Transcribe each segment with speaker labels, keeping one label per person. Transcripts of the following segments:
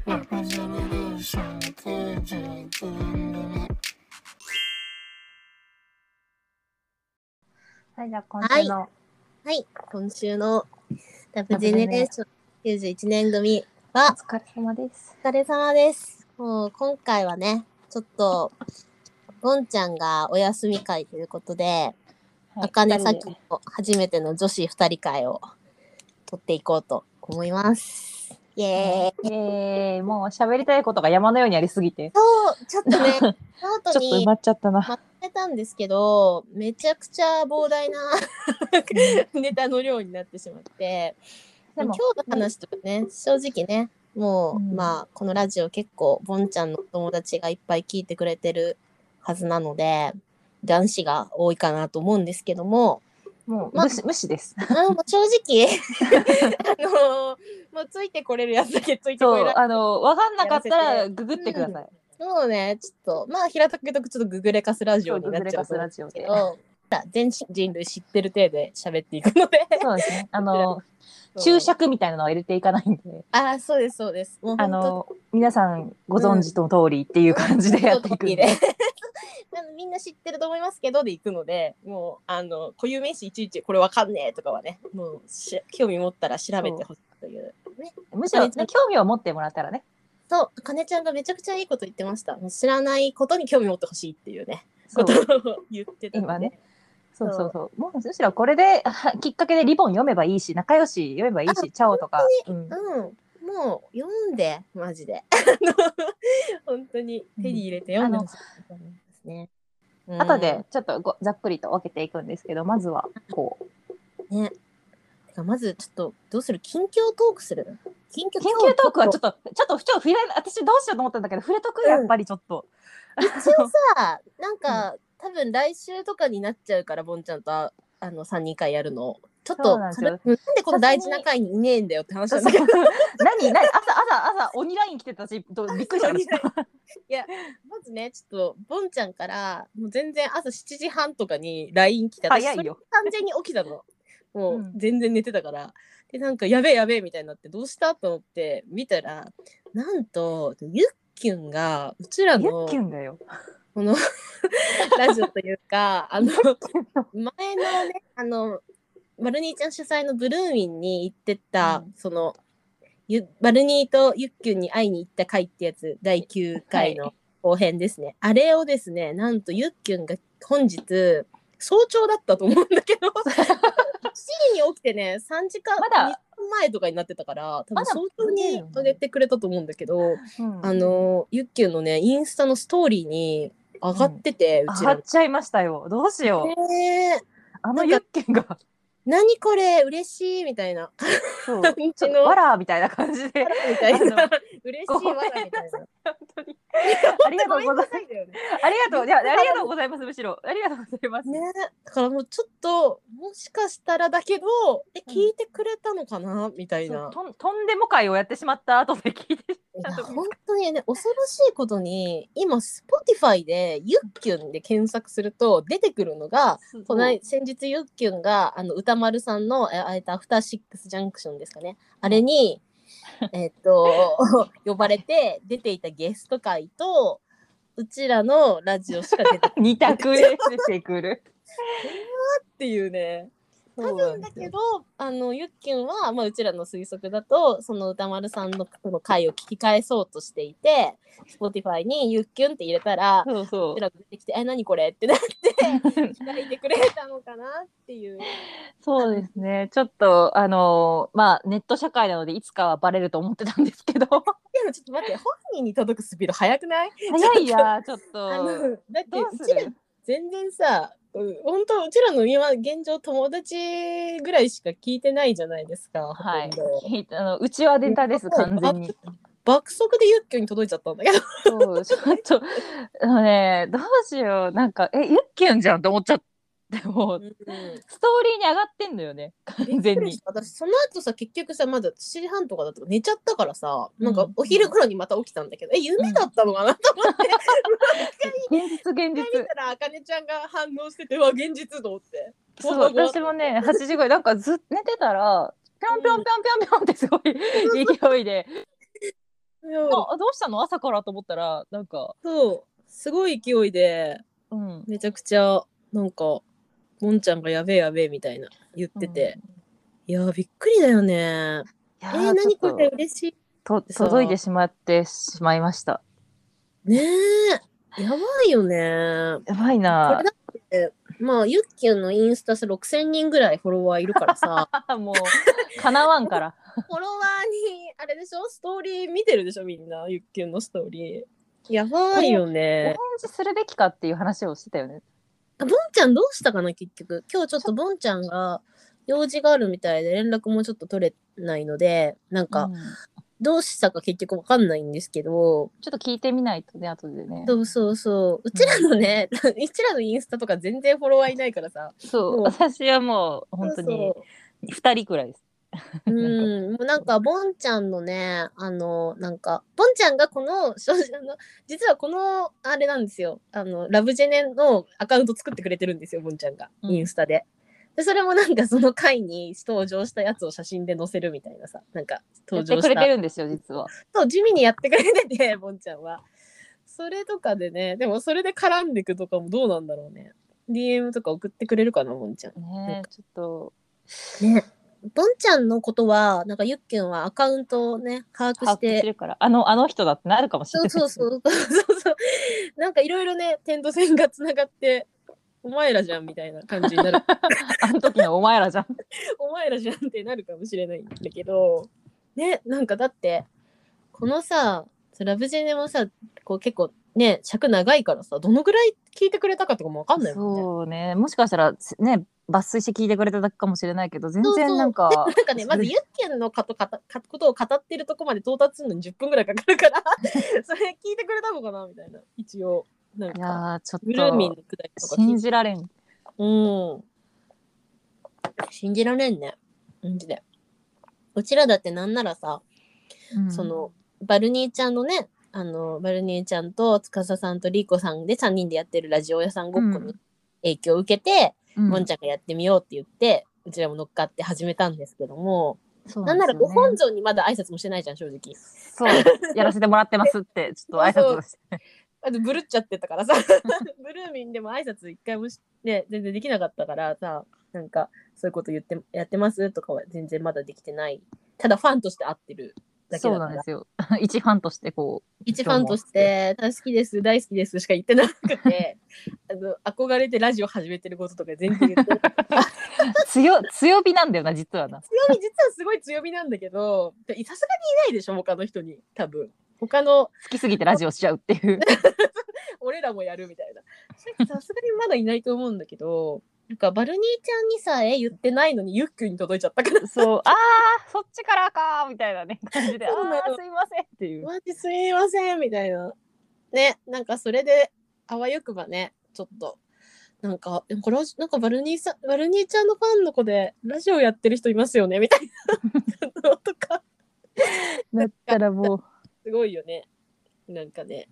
Speaker 1: ージェネレーション91年組
Speaker 2: はい、じゃあ今週の、
Speaker 3: はい、今週のダブジェネレーション91年組は
Speaker 2: お疲れ様です。
Speaker 3: お疲れ様です。もう今回はね、ちょっと、ゴンちゃんがお休み会ということで、
Speaker 2: は
Speaker 3: あ
Speaker 2: い
Speaker 3: かね
Speaker 2: 二
Speaker 3: さ
Speaker 2: 人
Speaker 3: っ
Speaker 2: で
Speaker 3: きの初めての女子2人会を取っていこうと思います。イエーイ。
Speaker 2: イエーイもう喋りたいことが山のようにありすぎて、
Speaker 3: そう、ちょっと ね、ノー
Speaker 2: ち
Speaker 3: ト
Speaker 2: ょっと埋
Speaker 3: に
Speaker 2: まっちゃったな。
Speaker 3: まとめたんですけど、めちゃくちゃ膨大なネタの量になってしまって、で
Speaker 2: でも
Speaker 3: も、今日の話とかね、正直ね、もう、
Speaker 2: うん
Speaker 3: まあ、このラジオ結構、ボンちゃんのお友達がいっぱい聞いてくれてるはずなので、男子が多いかなと思うんですけども、
Speaker 2: もう
Speaker 3: ま
Speaker 2: 無視無視です。
Speaker 3: あの正直、 あのもうついてこれるやつだけついてこれる
Speaker 2: そう、あの、わかんなかった
Speaker 3: やら
Speaker 2: ら
Speaker 3: せ
Speaker 2: ググってください。
Speaker 3: もうね、ちょっと、まあ、平たく言うと、ちょっとググレカスラジ
Speaker 2: そ
Speaker 3: オ
Speaker 2: う
Speaker 3: に
Speaker 2: グ
Speaker 3: な
Speaker 2: グ
Speaker 3: っ
Speaker 2: レ
Speaker 3: ちゃ
Speaker 2: カ
Speaker 3: う
Speaker 2: ス
Speaker 3: と思う
Speaker 2: ラ
Speaker 3: んです
Speaker 2: ジオ
Speaker 3: け
Speaker 2: で。
Speaker 3: ど、全人類知ってる体で喋っていくので、
Speaker 2: そうですね。あの、注釈みたいなのは入れていかないんで、
Speaker 3: ああ、そうです、そうです。もう
Speaker 2: あ
Speaker 3: 本当
Speaker 2: の、皆さんご存知の通りっていう感じでやっていくん
Speaker 3: ちょっと
Speaker 2: で。
Speaker 3: 大きいね なのでみんな知ってると思いますけどで行くのでもうあの固有名詞いちいちこれわかんねえとかはねもうし興味持ったら調べてほしいという
Speaker 2: むしろ、ね、興味を持ってもらったらね。
Speaker 3: そうあかねちゃんがめちゃくちゃいいこと言ってましたもう知らないことに興味持ってほしいっていうね
Speaker 2: そ
Speaker 3: こ
Speaker 2: う
Speaker 3: と、を言ってたので
Speaker 2: 今ねそう
Speaker 3: そ
Speaker 2: そううそう。もうむしろこれで、あきっかけでリボン読めばいいし、仲良し読めばいいし、チャオとか。うん
Speaker 3: うんもう読んでマジであの 本当に手に入れて読んでほしいと思いますね、うん
Speaker 2: 後でちょっとござっくりと分けていくんですけど、まずはこう
Speaker 3: てかまずちょっとどうする近況トークする近況
Speaker 2: 緊急トークはち
Speaker 3: っ
Speaker 2: ょっとちょっとちょっと触れ私どうしようと思ったんだけど触れとくやっぱりちょっと、
Speaker 3: 一応さなんか、多分来週とかになっちゃうからボンちゃんとああの3人会やるのちょっ
Speaker 2: そ
Speaker 3: と
Speaker 2: うなん
Speaker 3: な
Speaker 2: で
Speaker 3: ん
Speaker 2: すよ
Speaker 3: なんでこの大事な会にいねえんだよって話なんだけど
Speaker 2: 何何朝朝朝鬼ライン来てたしどびっくりした
Speaker 3: 鬼まずねちょっとボンちゃんからもう全然朝7時半とかに LINE 来て私
Speaker 2: 早い
Speaker 3: それ
Speaker 2: よ
Speaker 3: 完全に起きたのも
Speaker 2: う
Speaker 3: うん全然寝てたから、でなんかやべえやべえみたいになってどうしたと思って見たらなんとゆっきゅんがうちら
Speaker 2: ゆっ
Speaker 3: の
Speaker 2: きゅんだよ
Speaker 3: このラジオというかあの前のねあのバルニーちゃん主催のブルーミンに行ってた、
Speaker 2: うん
Speaker 3: そのゆバルニーとユッキュンに会いに行った回ってやつ第9回
Speaker 2: は
Speaker 3: の後編ですね、あれをですねなんとユッキュンが本日早朝だったと思うんだけど 7時に起きてね3時間
Speaker 2: まだ
Speaker 3: 2時間前とかになってたから多
Speaker 2: ま
Speaker 3: 分
Speaker 2: だ
Speaker 3: 早朝に上げてくれたと思うんだけど、
Speaker 2: うん
Speaker 3: あのユッキュンのねインスタのストーリーに上がってて、うち
Speaker 2: 上が
Speaker 3: ら
Speaker 2: っちゃいましたよどうしよう、
Speaker 3: の。ねえ
Speaker 2: あのゆっきゅんが
Speaker 3: 何これ嬉しいみたい な
Speaker 2: そう
Speaker 3: 感じ
Speaker 2: ちょっと
Speaker 3: の
Speaker 2: わらみたいな感じ で
Speaker 3: みたい
Speaker 2: あ
Speaker 3: な
Speaker 2: の。
Speaker 3: 嬉し
Speaker 2: ご
Speaker 3: い
Speaker 2: めん
Speaker 3: わ
Speaker 2: なさい
Speaker 3: みたいな。
Speaker 2: 本当にありがと
Speaker 3: ごめん
Speaker 2: うございます
Speaker 3: なさいだよね
Speaker 2: ありがとうい やありがとうございますむしろありがとうございます、
Speaker 3: ねだからもうちょっともしかしたらだけどえ
Speaker 2: うん
Speaker 3: 聞いてくれたのかなみたい
Speaker 2: そう
Speaker 3: な。
Speaker 2: とんとんでも会をやってしまった後で聞いて
Speaker 3: い
Speaker 2: ちゃん
Speaker 3: や
Speaker 2: と
Speaker 3: 本当にね恐ろしいことに今 Spotify で「ゆっきゅん」で検索すると出てくるのがこの間先日ゆっきゅんがあの歌丸さんのえあえっとアフターシックスジャンクションですかねあれに えっと 呼ばれて出ていたゲスト会とうちらのラジオしか出てないっ
Speaker 2: 二択で出てくる。
Speaker 3: ていうね多
Speaker 2: そうな
Speaker 3: 分
Speaker 2: ん
Speaker 3: だ
Speaker 2: です
Speaker 3: け
Speaker 2: よ
Speaker 3: どあのゆっきゅんは、まあ、うちらの推測だとその歌丸さんのこの回を聞き返そうとしていて Spotify に「ゆっきゅん」って入れたら
Speaker 2: そうそう
Speaker 3: うちらが出てきて「え何これ?」ってな って開いてくれたのかなっていう。
Speaker 2: そうですね。ちょっと、あのーまあ、ネット社会なので、いつかはバレると思ってたんですけど。
Speaker 3: でもちょっと待って、本人に届くスピード早くない
Speaker 2: 早いや、ちょっ
Speaker 3: あの
Speaker 2: と。
Speaker 3: だって
Speaker 2: どう
Speaker 3: う
Speaker 2: す
Speaker 3: ちら
Speaker 2: る。
Speaker 3: 全然さ、うん本当うちらの今現状友達ぐらいしか聞いてないじゃないですか。
Speaker 2: はい
Speaker 3: ほとんど。
Speaker 2: ひあの、うちはデータです、完全に。
Speaker 3: 爆速でユッキョに届いちゃったんだけど。
Speaker 2: そう、ちょっと、あのね、どうしよう、なんか、え、ユッキュンじゃんと思っちゃって、もう、ストーリーに上がってんのよね、完
Speaker 3: び
Speaker 2: 全
Speaker 3: っくり
Speaker 2: に
Speaker 3: し。た私その後さ結局さまだ7時半とかだったから寝ちゃったからさ、なん
Speaker 2: う
Speaker 3: か
Speaker 2: ん
Speaker 3: お昼頃にまた起きたんだけどえ夢だったのかなと思 って、
Speaker 2: 現実、現
Speaker 3: 一回
Speaker 2: 実
Speaker 3: 見。たらあかねちゃんが反応しててうわ現実と思って
Speaker 2: そう
Speaker 3: ごわごわ
Speaker 2: 私もね8時ぐ らいなんかずっ寝てたらぴょんぴょんぴょんぴょんぴょんってすごい勢いで
Speaker 3: そう
Speaker 2: あどうしたの朝からと思ったらなんか
Speaker 3: そうすごい勢いで
Speaker 2: うん
Speaker 3: めちゃくちゃなんかもんちゃんがやべえやべえみたいな言ってて、いやーびっくりだよね
Speaker 2: い
Speaker 3: えー、
Speaker 2: やー
Speaker 3: 何
Speaker 2: ちょ
Speaker 3: これ
Speaker 2: っ
Speaker 3: 嬉しい
Speaker 2: とと届いてしまってしまいました
Speaker 3: ねえやばいよね
Speaker 2: やばい
Speaker 3: こ
Speaker 2: な
Speaker 3: れだってまあゆっきゅんのインスタさ6000人ぐらいフォロワーいるからさ
Speaker 2: あもう かなわんから
Speaker 3: フォロワーにあれでしょストーリー見てるでしょみんなゆっきゅんのストーリーやばいよ
Speaker 2: お返
Speaker 3: ね
Speaker 2: 事するべきかっていう話をしてたよね
Speaker 3: あボンちゃんどうしたかな結局今日ちょっとボンちゃんが用事があるみたいで連絡もちょっと取れないのでなんか、
Speaker 2: うん
Speaker 3: どうしたか結局わかんないんですけど、
Speaker 2: ちょっと聞いてみないとね後でね
Speaker 3: そうそうそう、うちらのね、うちらのインスタとか全然フォロワーいないからさ、
Speaker 2: そ
Speaker 3: も
Speaker 2: う
Speaker 3: う
Speaker 2: 私はもう本当 に
Speaker 3: そう
Speaker 2: 2人くらいです
Speaker 3: そううん、もうなんか、ボンちゃんのね、あの、なんか、ボンちゃんがこの、少女の、実はこの、あれなんですよ、あの、ラブジェネのアカウント作ってくれてるんですよ、ボンちゃんが、
Speaker 2: うん
Speaker 3: インスタで。で、それもなんかその回に登場したやつを写真で載せるみたいなさ、なんか、
Speaker 2: やっ
Speaker 3: 登
Speaker 2: て
Speaker 3: 場
Speaker 2: く
Speaker 3: し
Speaker 2: れ
Speaker 3: た
Speaker 2: てるんですよ実は
Speaker 3: そう地味にやってくれてて ボンちゃんはそれとかでねでもそれで絡んでいくとかもどうなんだろうね DM とか送ってくれるかなボンちゃん
Speaker 2: ねえちょっと
Speaker 3: ねボンちゃんのことはなんかゆっきゅんはアカウントをね把握
Speaker 2: 把
Speaker 3: し
Speaker 2: 握して
Speaker 3: て
Speaker 2: るからあのあの人だってなるかもしれ
Speaker 3: そ
Speaker 2: な
Speaker 3: う
Speaker 2: い
Speaker 3: そう そうそうそうなんかいろいろね点と線がつながってお前らじゃんみたいな感じになる
Speaker 2: あの時のお前らじゃん
Speaker 3: お前らじゃんってなるかもしれないんだけどねなんかだってこのさラブジェネもさこう結構ね尺長いからさどのぐらい聞いてくれたかとかもわかんないもんね。
Speaker 2: そうねもしかしたらね抜粋して聞いてくれただけかもしれないけど全
Speaker 3: そうそう
Speaker 2: 然なんか
Speaker 3: でなんかねまずユッケンのことかたかことを語ってるとこまで到達するのに10分ぐらいかかるから それ聞いてくれたのかなみたいな一応なん
Speaker 2: い
Speaker 3: か
Speaker 2: やーちょ
Speaker 3: ブルーミンの
Speaker 2: っ
Speaker 3: くだりと
Speaker 2: と
Speaker 3: か聞
Speaker 2: 信
Speaker 3: いて
Speaker 2: じられん
Speaker 3: うん信じられんねマジでうちらだってなんならさ
Speaker 2: うん
Speaker 3: そのバルニーちゃんのねあのバルニーちゃんと司さんとリーコさんで3人でやってるラジオ屋さんごっこ
Speaker 2: うん
Speaker 3: に影響を受けて、
Speaker 2: う
Speaker 3: もんちゃんがやってみようって言ってうちらも乗っかって始めたんですけども、
Speaker 2: そう
Speaker 3: なんなら
Speaker 2: ですよ
Speaker 3: ご
Speaker 2: ね
Speaker 3: 本尊にまだ挨拶もしてないじゃん正直
Speaker 2: そうやらせてもらってま すってちょっと挨拶をして
Speaker 3: あとブルっちゃってたからさ ブルーミンでも挨拶一回もし、ね、全然できなかったからさなんかそういうこと言ってやってますとかは全然まだできてないただファンとして会ってるだけ
Speaker 2: そう
Speaker 3: だか
Speaker 2: なん
Speaker 3: ら
Speaker 2: ですよ 一ファンとしてこ
Speaker 3: 一ファンとして、大好きです、大好きですしか言ってなくて、あの憧れてラジオ始めてることとか全然言ってない。
Speaker 2: う強強火なんだよな実はな
Speaker 3: 強み、実はすごい強みなんだけど、でさすがにいないでしょ、他の人に、多分。他の、
Speaker 2: 好きすぎてラジオしちゃうって いう
Speaker 3: 俺らもやるみたいな。さすがにまだいないと思うんだけど、なんかバルニーちゃんにさえ言ってないのにユッキュに届いちゃったから、
Speaker 2: そうあーそっちからかーみたいなね感じであ
Speaker 3: そうなの
Speaker 2: ーすいませんっていう
Speaker 3: マジすみません、みたいな。ね、なんかそれで、あわよくばね、ちょっと。なんか、これはなんかバルニーさん、バルニーちゃんのファンの子で、ラジオやってる人いますよね、みたいなのとか、
Speaker 2: だったらもう
Speaker 3: すごいよね。なんかね。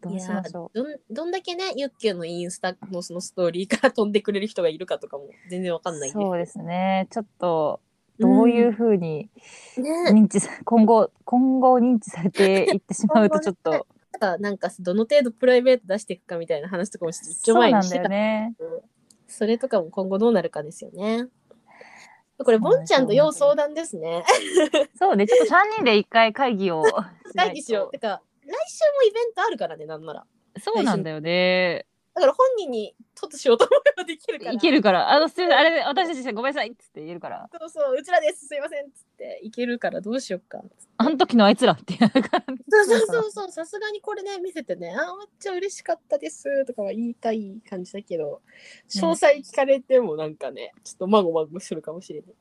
Speaker 2: どうしましょ
Speaker 3: いやーどん、どんだけね、ユッキュのインスタのそのストーリーから飛んでくれる人がいるかとかも全然わかん
Speaker 2: う
Speaker 3: ないん
Speaker 2: そうですねちょっとどういうふうに
Speaker 3: うんね。
Speaker 2: 認知さ今後今後認知されていってしまうとちょっと
Speaker 3: ただなんか、どの程度プライベート出していくかみたいな話とかもちょっと一
Speaker 2: そ
Speaker 3: 丁
Speaker 2: う
Speaker 3: 前
Speaker 2: な
Speaker 3: に
Speaker 2: ん
Speaker 3: し
Speaker 2: だ
Speaker 3: てた
Speaker 2: よね
Speaker 3: それとかも今後どうなるかですよね。これ、ボンちゃんと要相談ですね。
Speaker 2: そうねちょっと3人で一回会議をない
Speaker 3: 会
Speaker 2: と
Speaker 3: 議しよう。てか、来週もイベントあるからね、なんなら。
Speaker 2: そうなんだよね
Speaker 3: だから本人に突しようと思えばできるから。
Speaker 2: いけるからあのすいませんあれ私たちごめんなさいっつって言えるから
Speaker 3: そうそう、うちらです、すいませんっつって、いけるからどうしようか。
Speaker 2: あの時のあいつらっていう感じ
Speaker 3: そうそうそうそう、さすがにこれね、見せてね、あー、めっちゃ嬉しかったですとかは言いたい感じだけど、詳細聞かれてもなんかね、ちょっとまごまごするかもしれない。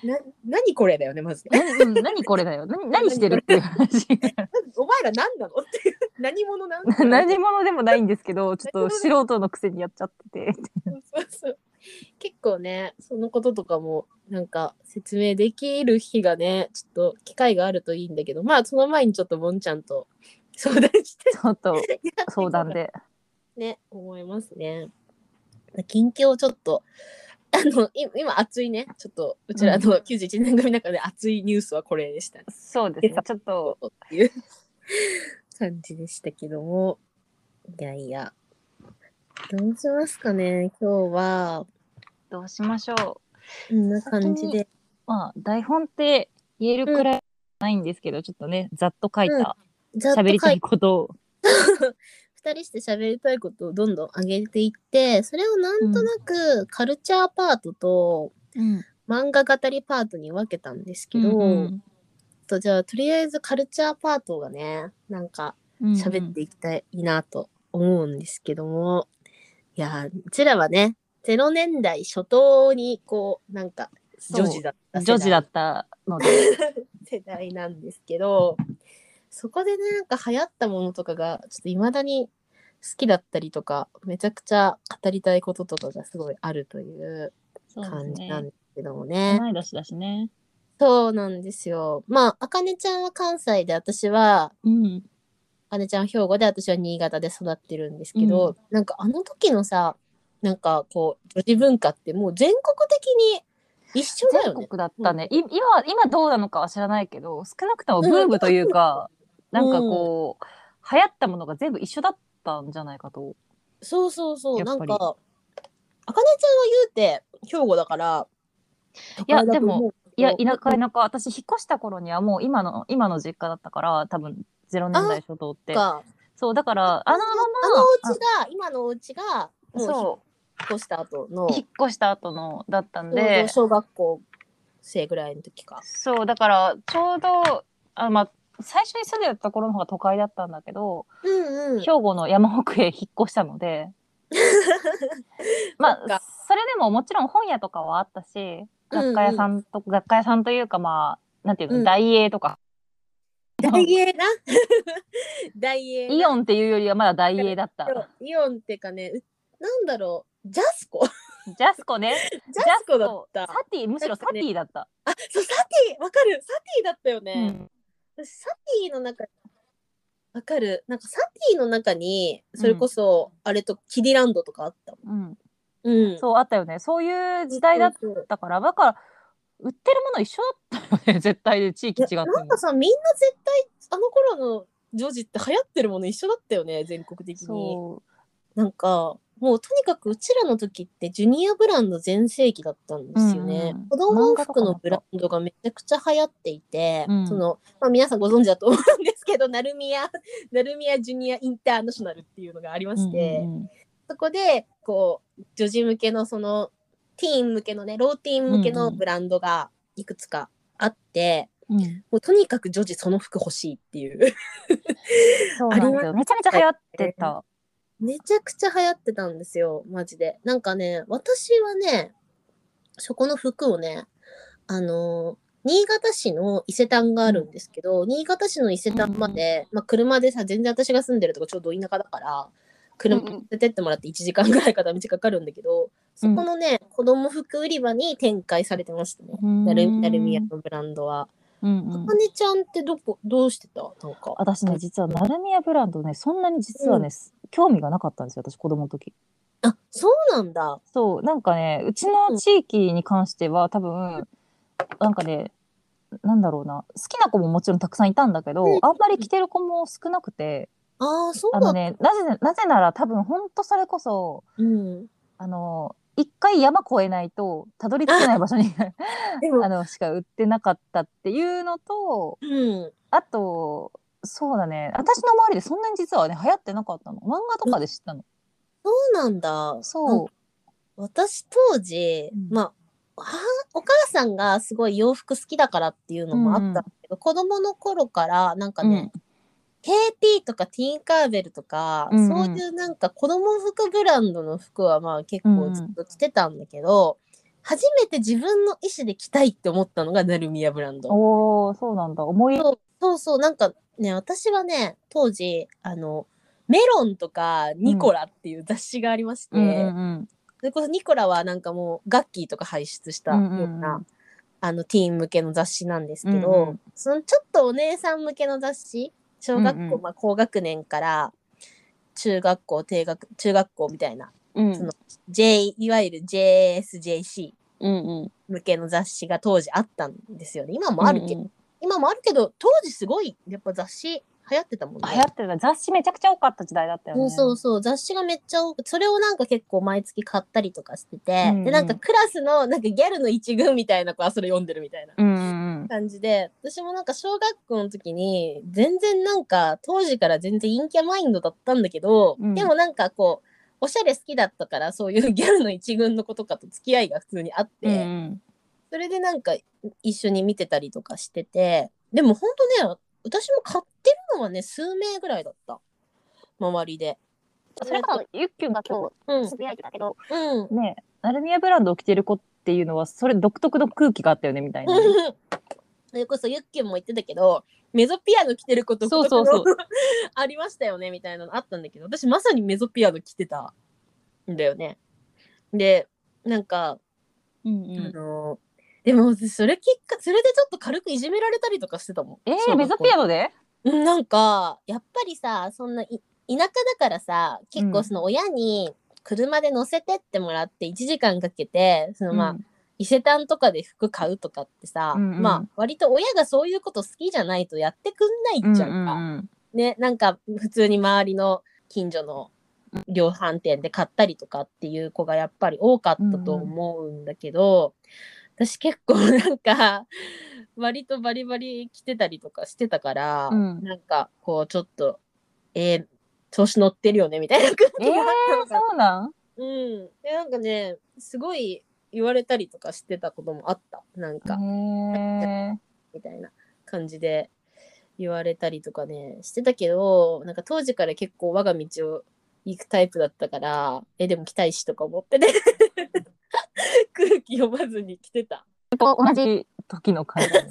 Speaker 3: え、な、何これだよね、まず。
Speaker 2: 何うん 何これだよ何何してるっていう話
Speaker 3: お前ら何なのっていう、 何者なの
Speaker 2: 何者でもないんですけどちょっと素人のくせにやっちゃってて
Speaker 3: そうそうそう結構ねそのこととかもなんか説明できる日がねちょっと機会があるといいんだけどまあその前にちょっとボンちゃんと 相談して
Speaker 2: ちょっと 相談で
Speaker 3: ね思いますね近況をちょっとあの、い今熱いね。ちょっと、うちらの91年組の中で熱いニュースはこれでしたね。
Speaker 2: そうですね。ちょっと、
Speaker 3: っていう 感じでしたけども。いやいや。どうしますかね今日は。
Speaker 2: どうしましょ
Speaker 3: こんな感じで。
Speaker 2: う。まあ、台本って言えるくらいないんですけど、ちょっとね、ざっと書いた、
Speaker 3: ざっと
Speaker 2: 喋り
Speaker 3: 書
Speaker 2: た
Speaker 3: い
Speaker 2: いことを。
Speaker 3: 二人して喋りたいことをどんどん上げていって、それをなんとなくカルチャーパートと
Speaker 2: うん。
Speaker 3: 漫画語りパートに分けたんですけど、
Speaker 2: うん
Speaker 3: とじゃあとりあえずカルチャーパートがね、なんか
Speaker 2: うん
Speaker 3: 喋っていきたいなと思うんですけども、いやー、うちらはね、0年代初頭にこう、なんか
Speaker 2: そう
Speaker 3: 女児だった世代
Speaker 2: 女児だったの で。
Speaker 3: 世代なんですけど、そこでね、なんか流行ったものとかが、ちょっと未だに好きだったりとか、めちゃくちゃ語りたいこととかがすごいあるという感じなんですけどもね。
Speaker 2: 同い年だしね。
Speaker 3: そうなんですよ。まあ、あかねちゃんは関西で、私は、
Speaker 2: うん。
Speaker 3: あかねちゃんは兵庫で、私は新潟で育ってるんですけど、
Speaker 2: う
Speaker 3: なんかあの時のさ、なんかこう、女児文化ってもう全国的に一緒だ
Speaker 2: 全
Speaker 3: よね。
Speaker 2: 国だったね。い今、今どうなのかは知らないけど、少なくともブームというか、
Speaker 3: う
Speaker 2: なんんかこう、流行ったものが全部一緒だったんじゃないかと。
Speaker 3: そうそうそう、
Speaker 2: やっ
Speaker 3: な
Speaker 2: ぱ
Speaker 3: ん
Speaker 2: り
Speaker 3: か、あかねちゃんは言うて、兵庫だから、
Speaker 2: いや
Speaker 3: 都会だと思う
Speaker 2: いや、田舎、田舎、私、引っ越した頃にはもう今の、今の実家だったから、多分、0年代初頭って。
Speaker 3: か
Speaker 2: そう、だから、
Speaker 3: あ
Speaker 2: あ
Speaker 3: の
Speaker 2: の
Speaker 3: あの
Speaker 2: ま
Speaker 3: お家が、今のお家が、
Speaker 2: ま、
Speaker 3: もう
Speaker 2: そ
Speaker 3: 引っ越した後の
Speaker 2: う、、引っ越した後の、だった
Speaker 3: ちょ
Speaker 2: ん
Speaker 3: う
Speaker 2: で
Speaker 3: ど、小学校生ぐらいの時か。
Speaker 2: そう、だから、ちょうど、あまあ、最初に住んでたところの方が都会だったんだけど、
Speaker 3: うんうん
Speaker 2: 兵。庫の山奥へ引っ越したの でま
Speaker 3: そっか
Speaker 2: あそれでももちろん本屋とかはあったし
Speaker 3: うんうん
Speaker 2: 雑貨屋さんと、雑貨屋さんというかまあなんていうの、
Speaker 3: うん
Speaker 2: 大英とか
Speaker 3: 大英な 大英な
Speaker 2: イオンっていうよりはまだ大英だった
Speaker 3: イオンってかねうなんだろうジャスコ
Speaker 2: ジャスコね
Speaker 3: ジャスコだった
Speaker 2: サティむしろサティだった、
Speaker 3: あそうサティわかるサティだったよね、私サティの中わかるなんかサティの中にそれこそ、あれとキディランドとかあったも
Speaker 2: うん、
Speaker 3: ん、うん、
Speaker 2: そうあったよねそういう時代だっ
Speaker 3: そうそう
Speaker 2: たからだから売ってるもの一緒だったよね 絶対で地域違っても
Speaker 3: なんかさみんな絶対あの頃のジョージって流行ってるもの一緒だったよね全国的に
Speaker 2: そ
Speaker 3: なんかもうとにかくうちらの時ってジュニアブランド全盛期だったんですよね、
Speaker 2: うんうん
Speaker 3: 子供服のブランドがめちゃくちゃ流行っていて、
Speaker 2: うん
Speaker 3: その、まあ、皆さんご存知だと思うんですけど成宮成宮ジュニアインターナショナルっていうのがありま
Speaker 2: う
Speaker 3: して、
Speaker 2: うんうんうん
Speaker 3: そこでこう女児向けのそのティーン向けのねローティーン向けのブランドがいくつかあって、
Speaker 2: うん
Speaker 3: もうとにかく女児その服欲しいっていう。
Speaker 2: そうなんですよめちゃめちゃ流行ってた、
Speaker 3: めちゃくちゃ流行ってたんですよ、マジで。なんかね、私はね、そこの服をね、あのー新潟市の伊勢丹があるんですけど、新潟市の伊勢丹まで、まあ、車でさ、全然私が住んでるとこちょうど田舎だから、車
Speaker 2: うんうん
Speaker 3: 連れてってもらって1時間ぐらいか片道かかるんだけど、そこのね、子供服売り場に展開されてましたね。なるなるみやのブランドは。
Speaker 2: うん
Speaker 3: あ
Speaker 2: うん
Speaker 3: かねちゃんってどこ、どうしてたなんか。
Speaker 2: 私ね実はなるみやブランドねそんなに実はね、興味がなかったんですよ私子供の時
Speaker 3: あ、そうなんだ。
Speaker 2: そうなんかねうちの地域に関しては多分なんかねなんだろうな好きな子ももちろんたくさんいたんだけど、
Speaker 3: うん
Speaker 2: あんまり着てる子も少なくて、
Speaker 3: ああ、そう
Speaker 2: あ
Speaker 3: な
Speaker 2: の
Speaker 3: んだ。
Speaker 2: ねなぜなぜなら多分ほんとそれこそ
Speaker 3: うん。
Speaker 2: あの一回山越えないとたどり着けない場所 に
Speaker 3: でも
Speaker 2: あのしか売ってなかったっていうのと
Speaker 3: うん。
Speaker 2: あと、そうだね。私の周りでそんなに実はね、流行ってなかったの。漫画とかで知ったの。
Speaker 3: そうなんだ。なん
Speaker 2: そう
Speaker 3: か。私当時、
Speaker 2: うん
Speaker 3: まあ、はお母さんがすごい洋服好きだからっていうのもあったんだけど、子供の頃からなんかね、KP とかティーンカーベルとか、
Speaker 2: うんうん
Speaker 3: そういうなんか子供服ブランドの服はまあ結構ずっと着てたんだけど、初めて自分の意思で着たいって思ったのがナルミヤブランド。
Speaker 2: おおーそうなんだ。思い入れ
Speaker 3: そうそう、なんかね、私はね、当時、あの、メロンとかニコラっていう雑誌がありまして、
Speaker 2: うん
Speaker 3: それこそニコラはなんかもうガッキーとか輩出したような、
Speaker 2: うんうん
Speaker 3: あのティーン向けの雑誌なんですけど、
Speaker 2: うんうん
Speaker 3: そのちょっとお姉さん向けの雑誌小学校、
Speaker 2: うんうん
Speaker 3: まあ、高学年から中学校低学中学校みたいな
Speaker 2: うん
Speaker 3: その J いわゆる JSJC
Speaker 2: うんうん
Speaker 3: 向けの雑誌が当時あったんですよね今もあるけど、
Speaker 2: うんうん
Speaker 3: 今もあるけど当時すごいやっぱ雑誌流行ってたもんね
Speaker 2: 流行ってるな雑誌めちゃくちゃ多かった時代だったよ
Speaker 3: そ
Speaker 2: ね
Speaker 3: うそうそう雑誌がめっちゃ多くそれをなんか結構毎月買ったりとかしてて、
Speaker 2: うんうん
Speaker 3: でなんかクラスのなんかギャルの一群みたいな子はそれ読んでるみたいな
Speaker 2: うんうんうん
Speaker 3: 感じで私もなんか小学校の時に全然なんか当時から全然陰キャマインドだったんだけど、
Speaker 2: うん
Speaker 3: でもなんかこうおしゃれ好きだったからそういうギャルの一群の子とかと付き合いが普通にあって、
Speaker 2: うん
Speaker 3: それでなんか一緒に見てたりとかしててでもほんとね私も買ってるのはね数名ぐらいだった周りで。
Speaker 2: それこそゆっきゅんが今
Speaker 3: うん
Speaker 2: 日つぶやいてたけど
Speaker 3: うん
Speaker 2: ねえアルミアブランドを着てる子っていうのはそれ独特の空気があったよねみたいなね、
Speaker 3: うん それこそユッキュンも言ってたけどメゾピアノ着てること
Speaker 2: そうそうそう
Speaker 3: ありましたよねみたいなのあったんだけど私まさにメゾピアノ着てたんだよね。でなんか、
Speaker 2: うんう
Speaker 3: あ
Speaker 2: ん、
Speaker 3: のでもそれきっかそれでちょっと軽くいじめられたりとかしてたもん。
Speaker 2: えー、メゾピアノで
Speaker 3: アノなんかやっぱりさそんない田舎だからさ結構その親に車で乗せてってもらって1時間かけてそのまあ、伊勢丹とかで服買うとかってさ、
Speaker 2: うんうん
Speaker 3: まあ割と親がそういうこと好きじゃないとやってくん
Speaker 2: う
Speaker 3: なんい
Speaker 2: うん
Speaker 3: じ
Speaker 2: う
Speaker 3: ゃんか、
Speaker 2: ん
Speaker 3: ねなんか普通に周りの近所の量販店で買ったりとかっていう子がやっぱり多かったと思うんだけど、私結構なんか割とバリバリ着てたりとかしてたから、
Speaker 2: うん
Speaker 3: なんかこうちょっとえー調子乗ってるよねみたいな感
Speaker 2: え
Speaker 3: じがあったの
Speaker 2: ー、
Speaker 3: かな
Speaker 2: そうなん
Speaker 3: うん。で、なんかね、すごい言われたりとかしてたこともあった。なんか、
Speaker 2: へえ
Speaker 3: みたいな感じで言われたりとかね、してたけど、なんか当時から結構我が道を行くタイプだったから、え、でも来たいしとか思って ね。空気読まずに来てた。
Speaker 2: 同じ時の感じだね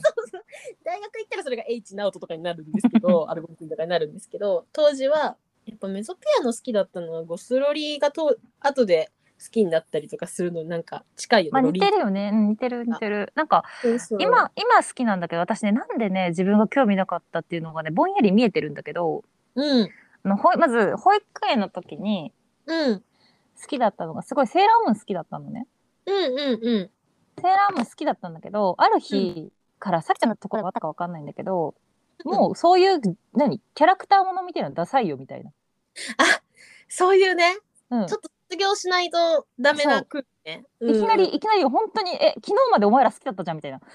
Speaker 3: 大学行ったらそれが H ナオトとかになるんですけ ど、アルバム組とかになるんですけど、当時は、やっぱメゾピアノ好きだったのはゴスロリがと後で好きになったりとかするのになんか近いよね。
Speaker 2: まあ
Speaker 3: ロ
Speaker 2: 似
Speaker 3: リ
Speaker 2: てるよねうん似てる似てるなんか
Speaker 3: そうそう
Speaker 2: 今今好きなんだけど私ねなんでね自分が興味なかったっていうのがねぼんやり見えてるんだけど
Speaker 3: うん。
Speaker 2: あのほいまず保育園の時に
Speaker 3: うん。
Speaker 2: 好きだったのがすごいセーラームーン好きだったのね
Speaker 3: うんうんうん。
Speaker 2: セーラームーン好きだったんだけどある日からさきちゃんのところがあったかわかんないんだけどもうそういう何キャラクターものみたいなのダサいよみたいな。
Speaker 3: あそういうね、
Speaker 2: うん
Speaker 3: ちょっと卒業しないとダメな空気ね。うん
Speaker 2: いきなり、いきなり本当に、え、昨日までお前ら好きだったじゃんみたいな。
Speaker 3: あ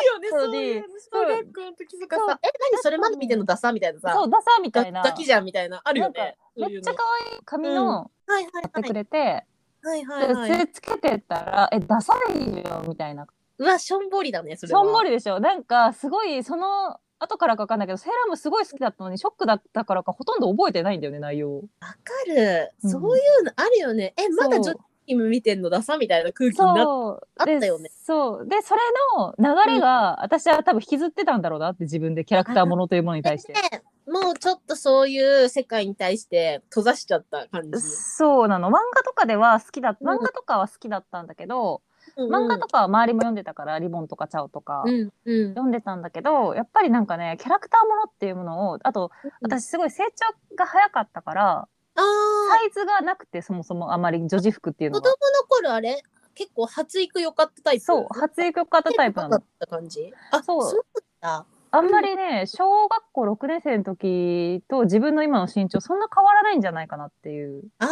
Speaker 3: るよね、
Speaker 2: そ
Speaker 3: そう
Speaker 2: う
Speaker 3: いう
Speaker 2: で
Speaker 3: の。小学校の時とか
Speaker 2: そう
Speaker 3: さ、え、何それまで見てんのダサみたいなさ、
Speaker 2: そう、ダサーみたいな。
Speaker 3: ガガキじゃんみたいな、あるよね。
Speaker 2: め
Speaker 3: そうい
Speaker 2: っ
Speaker 3: う
Speaker 2: ちゃ
Speaker 3: の
Speaker 2: 可愛い髪の
Speaker 3: はいは
Speaker 2: やってく
Speaker 3: い
Speaker 2: れて、
Speaker 3: はい。は
Speaker 2: で
Speaker 3: いはいはい。
Speaker 2: つつけてったら、え、ダサいよみたいな。
Speaker 3: うわ、しょんぼりだね、それ
Speaker 2: し
Speaker 3: は。
Speaker 2: ょんぼりでしょ。なんか、すごい、その、後からかわかんないけど、セーラームーンすごい好きだったのに、ショックだったからか、ほとんど覚えてないんだよね、内容を。
Speaker 3: わかる。
Speaker 2: うん
Speaker 3: そういうのあるよね。え、まだ女
Speaker 2: そう
Speaker 3: 子チーム見てんのダサみたいな空気になっ
Speaker 2: そう
Speaker 3: あ
Speaker 2: で
Speaker 3: ったよね
Speaker 2: そうでそれの流れが、私は多分引きずってたんだろうなって自分でキャラクターものというものに対して。
Speaker 3: て、もうちょっとそういう世界に対して閉ざしちゃった感じ。
Speaker 2: そうなの漫画とかでは好きだ
Speaker 3: うん
Speaker 2: 漫画とかは好きだったんだけど、
Speaker 3: うん
Speaker 2: 漫画とかは周りも読んでたから「リボン」とか「チャオ」とか
Speaker 3: うんうん。
Speaker 2: 読んでたんだけど、やっぱりなんかねキャラクターものっていうものをあと私すごい成長が早かったから、
Speaker 3: ああ。
Speaker 2: サイズがなくてそもそもあまり女児服っていう
Speaker 3: 子
Speaker 2: の
Speaker 3: 供
Speaker 2: が
Speaker 3: の頃あれ結構発育良かったタイプ
Speaker 2: そう発育型タイプ
Speaker 3: だ
Speaker 2: なの
Speaker 3: っ。た感じあ
Speaker 2: そ
Speaker 3: そううなんだ
Speaker 2: あんまりね小学校6年生の時と自分の今の身長そんな変わらないんじゃないかなっていう
Speaker 3: ああ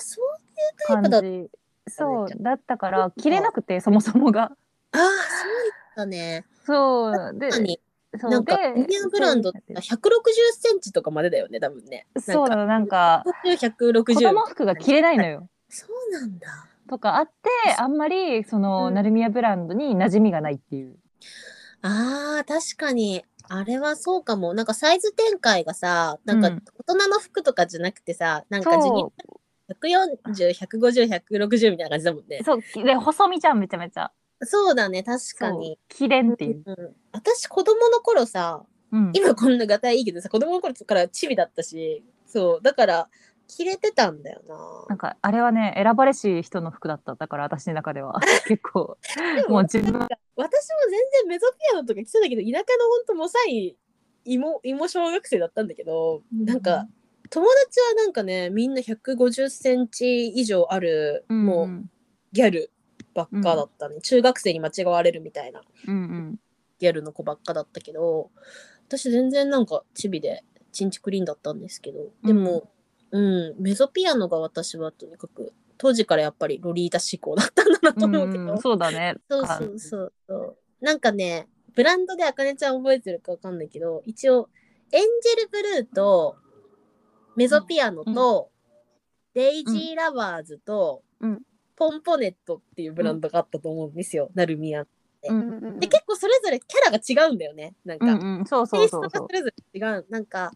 Speaker 3: そうタイ
Speaker 2: 感
Speaker 3: プだっ
Speaker 2: じ。そうだったから着れなくてそもそもが。
Speaker 3: ああそうだね
Speaker 2: そうで
Speaker 3: 確かに
Speaker 2: そう
Speaker 3: なんか
Speaker 2: で
Speaker 3: ミニアブランドって1 6 0センチとかまでだよね多分ね
Speaker 2: そうなのなんか子
Speaker 3: 160
Speaker 2: 供服が着れないのよ
Speaker 3: そうなんだ
Speaker 2: とかあってあんまりその、
Speaker 3: うん
Speaker 2: ナルミヤブランドに馴染みがないっていう。
Speaker 3: あー確かにあれはそうかもなんかサイズ展開がさなん
Speaker 2: う
Speaker 3: か
Speaker 2: ん
Speaker 3: 大人の服とかじゃなくてさなんかジュニ
Speaker 2: そ
Speaker 3: 140150160みたいな感じだもんね
Speaker 2: うそうきで細身じゃんめちゃめちゃ。
Speaker 3: そうだね確かに
Speaker 2: そう着れんっていう。
Speaker 3: うん、私子供の頃さ
Speaker 2: うん、
Speaker 3: 今こんながたいいいけどさ子供の頃からチビだったしそうだから着れてたんだよ
Speaker 2: な
Speaker 3: なん
Speaker 2: かあれはね選ばれし人の服だっただから私の中 では結構
Speaker 3: で
Speaker 2: もう
Speaker 3: も
Speaker 2: 自分
Speaker 3: 私も全然メゾピアノとか着てたけど田舎のほんともさい芋芋小学生だったんだけどなんか友達はなんかねみんな150センチ以上ある、もうギャルばっかだったね、中学生に間違われるみたいな
Speaker 2: うんうん
Speaker 3: ギャルの子ばっかだったけど私全然なんかチビでチンチクリーンだったんですけどでも、うんメゾピアノが私はとにかく当時からやっぱりロリータ志向だったんだなと
Speaker 2: うん
Speaker 3: 思うけど、
Speaker 2: うんそうだね
Speaker 3: そうそうそうそう。なんかね、ブランドであかねちゃん覚えてるかわかんないけど、一応、エンジェルブルーと、メゾピアノと、デイジーラバーズと、
Speaker 2: うん
Speaker 3: ポンポネットっていうブランドがあったと思うんですよ、なるみや。
Speaker 2: うんうん
Speaker 3: で、結構それぞれキャラが違うんだよね。なんか、
Speaker 2: うんうんそうそ
Speaker 3: テイ
Speaker 2: う
Speaker 3: スト
Speaker 2: そう
Speaker 3: が
Speaker 2: そ
Speaker 3: それぞれ違う。なんか、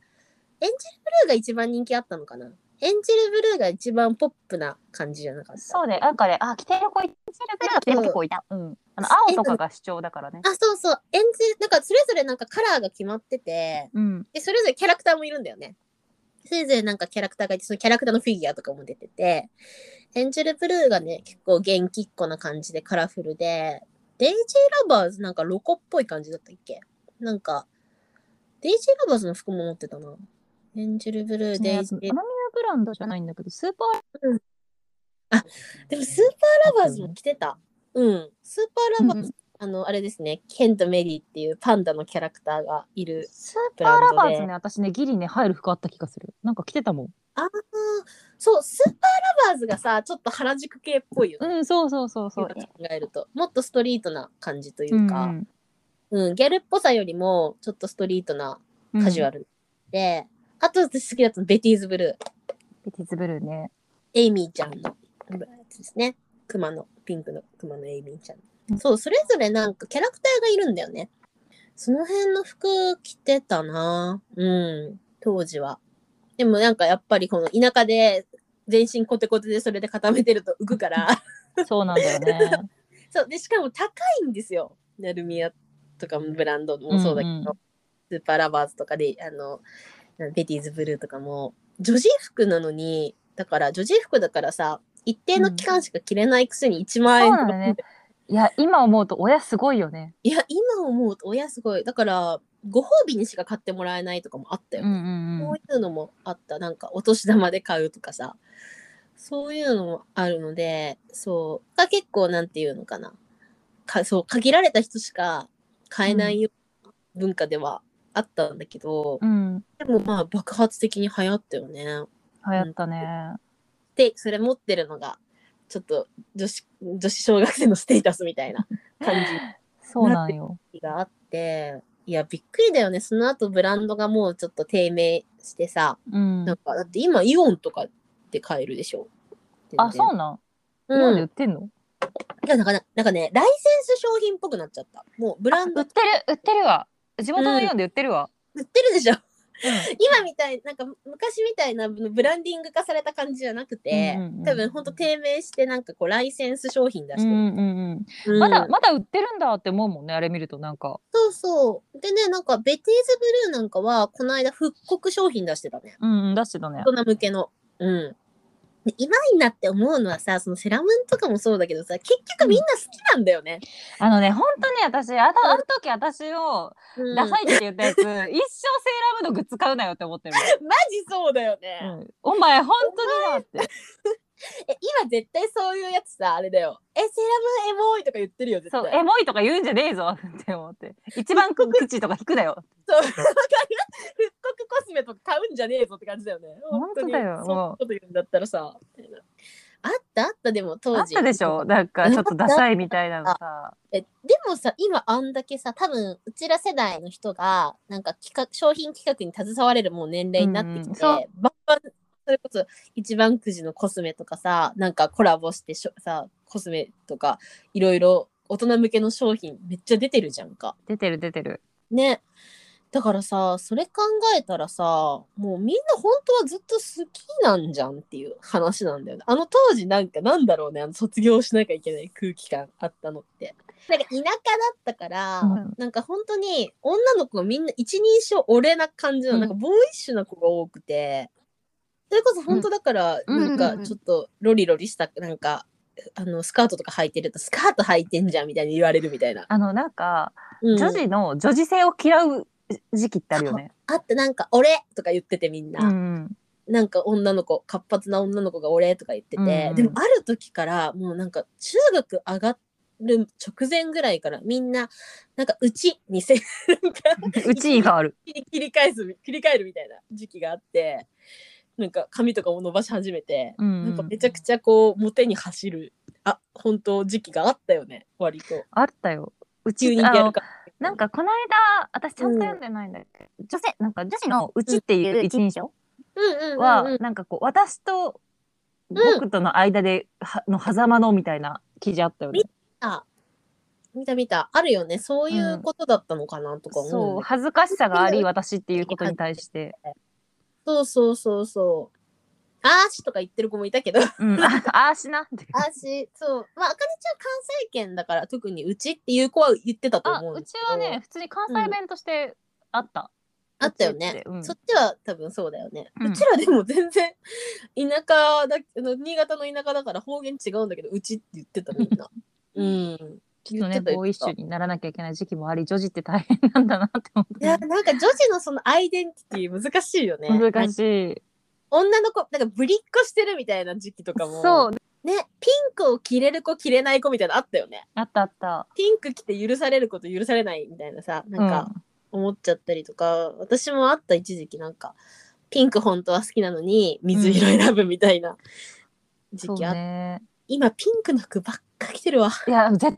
Speaker 3: エンジェルブルーが一番人気あったのかなエンジェルブルーが一番ポップな感じじゃなかっ
Speaker 2: う
Speaker 3: た。
Speaker 2: そうねなんかねあ着てる子いてる子着てる子いたうんあの青とかが主張だからね
Speaker 3: あ、そうそう。エンジェル、なんかそれぞれなんかカラーが決まってて、
Speaker 2: うん
Speaker 3: で、それぞれキャラクターもいるんだよね。それぞれなんかキャラクターがいて、そのキャラクターのフィギュアとかも出てて、エンジェルブルーがね、結構元気っ子な感じでカラフルで、デイジーラバーズなんかロコっぽい感じだったっけなんか、デイジーラバーズの服も持ってたな。エンジェルブルー、
Speaker 2: ね
Speaker 3: デ
Speaker 2: ア
Speaker 3: イ
Speaker 2: ナ
Speaker 3: ジ
Speaker 2: ミ
Speaker 3: ー
Speaker 2: ヤ。ブランドじゃないんだけどスーパー
Speaker 3: でもスーパーラバーズも着てた。うん。スーパーラバーズ、あの、あれですね、ケンとメリーっていうパンダのキャラクターがいる
Speaker 2: スーパーラバーズね私ねギリね入る服あった気がするなんか着てたもん
Speaker 3: ああ、そう、スーパーラバーズがさ、ちょっと原宿系っぽいよね。
Speaker 2: うんそうそうそうそう
Speaker 3: 今考えると。もっとストリートな感じとい
Speaker 2: うん
Speaker 3: うか、うん、ギャルっぽさよりも、ちょっとストリートな
Speaker 2: うん
Speaker 3: カジュアル、で、あと私好きだったの、ベティーズブルー。
Speaker 2: うんペティズブルー ね
Speaker 3: エイミーちゃんのやつですね。熊の、ピンクの熊のエイミーちゃん。そう、それぞれなんかキャラクターがいるんだよね。その辺の服着てたなうん、当時は。でもなんかやっぱりこの田舎で全身コテコテでそれで固めてると浮くから。
Speaker 2: そうなんだよね
Speaker 3: そう、で、しかも高いんですよ。ナルミヤとかもブランドもそうだけど、
Speaker 2: うんうん
Speaker 3: スーパーラバーズとかで、あの、ベティーズブルーとかも、女児服なのに、だから女児服だからさ、一定の期間しか着れないくせに1万円
Speaker 2: そ
Speaker 3: と
Speaker 2: うな
Speaker 3: か、
Speaker 2: んだねいや今思うと親すごいよね
Speaker 3: いや、今思うと親すごい。だから、ご褒美にしか買ってもらえないとかもあったよ
Speaker 2: う
Speaker 3: ね。
Speaker 2: んう
Speaker 3: こ
Speaker 2: んう
Speaker 3: うんいうのもあった。なんか、お年玉で買うとかさ。そういうのもあるので、そう。が結構、なんていうのかな。かそう、限られた人しか買えないような文化ではあったんだけど、
Speaker 2: うん
Speaker 3: でもまあ、爆発的に流行ったよね。
Speaker 2: 流行ったね
Speaker 3: で、それ持ってるのが、ちょっと女子、女子小学生のステータスみたいな感じ。
Speaker 2: そうなんよ
Speaker 3: があって、いや、びっくりだよね。その後ブランドがもうちょっと低迷してさ、
Speaker 2: うん
Speaker 3: なんか、だって今イオンとかで買えるでしょ。
Speaker 2: あそううなん今
Speaker 3: うん。
Speaker 2: で売
Speaker 3: い
Speaker 2: ってんの
Speaker 3: や、なんかね、なんかね、ライセンス商品っぽくなっちゃった。もうブランド
Speaker 2: 売ってる売ってるわ地元のイオンで売ってるわ
Speaker 3: 売ってるでしょ。
Speaker 2: う
Speaker 3: 今みたい、なんか昔みたいなブランディング化された感じじゃなくて、
Speaker 2: うんうんうん
Speaker 3: 多分ほんと低迷して、なんかこう、ライセンス商品出し
Speaker 2: う
Speaker 3: てる。
Speaker 2: んうんうん
Speaker 3: うん
Speaker 2: まだまだ売ってるんだって思うもんねあれ見るとなんか
Speaker 3: そうそう。でね、なんかベティーズブルーなんかは、この間復刻商品出してたね。
Speaker 2: うんうん出してたね
Speaker 3: 大人向けの。うん。で今になって思うのはさ、そのセラムンとかもそうだけどさ、結局みんな好きなんだよね。
Speaker 2: あのね本当ね私あたあの時私を
Speaker 3: うん
Speaker 2: ダ
Speaker 3: マ
Speaker 2: サいって言ったやつ、一生セーラームーンのグッズ買うなよって思ってる、
Speaker 3: ジそうだよね。
Speaker 2: うんお前本当になって
Speaker 3: え、今絶対そういうやつさ、あれだよ。え、セラムーンエモいとか言ってるよ、絶対。
Speaker 2: そうエモいとか言うんじゃねえぞって思って一番く口とか引くなよ
Speaker 3: そうわかる復刻コスメとか買うんじゃねえぞって感じだよね。
Speaker 2: 本当だよ
Speaker 3: そんなこと言うんだったらさ。みたいなあったあったでも当
Speaker 2: あっ
Speaker 3: 時。
Speaker 2: たでしょなんかちょっとダサいみたいなのさ
Speaker 3: えでもさ今あんだけさ多分うちら世代の人がなんか企画商品企画に携われるもう年齢になってき
Speaker 2: うん
Speaker 3: て、
Speaker 2: そう
Speaker 3: バンバンそれこそ一番くじのコスメとかさなんかコラボしてしょさコスメとかいろいろ大人向けの商品めっちゃ出てるじゃんか。
Speaker 2: 出てる出てる
Speaker 3: ね。だからさそれ考えたらさもうみんな本当はずっと好きなんじゃんっていう話なんだよね。あの当時なんかなんだろうねあの卒業しなきゃいけない空気感あったのって。なんか田舎だったから、
Speaker 2: うん
Speaker 3: なんか本当に女の子がみんな一人称俺な感じの、
Speaker 2: うん
Speaker 3: なんかボーイッシュな子が多くてそれこそ本当だから、
Speaker 2: うん
Speaker 3: なんかちょっとロリロリしたなんかあのスカートとか履いてるとスカート履いてんじゃんみたいに言われるみたいな。
Speaker 2: あのなんか
Speaker 3: うん
Speaker 2: 女児の女児性を嫌う時期ってあるよね
Speaker 3: あってなんか「俺!」とか言っててみんな、
Speaker 2: うん
Speaker 3: なんか女の子活発な女の子が俺とか言ってて、
Speaker 2: うん
Speaker 3: でもある時からもうなんか中学上がる直前ぐらいからみんななんかうちにせなんか
Speaker 2: うちがある。
Speaker 3: 切り切り返す切り替えるみたいな時期があってなんか髪とかも伸ばし始めて、
Speaker 2: うん
Speaker 3: なんかめちゃくちゃこうモテに走るあ本当時期があったよね割と
Speaker 2: あったよ。う
Speaker 3: 急
Speaker 2: ち
Speaker 3: にギ
Speaker 2: あ
Speaker 3: ャル
Speaker 2: の
Speaker 3: か
Speaker 2: なんかこの間私ちゃんと読んでないんだけど、女性なんか女子のうちっていう一人称
Speaker 3: うんうんうんうん
Speaker 2: は、なんかこう私と僕との間で、はの狭間のみたいな記事あったよね。
Speaker 3: あ見た見たあるよねそういうことだったのかなとか思う,、
Speaker 2: そう恥ずかしさがあり私っていうことに対して、
Speaker 3: そうそうそうそうあーしとか言ってる子もいたけ どあ
Speaker 2: うん、ああーしなっていう。
Speaker 3: ーしそうまああかねちゃん関西圏だから特にうちっていう子は言ってたと
Speaker 2: あ
Speaker 3: 思うん
Speaker 2: う
Speaker 3: です
Speaker 2: ち
Speaker 3: けど
Speaker 2: はね普通に関西弁としてあった。
Speaker 3: あったよ
Speaker 2: うちっ
Speaker 3: ね
Speaker 2: て、うん
Speaker 3: そっちは多分そうだよね、
Speaker 2: う
Speaker 3: うんちらでも全然 田舎だあの新潟の田舎だから方言違うんだけどうちって言ってたみん なうん
Speaker 2: ちょっと
Speaker 3: 言
Speaker 2: ね
Speaker 3: ってた
Speaker 2: ボーイッシュにならなきゃいけない時期もあり女児って大変なんだなって思
Speaker 3: いや
Speaker 2: っ
Speaker 3: なんか女子のそのアイデンティティ難しいよね
Speaker 2: て
Speaker 3: なん
Speaker 2: 難
Speaker 3: か
Speaker 2: しい。
Speaker 3: 女の子なんかぶりっこしてるみたいな時期とかも
Speaker 2: そう
Speaker 3: ねピンクを着れる子着れない子みたいなのあったよね
Speaker 2: あったあった。
Speaker 3: ピンク着て許されること許されないみたいなさなんか思っちゃったりとか、私もあった一時期なんかピンク本当は好きなのに水色選ぶみたいな
Speaker 2: うん
Speaker 3: 時
Speaker 2: そう
Speaker 3: 期あっ
Speaker 2: ね。
Speaker 3: 今ピンクの服ばっか着てるわ
Speaker 2: いや絶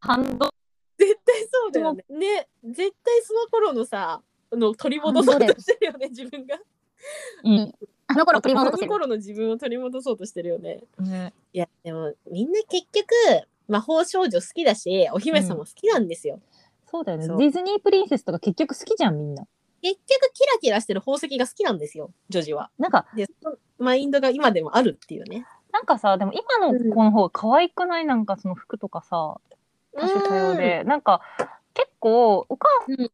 Speaker 2: 反動
Speaker 3: 絶対そうだよねね絶対その頃のさあの取り戻そうとしてるよね自分が
Speaker 2: うん。あの頃取り戻
Speaker 3: あの頃の自分を取り戻そうとしてるよね
Speaker 2: ね。
Speaker 3: いやでもみんな結局魔法少女好きだしお姫様好きなんですよ、
Speaker 2: そうだよね。デ
Speaker 3: そう
Speaker 2: ィズニープリンセスとか結局好きじゃんみんな。
Speaker 3: 結局キラキラしてる宝石が好きなんですよ女児は
Speaker 2: なんか
Speaker 3: でそのマインドが今でもあるっていうね
Speaker 2: なんかさでも今の子の方が可愛くないなんかその服とかさ多種多様でなんか結構お母さん
Speaker 3: うん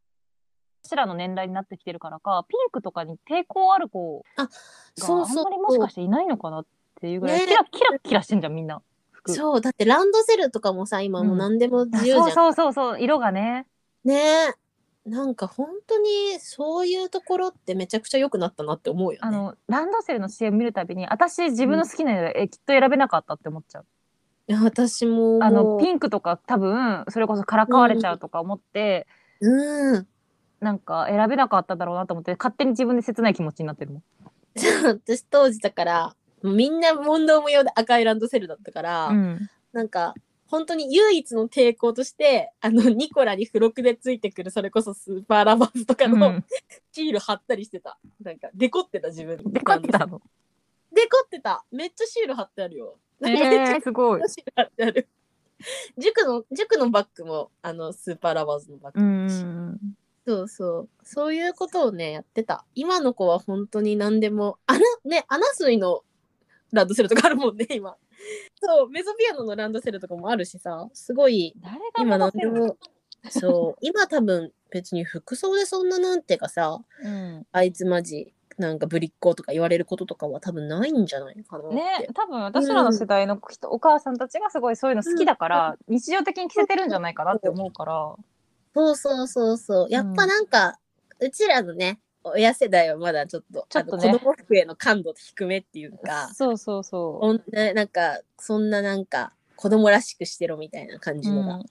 Speaker 2: 私らの年代になってきてるからかピンクとかに抵抗ある子があ
Speaker 3: そうんそう
Speaker 2: まりもしかしていないのかなっていうぐら
Speaker 3: ね
Speaker 2: いキラキラキラしてんじゃんみんな服。
Speaker 3: そうだってランドセルとかもさ今もう何でも自由じゃん、
Speaker 2: そうそうそうそう色がね。
Speaker 3: ねえなんか本当にそういうところってめちゃくちゃ良くなったなって思うよ
Speaker 2: あ
Speaker 3: ね
Speaker 2: のランドセルの CM 見るたびに私自分の好きな色、えきっと選べなかったって思っちゃう
Speaker 3: いや私も
Speaker 2: あの
Speaker 3: ン
Speaker 2: ピンクとか多分それこそからかわれちゃうとか思って、
Speaker 3: うん
Speaker 2: なんか選べなかっただろうなと思って勝手に自分で切ない気持ちになってるもん、
Speaker 3: 私当時だからみんな問答無用で赤いランドセルだったから、
Speaker 2: うん、
Speaker 3: なんか本当に唯一の抵抗としてあのニコラに付録でついてくるそれこそスーパーラバーズとか
Speaker 2: う
Speaker 3: の
Speaker 2: ん
Speaker 3: シール貼ったりしてた、なんかデコってた自分
Speaker 2: でこってたの
Speaker 3: デコってためっちゃシール貼ってあるよ
Speaker 2: えー、すごい
Speaker 3: シール貼ってある塾の塾のバッグもあのスーパーラバーズのバッグ、
Speaker 2: うん
Speaker 3: そうそうそういうことをねやってた今の子は本当に何でも穴ね穴水のランドセルとかあるもんね今そうメゾピアノのランドセルとかもあるしさすごい
Speaker 2: 誰
Speaker 3: 今
Speaker 2: が
Speaker 3: 何
Speaker 2: 持て
Speaker 3: で
Speaker 2: る
Speaker 3: もそう 今多分別に服装でそんななんてかさ
Speaker 2: うん
Speaker 3: あいつまじなんかぶりっ子とか言われることとかは多分ないんじゃないかなって、
Speaker 2: ね多分私らの世代の人、お母さんたちがすごいそういうの好きだから、日常的に着せてるんじゃないかなって思うから
Speaker 3: そうそうそうそうやっぱなんか、うちらのね親世代はまだちょっと
Speaker 2: ちょっと
Speaker 3: あ
Speaker 2: ね
Speaker 3: の子供服への感度低めっていうか
Speaker 2: そうそうそ
Speaker 3: おんななんかそんななんか子供らしくしてろみたいな感
Speaker 2: う、
Speaker 3: じの
Speaker 2: う
Speaker 3: が
Speaker 2: ん、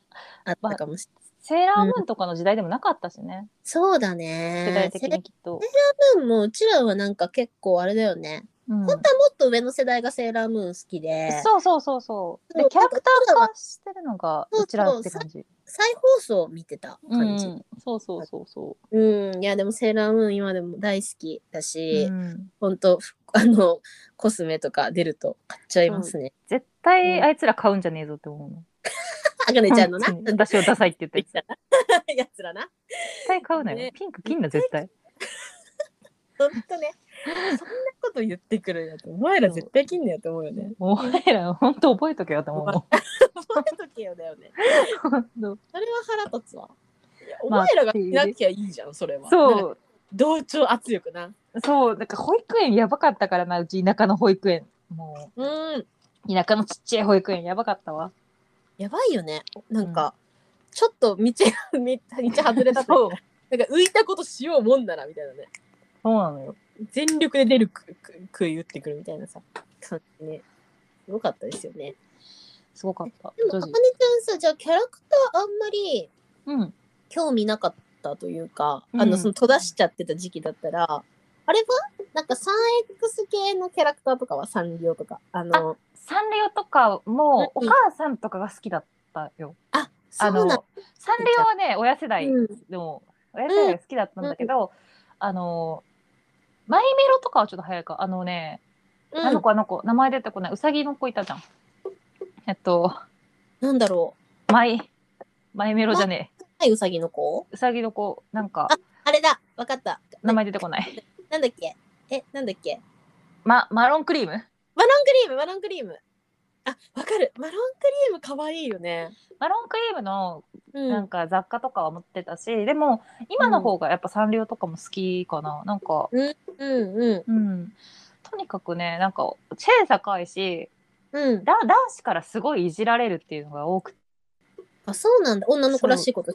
Speaker 3: あったかもしれない、
Speaker 2: セーラームーンとかの時代でもなかったしね、
Speaker 3: そうだね
Speaker 2: 世代的
Speaker 3: セー
Speaker 2: にきっと。
Speaker 3: ラームーンもうちらはなんか結構あれだよね
Speaker 2: うん
Speaker 3: 本当はもっと上の世代がセーラームーン好きで
Speaker 2: そうそうそうそう。で
Speaker 3: そう
Speaker 2: キャラクター化してるのが
Speaker 3: そう
Speaker 2: うちらって感じ。
Speaker 3: 再放送を見てた
Speaker 2: うんう
Speaker 3: 感じ。
Speaker 2: んそうそうそうそ
Speaker 3: うん、いやでもセーラームーン今でも大好きだ
Speaker 2: う。
Speaker 3: し、
Speaker 2: うん
Speaker 3: ほんと、あの、コスメとか出ると買っちゃいますね。
Speaker 2: 絶対あいつら買うんじゃねえぞっ て思うの。
Speaker 3: あかねちゃんのな、
Speaker 2: 本当に私をダサいって言っ
Speaker 3: で
Speaker 2: てる
Speaker 3: き。たな。やつらな。
Speaker 2: 絶対買うなよ
Speaker 3: ね。
Speaker 2: ピンク金だ絶対。
Speaker 3: ほんとね。そんなこと言ってくるやつ、お前ら絶対切んねやと思うよね。
Speaker 2: お前ら本当覚えとけよっ て思うも
Speaker 3: 覚えとけよだよね。
Speaker 2: ん。本当
Speaker 3: それは腹立つわ。いやお
Speaker 2: まあ
Speaker 3: 前らが着なきゃいいじゃん、それは。う。
Speaker 2: そう
Speaker 3: 同調圧力な。
Speaker 2: そうなんか保育園やばかったからなうち田舎の保育園。も
Speaker 3: うん。
Speaker 2: う田舎のちっちゃい保育園やばかったわ。
Speaker 3: やばいよね。なんか、ちょっと道が、道道外れたと
Speaker 2: そう
Speaker 3: なんか浮いたことしようもんならみたいなね。
Speaker 2: そうなのよ。
Speaker 3: 全力で出るくくく言ってくるみたいなさ感じねすごかったですよね
Speaker 2: すごかった。
Speaker 3: でも
Speaker 2: 女
Speaker 3: あか
Speaker 2: 子
Speaker 3: ねちゃんさじゃあキャラクターあんまり
Speaker 2: うん。
Speaker 3: 興味なかったというか、
Speaker 2: うん
Speaker 3: あのその閉ざしちゃってた時期だったらあれはなんか 3X 系のキャラクターとかはサンリオとかあの
Speaker 2: サンリオとかも、
Speaker 3: う
Speaker 2: お
Speaker 3: ん
Speaker 2: 母さんとかが好きだったよ。
Speaker 3: あ
Speaker 2: あ
Speaker 3: そう
Speaker 2: の、
Speaker 3: なん
Speaker 2: サンリオはね、親世代
Speaker 3: うん
Speaker 2: の、親世代が好きだったんだけど、あの、マイメロとかはちょっと早いか。あのね、あの子あの子、名前出てこない。うさぎの子いたじゃん。えっと、
Speaker 3: うん、なんだろ
Speaker 2: マイ、マイメロじゃねえ。
Speaker 3: うはいうさぎの子
Speaker 2: うさぎの子、なんか、
Speaker 3: あれだわかった
Speaker 2: 名前出てこない。
Speaker 3: なんだっけえなんだっけ
Speaker 2: ま、マロンクリーム
Speaker 3: マロンクリームマロンクリームあわかるマロンクリームかわいいよね
Speaker 2: マロンクリームの
Speaker 3: うん
Speaker 2: なんか雑貨とかは持ってたし、でも今の方がやっぱサンリオとかも好きかな、なんか
Speaker 3: うんうん
Speaker 2: うんとにかくねなんかチェーン高いし
Speaker 3: うん
Speaker 2: だ男子からすごいいじられるっていうのが多くて
Speaker 3: あそうなんだ女の子らしいこと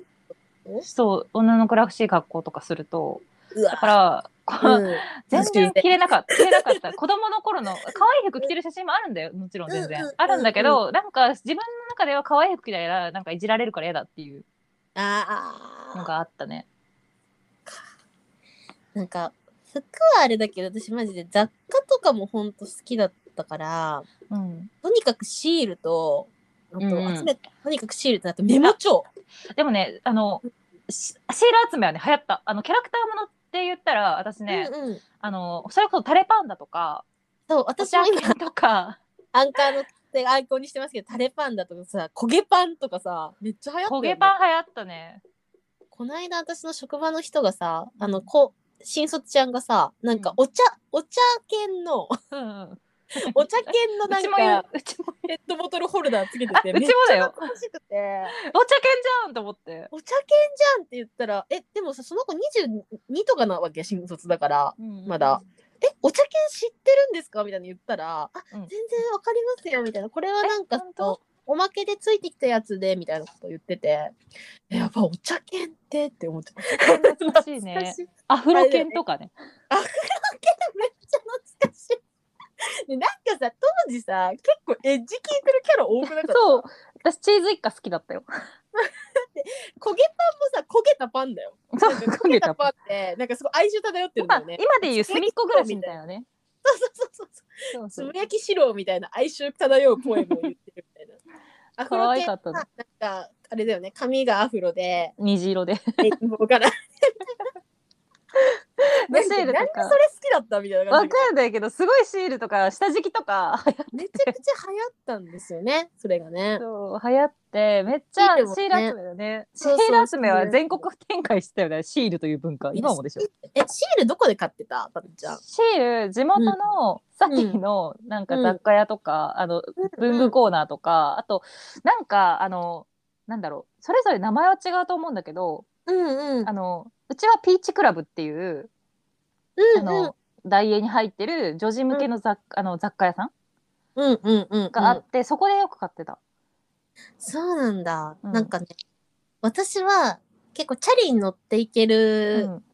Speaker 2: そう女の子らしい格好とかすると
Speaker 3: うわ
Speaker 2: だから、こう
Speaker 3: うん
Speaker 2: 全然着れなかった着れなかった子供の頃の可愛い服着てる写真もあるんだよもちろん全然、
Speaker 3: うんうんうん
Speaker 2: あるんだけどなんか自分の中では可愛い服着たらなんかいじられるから嫌だっていう
Speaker 3: あ
Speaker 2: の
Speaker 3: あ
Speaker 2: があったね
Speaker 3: なんか服はあれだけど私マジで雑貨とかもほんと好きだったから
Speaker 2: うん
Speaker 3: とにかくシールとあと
Speaker 2: うん
Speaker 3: 集め、とにかくシールとあとメモ帳
Speaker 2: でもね、あの、しシール集めはね、流行った。あの、キャラクターものって言ったら、私ね、
Speaker 3: うんうん、
Speaker 2: あの、それこそタレパンダとか、
Speaker 3: そう
Speaker 2: お
Speaker 3: 私
Speaker 2: 茶
Speaker 3: も
Speaker 2: 犬
Speaker 3: 今
Speaker 2: とか、
Speaker 3: アンカーの手アイコンにしてますけどタレパンだとかさ焦げパンとかさめっちゃ流行った
Speaker 2: 焦
Speaker 3: よ、
Speaker 2: げ
Speaker 3: ね、
Speaker 2: パン流行ったね。
Speaker 3: この間私の職場の人がさあのこ新卒ちゃんがさなんかお茶、お茶犬 の
Speaker 2: うんうん。う
Speaker 3: お茶犬のなん
Speaker 2: ちも言う
Speaker 3: か、
Speaker 2: うちも、
Speaker 3: ペットボトルホルダーつけて
Speaker 2: あう
Speaker 3: て
Speaker 2: ち
Speaker 3: め
Speaker 2: も
Speaker 3: っちゃ
Speaker 2: だよ。
Speaker 3: 楽しくて
Speaker 2: お茶犬じゃんと思って。
Speaker 3: お茶犬じゃんって言ったらえでもさその子22とかなわけ新卒だからまだ。えお茶犬知ってるんですかみたいに言ったら、あ
Speaker 2: うん
Speaker 3: 全然わかりますよみたいなこれはなん
Speaker 2: え
Speaker 3: か
Speaker 2: 本当
Speaker 3: おまけでついてきたやつでみたいなこと言っててえやっぱお茶犬ってって思っちゃった
Speaker 2: 懐かしいね
Speaker 3: 懐かしい
Speaker 2: アフロ犬とかね。
Speaker 3: めっちゃ懐かしい でなんかさ当時さ結構エッジ効いてるキャラ多くなかった
Speaker 2: そう。私、チーズ一家好きだっ たよ。
Speaker 3: 焦げパンもさ焦げたパンだよ
Speaker 2: そう、
Speaker 3: なんか
Speaker 2: 焦げた
Speaker 3: パン
Speaker 2: パン。
Speaker 3: ってなんかすごい哀愁漂ってるんだ
Speaker 2: 今
Speaker 3: よね
Speaker 2: 今で言う隅っこ暮らしみたいなね。
Speaker 3: そうそうそうそう
Speaker 2: そう
Speaker 3: つ
Speaker 2: そ
Speaker 3: ぶ
Speaker 2: う。
Speaker 3: やき四郎みたいな哀愁漂うポエムを言ってるみ たいな。アフ
Speaker 2: 可
Speaker 3: ロ
Speaker 2: 愛
Speaker 3: 系
Speaker 2: か
Speaker 3: は
Speaker 2: ったね
Speaker 3: なんかあれだよね髪がアフロ で
Speaker 2: 虹色 で。
Speaker 3: えもうからん
Speaker 2: で、シールと
Speaker 3: なんで
Speaker 2: か
Speaker 3: そ。れ好きだったみたいな
Speaker 2: わ
Speaker 3: 感
Speaker 2: か
Speaker 3: じで
Speaker 2: るんだけど、すごいシールとか、下敷きとか、
Speaker 3: めちゃくちゃ流行ったんですよねそれがね
Speaker 2: そう流行ってめっちゃ
Speaker 3: シールもね
Speaker 2: シー
Speaker 3: そ
Speaker 2: ル集めだねシ
Speaker 3: うそう
Speaker 2: ール集めは全国展開してたよねシールという文化今もでしょ
Speaker 3: えシールどこで買ってたパンちゃん
Speaker 2: シール地元のさっきのなんか雑貨屋とか、あの文具コーナーとか、あとなんかあのなんだろうそれぞれ名前は違うと思うんだけど
Speaker 3: うんうん
Speaker 2: あのうちはピーチクラブっていうあの、ダイエーに入ってる女児向けの雑,、あの雑貨屋さん
Speaker 3: うんうんうん
Speaker 2: があって、そこでよく買ってた。
Speaker 3: そうなんだ、
Speaker 2: うん
Speaker 3: なんかね私は結構チャリに乗っていけ
Speaker 2: う
Speaker 3: る、
Speaker 2: ん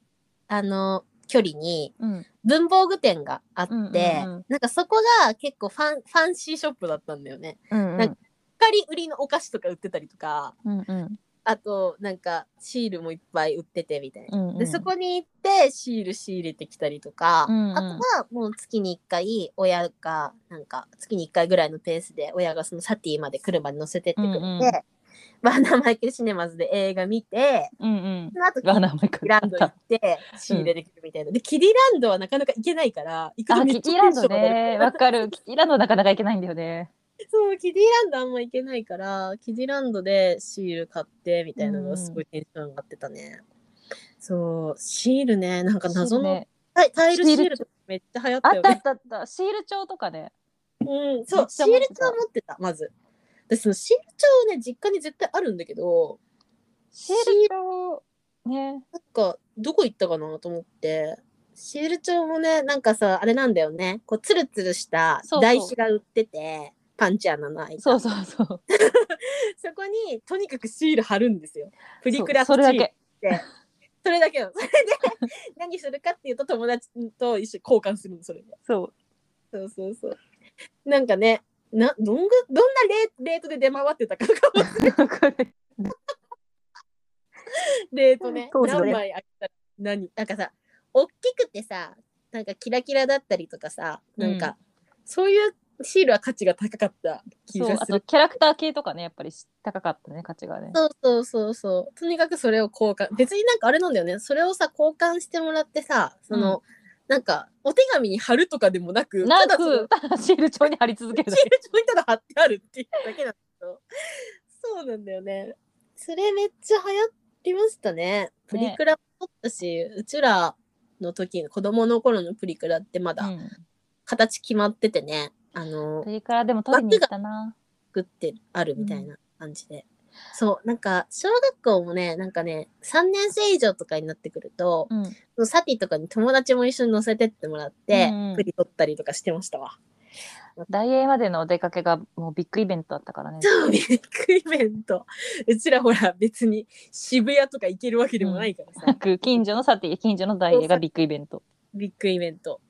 Speaker 3: あの距離に
Speaker 2: うん
Speaker 3: 文房具店があって、
Speaker 2: うんうんうん
Speaker 3: なんかそこが結構ファンファンシーショップだったんだよね。
Speaker 2: うんう
Speaker 3: なんん光売りのお菓子とか売ってたりとか
Speaker 2: うんうん
Speaker 3: あとなんかシールもいっぱい売っててみたいな。
Speaker 2: うんうん
Speaker 3: でそこに行ってシール仕入れてきたりとか、
Speaker 2: うんうん
Speaker 3: あとはもう月に1回親がなんか月に1回ぐらいのペースで親がそのサティまで車に乗せてってくれて、
Speaker 2: うんうん
Speaker 3: バーナーマイケルシネマズで映画見て
Speaker 2: うんうん
Speaker 3: その後キ
Speaker 2: わあ名前
Speaker 3: ディ
Speaker 2: 変
Speaker 3: ラ
Speaker 2: わ
Speaker 3: ン
Speaker 2: っ
Speaker 3: ド
Speaker 2: た
Speaker 3: 行って仕入れできるみたいな。でキディランドはなかなか行けないから行く
Speaker 2: あ、
Speaker 3: とめ
Speaker 2: キ
Speaker 3: っ
Speaker 2: テ
Speaker 3: ち
Speaker 2: ィ
Speaker 3: ゃテ
Speaker 2: ラン
Speaker 3: ンショ
Speaker 2: ド
Speaker 3: ン上がる
Speaker 2: ね。わかる。キティランドなかなか行けないんだよね。
Speaker 3: そう、キディランドあんま行けないから、キディランドでシール買ってみたいなのがすごいテンション上がってたね。そう、シールね、なんか謎の、
Speaker 2: ね。
Speaker 3: タイタイルシ
Speaker 2: シ
Speaker 3: ー
Speaker 2: ー
Speaker 3: ル
Speaker 2: ル
Speaker 3: とかめっちゃ流行っ
Speaker 2: あ
Speaker 3: た
Speaker 2: っ
Speaker 3: よ
Speaker 2: たあ
Speaker 3: ね
Speaker 2: っ。たあった。シール帳とかね。
Speaker 3: うん、
Speaker 2: め
Speaker 3: そう
Speaker 2: っ、ち
Speaker 3: シ
Speaker 2: ゃ
Speaker 3: ー
Speaker 2: 持って
Speaker 3: ル
Speaker 2: た
Speaker 3: 帳持ってた、まず。私、そのシール帳ね、実家に絶対あるんだけど、
Speaker 2: シール帳。ね。
Speaker 3: なんか、どこ行ったかなと思って。シール帳もね、なんかさ、あれなんだよね。こう、ツルツルした
Speaker 2: そうそう
Speaker 3: 台紙が売ってて、パンチ穴の開いた。
Speaker 2: そうそう そ
Speaker 3: そ
Speaker 2: う。
Speaker 3: こに、とにかくシール貼るんですよ。プリクラ
Speaker 2: そうそれだけ。
Speaker 3: それだけなの。それで、何にするかっていうと友達と一緒に交換するのそれで
Speaker 2: そう。
Speaker 3: そうそうそうなんかねなどんぐどんなレレートで出回ってたかとかも レートね
Speaker 2: 当時の
Speaker 3: 何
Speaker 2: ね
Speaker 3: 枚あったら何なんかさ大きくてさなんかキラキラだったりとかさなんか、
Speaker 2: うん
Speaker 3: そういうシールは価値が高かった気
Speaker 2: そう
Speaker 3: がす
Speaker 2: あと
Speaker 3: る
Speaker 2: キャラクター系とかねやっぱり高かったね価値がね。
Speaker 3: そうそうそうそうとにかくそれを交換別になんかあれなんだよねそれをさ交換してもらってさその、なんかお手紙に貼るとかでもなく
Speaker 2: な
Speaker 3: ただその
Speaker 2: くただ シール帳に貼り続 けるだ
Speaker 3: シー
Speaker 2: け。
Speaker 3: ル帳にただ貼ってあるっていうだけなんだけどそうなんだよねそれめっちゃ流行りましたねプリクラも撮ったし、うちらの時の子供の頃のプリクラってま
Speaker 2: う
Speaker 3: だ
Speaker 2: ん
Speaker 3: 形決まっててね、あの
Speaker 2: プリクラでも取りに行ったな。
Speaker 3: 作ってあるみたいな感じで、そうなんか小学校もねなんかね3年生以上とかになってくると、
Speaker 2: うん。
Speaker 3: サティとかに友達も一緒に乗せてってもらって、
Speaker 2: うんうん
Speaker 3: プリ撮ったりとかしてましたわ
Speaker 2: 大英までのお出かけがもうビッグイベントだったからね。
Speaker 3: そう、ビッグイベント。うちらほら、別に渋谷とか行けるわけでもないから
Speaker 2: な
Speaker 3: さ、
Speaker 2: く近所のサティ近所の大英がビッグイベント。
Speaker 3: ビッグイベント。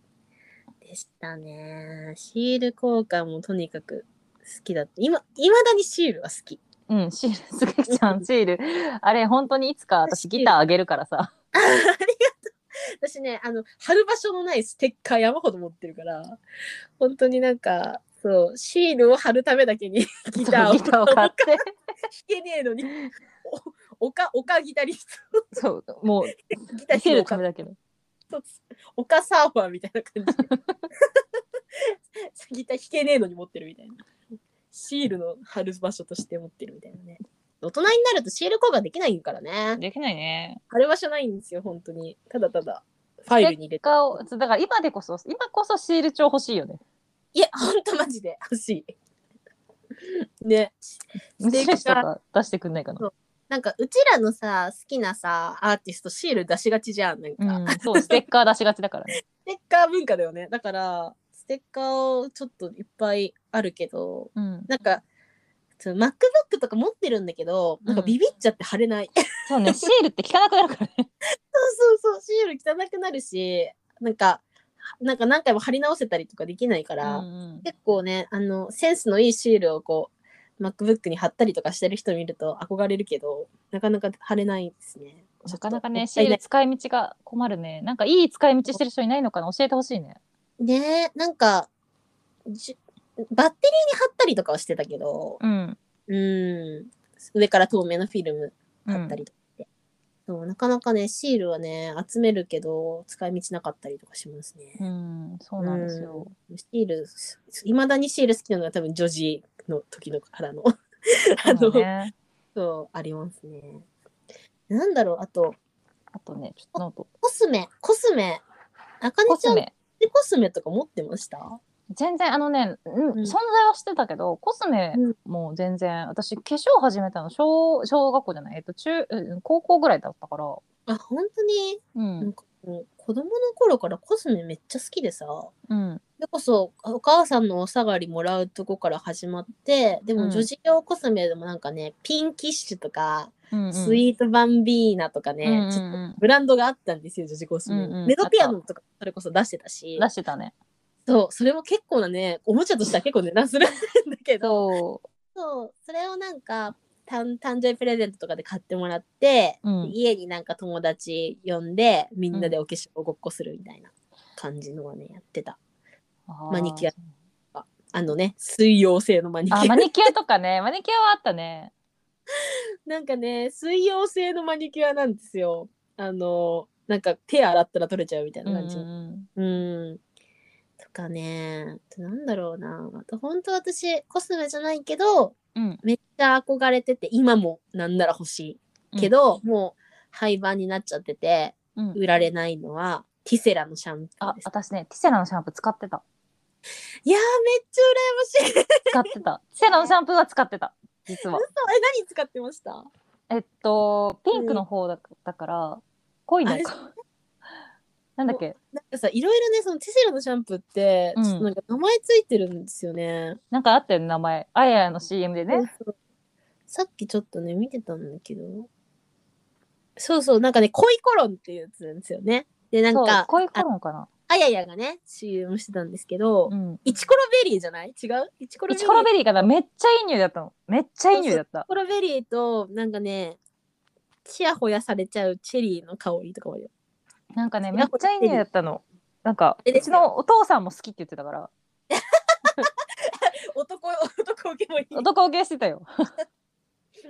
Speaker 3: でしたね。シール交換もとにかく好きだった。今、いまだにシールは好き。
Speaker 2: うんシールすげきちゃんシールあれ本当にいつか私ギターあげるからさ。
Speaker 3: ありがとう。私ね、あの、貼る場所のないステッカー山ほど持ってるから、本当になんか、そう、シールを貼るためだけに ギターを
Speaker 2: そうギターを買っ て
Speaker 3: 弾けねえのに、お、おか、おかギタリス
Speaker 2: そうもう
Speaker 3: ト、ギタ
Speaker 2: 見
Speaker 3: ー弾
Speaker 2: せ
Speaker 3: け
Speaker 2: るためだけど。
Speaker 3: そうおかサーファーみたいな感じでギター弾けねえのに持ってるみたいなシールの貼る場所として持ってるみたいなね大人になるとシール交換できないからね
Speaker 2: できないね。
Speaker 3: 貼る場所ないんですよ本当にただただファイルに入れて
Speaker 2: 顔だから今でこそ今こそシール帳欲しいよね。
Speaker 3: いやほんとマジで欲しいね
Speaker 2: 無
Speaker 3: で
Speaker 2: 印とか出してくんないかな。
Speaker 3: なんかうちらのさ好きなさアーティストシール出しがちじゃんなんか、
Speaker 2: うん、そう、ステッカー出しがちだからね。
Speaker 3: ステッカー文化だよねだからステッカーをちょっといっぱいあるけど
Speaker 2: うん。
Speaker 3: なんか、その MacBook とか持ってるんだけど、なんか
Speaker 2: うん
Speaker 3: ビビっちゃって貼れない。 そう
Speaker 2: そう ね、シールって聞かなくなるからね。
Speaker 3: そうそう、シール汚くなるし、なんか、なんか何回も貼り直せたりとかできないか
Speaker 2: う
Speaker 3: ら、
Speaker 2: んうん
Speaker 3: 結構ね、あの、センスのいいシールをこう、MacBook に貼ったりとかしてる人見ると憧れるけど、なかなか貼れないですね。
Speaker 2: なかなかね、
Speaker 3: ち
Speaker 2: シ
Speaker 3: ょっと
Speaker 2: ー
Speaker 3: も
Speaker 2: ル
Speaker 3: った
Speaker 2: 使い道が困るね。なんかいい使い道してる人いないのかな教えてほしいね。
Speaker 3: いないねえ、なんか、じゅバッテリーに貼ったりとかはしてたけど、
Speaker 2: うん。
Speaker 3: うん、上から透明のフィルム買ったりとかして、そうなかなかねシールはね集めるけど使い道なかったりとかしますね、
Speaker 2: うん、そうなんですよ。
Speaker 3: シールいまだにシール好きなのは多分ジョージの時のからのあ
Speaker 2: そ
Speaker 3: の
Speaker 2: うね。
Speaker 3: そうありますねなんだろうあと
Speaker 2: あとね、ちょっとノート。
Speaker 3: コスメコスメあか
Speaker 2: コ
Speaker 3: ねち
Speaker 2: ス
Speaker 3: ゃんっ
Speaker 2: メ。
Speaker 3: てコスメとか持ってました
Speaker 2: 全然あのね、うん、
Speaker 3: うん
Speaker 2: 存在はしてたけど、コスメ
Speaker 3: うん
Speaker 2: もう全然、私化粧始めたの小小学校じゃない、えっと中うん高校ぐらいだったから、
Speaker 3: あ本当に
Speaker 2: うん、
Speaker 3: なんかもう子供の頃からコスメめっちゃ好きでさ
Speaker 2: うん、
Speaker 3: それこそお母さんのお下がりもらうとこから始まってで
Speaker 2: うん
Speaker 3: も女児用コスメでもなんかね、ピンキッシュとか、
Speaker 2: うんうん
Speaker 3: スイートバンビーナとかね、
Speaker 2: うんうんうん
Speaker 3: ちょっとブランドがあったんですよ女児コスメ、
Speaker 2: うんうん
Speaker 3: メドピアノとかそれこそ出してたし
Speaker 2: 出してたね。
Speaker 3: そうそれも結構なねおもちゃとしては結構値段するんだけど
Speaker 2: そ
Speaker 3: そうそれをなんか誕誕生日プレゼントとかで買ってもらって、
Speaker 2: うん
Speaker 3: 家になんか友達呼んでみんなでお化粧ごっこするみたいな感じのはねやってた。
Speaker 2: う。
Speaker 3: マニキュアあのね、水溶性のマニキ
Speaker 2: あー。あ、
Speaker 3: ュ
Speaker 2: マ
Speaker 3: ア。
Speaker 2: ニキュアとかね、 マニキュアはあったね。
Speaker 3: なんかね、水溶性のマニキュアなんですよ。あの、なんか手洗ったら取れちゃうみたいな感じ。うん
Speaker 2: ん、
Speaker 3: とかね、あとなんだろうな。あと本当私、コスメじゃないけど、
Speaker 2: うん、
Speaker 3: めっちゃ憧れてて、今もなんなら欲しい。けど、もう廃盤になっちゃってて、
Speaker 2: うん。
Speaker 3: 売られないのは、ティセラのシャンプー
Speaker 2: あ
Speaker 3: で、す。
Speaker 2: 私ね、ティセラのシャンプー使ってた。
Speaker 3: いやー、めっちゃ羨ましい。
Speaker 2: 使ってた。 ティセラのシャンプーは使ってた。実は。
Speaker 3: あれ何使ってました
Speaker 2: えっと、ピンクの方だ,、だから、濃いのか。なんだっけ、
Speaker 3: なんかさいろいろねそのティセラのシャンプーって、
Speaker 2: うん
Speaker 3: ちょっとなんか名前ついてるんですよね。
Speaker 2: なんかあったよね、名前。あややの CM でね。
Speaker 3: そうそうさっきちょっとね見てたんだけどそうそうなんかねコイコロンっていうやつなんですよね。で、なん
Speaker 2: そう
Speaker 3: か、
Speaker 2: 恋フォローかな。
Speaker 3: あややがね、CM してたんですけど
Speaker 2: う、ん。
Speaker 3: イチコロベリーじゃない違うイチコロ
Speaker 2: イ
Speaker 3: ベ
Speaker 2: チ
Speaker 3: リー。
Speaker 2: コロベリーかなめっちゃいい匂いだったの。めっちゃいい匂いだった。
Speaker 3: コロベリーと、なんかね、ちやほやされちゃうチェリーの香りとかもあるよ。
Speaker 2: なんかね、
Speaker 3: そん
Speaker 2: めっ
Speaker 3: なこと
Speaker 2: ちゃいい匂いだったの。なんか、
Speaker 3: え
Speaker 2: うちのお父さんも好きって言ってたから、
Speaker 3: 男、男受けもいい。
Speaker 2: 男受けしてたよ。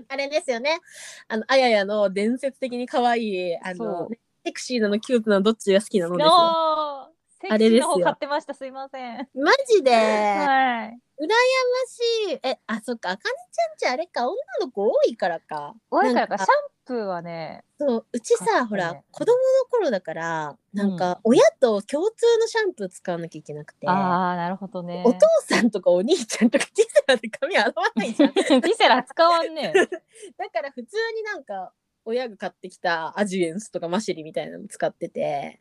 Speaker 3: あれですよね。あの、あややの伝説的に可愛い、あ
Speaker 2: そ
Speaker 3: の
Speaker 2: う、
Speaker 3: セクシーなの、キュートなの、どっちが好きなのですよ
Speaker 2: あーセ
Speaker 3: あ
Speaker 2: ク
Speaker 3: れ
Speaker 2: シ
Speaker 3: で
Speaker 2: ー
Speaker 3: すよ
Speaker 2: の方買ってました。すいません。
Speaker 3: マジで、羨ま
Speaker 2: はい。
Speaker 3: しい。え、あ、そっか、あかねちゃんちあれか、女の子多いからか。
Speaker 2: おいから
Speaker 3: な
Speaker 2: か、
Speaker 3: ん
Speaker 2: シャ
Speaker 3: か
Speaker 2: ンプーはね、
Speaker 3: そう、うち
Speaker 2: かっこいい
Speaker 3: さ、
Speaker 2: ね
Speaker 3: ほら、子供の頃だから、なんか、親と共通のシャンプー使わなきゃいけなくて。
Speaker 2: ああ、なるほどね。
Speaker 3: お父さんとかお兄ちゃんとかティセラで髪洗わないじゃん。
Speaker 2: ティセラ使わんねえ。
Speaker 3: だから普通になんか親が買ってきたアジエンスとかマシリみたいなの使ってて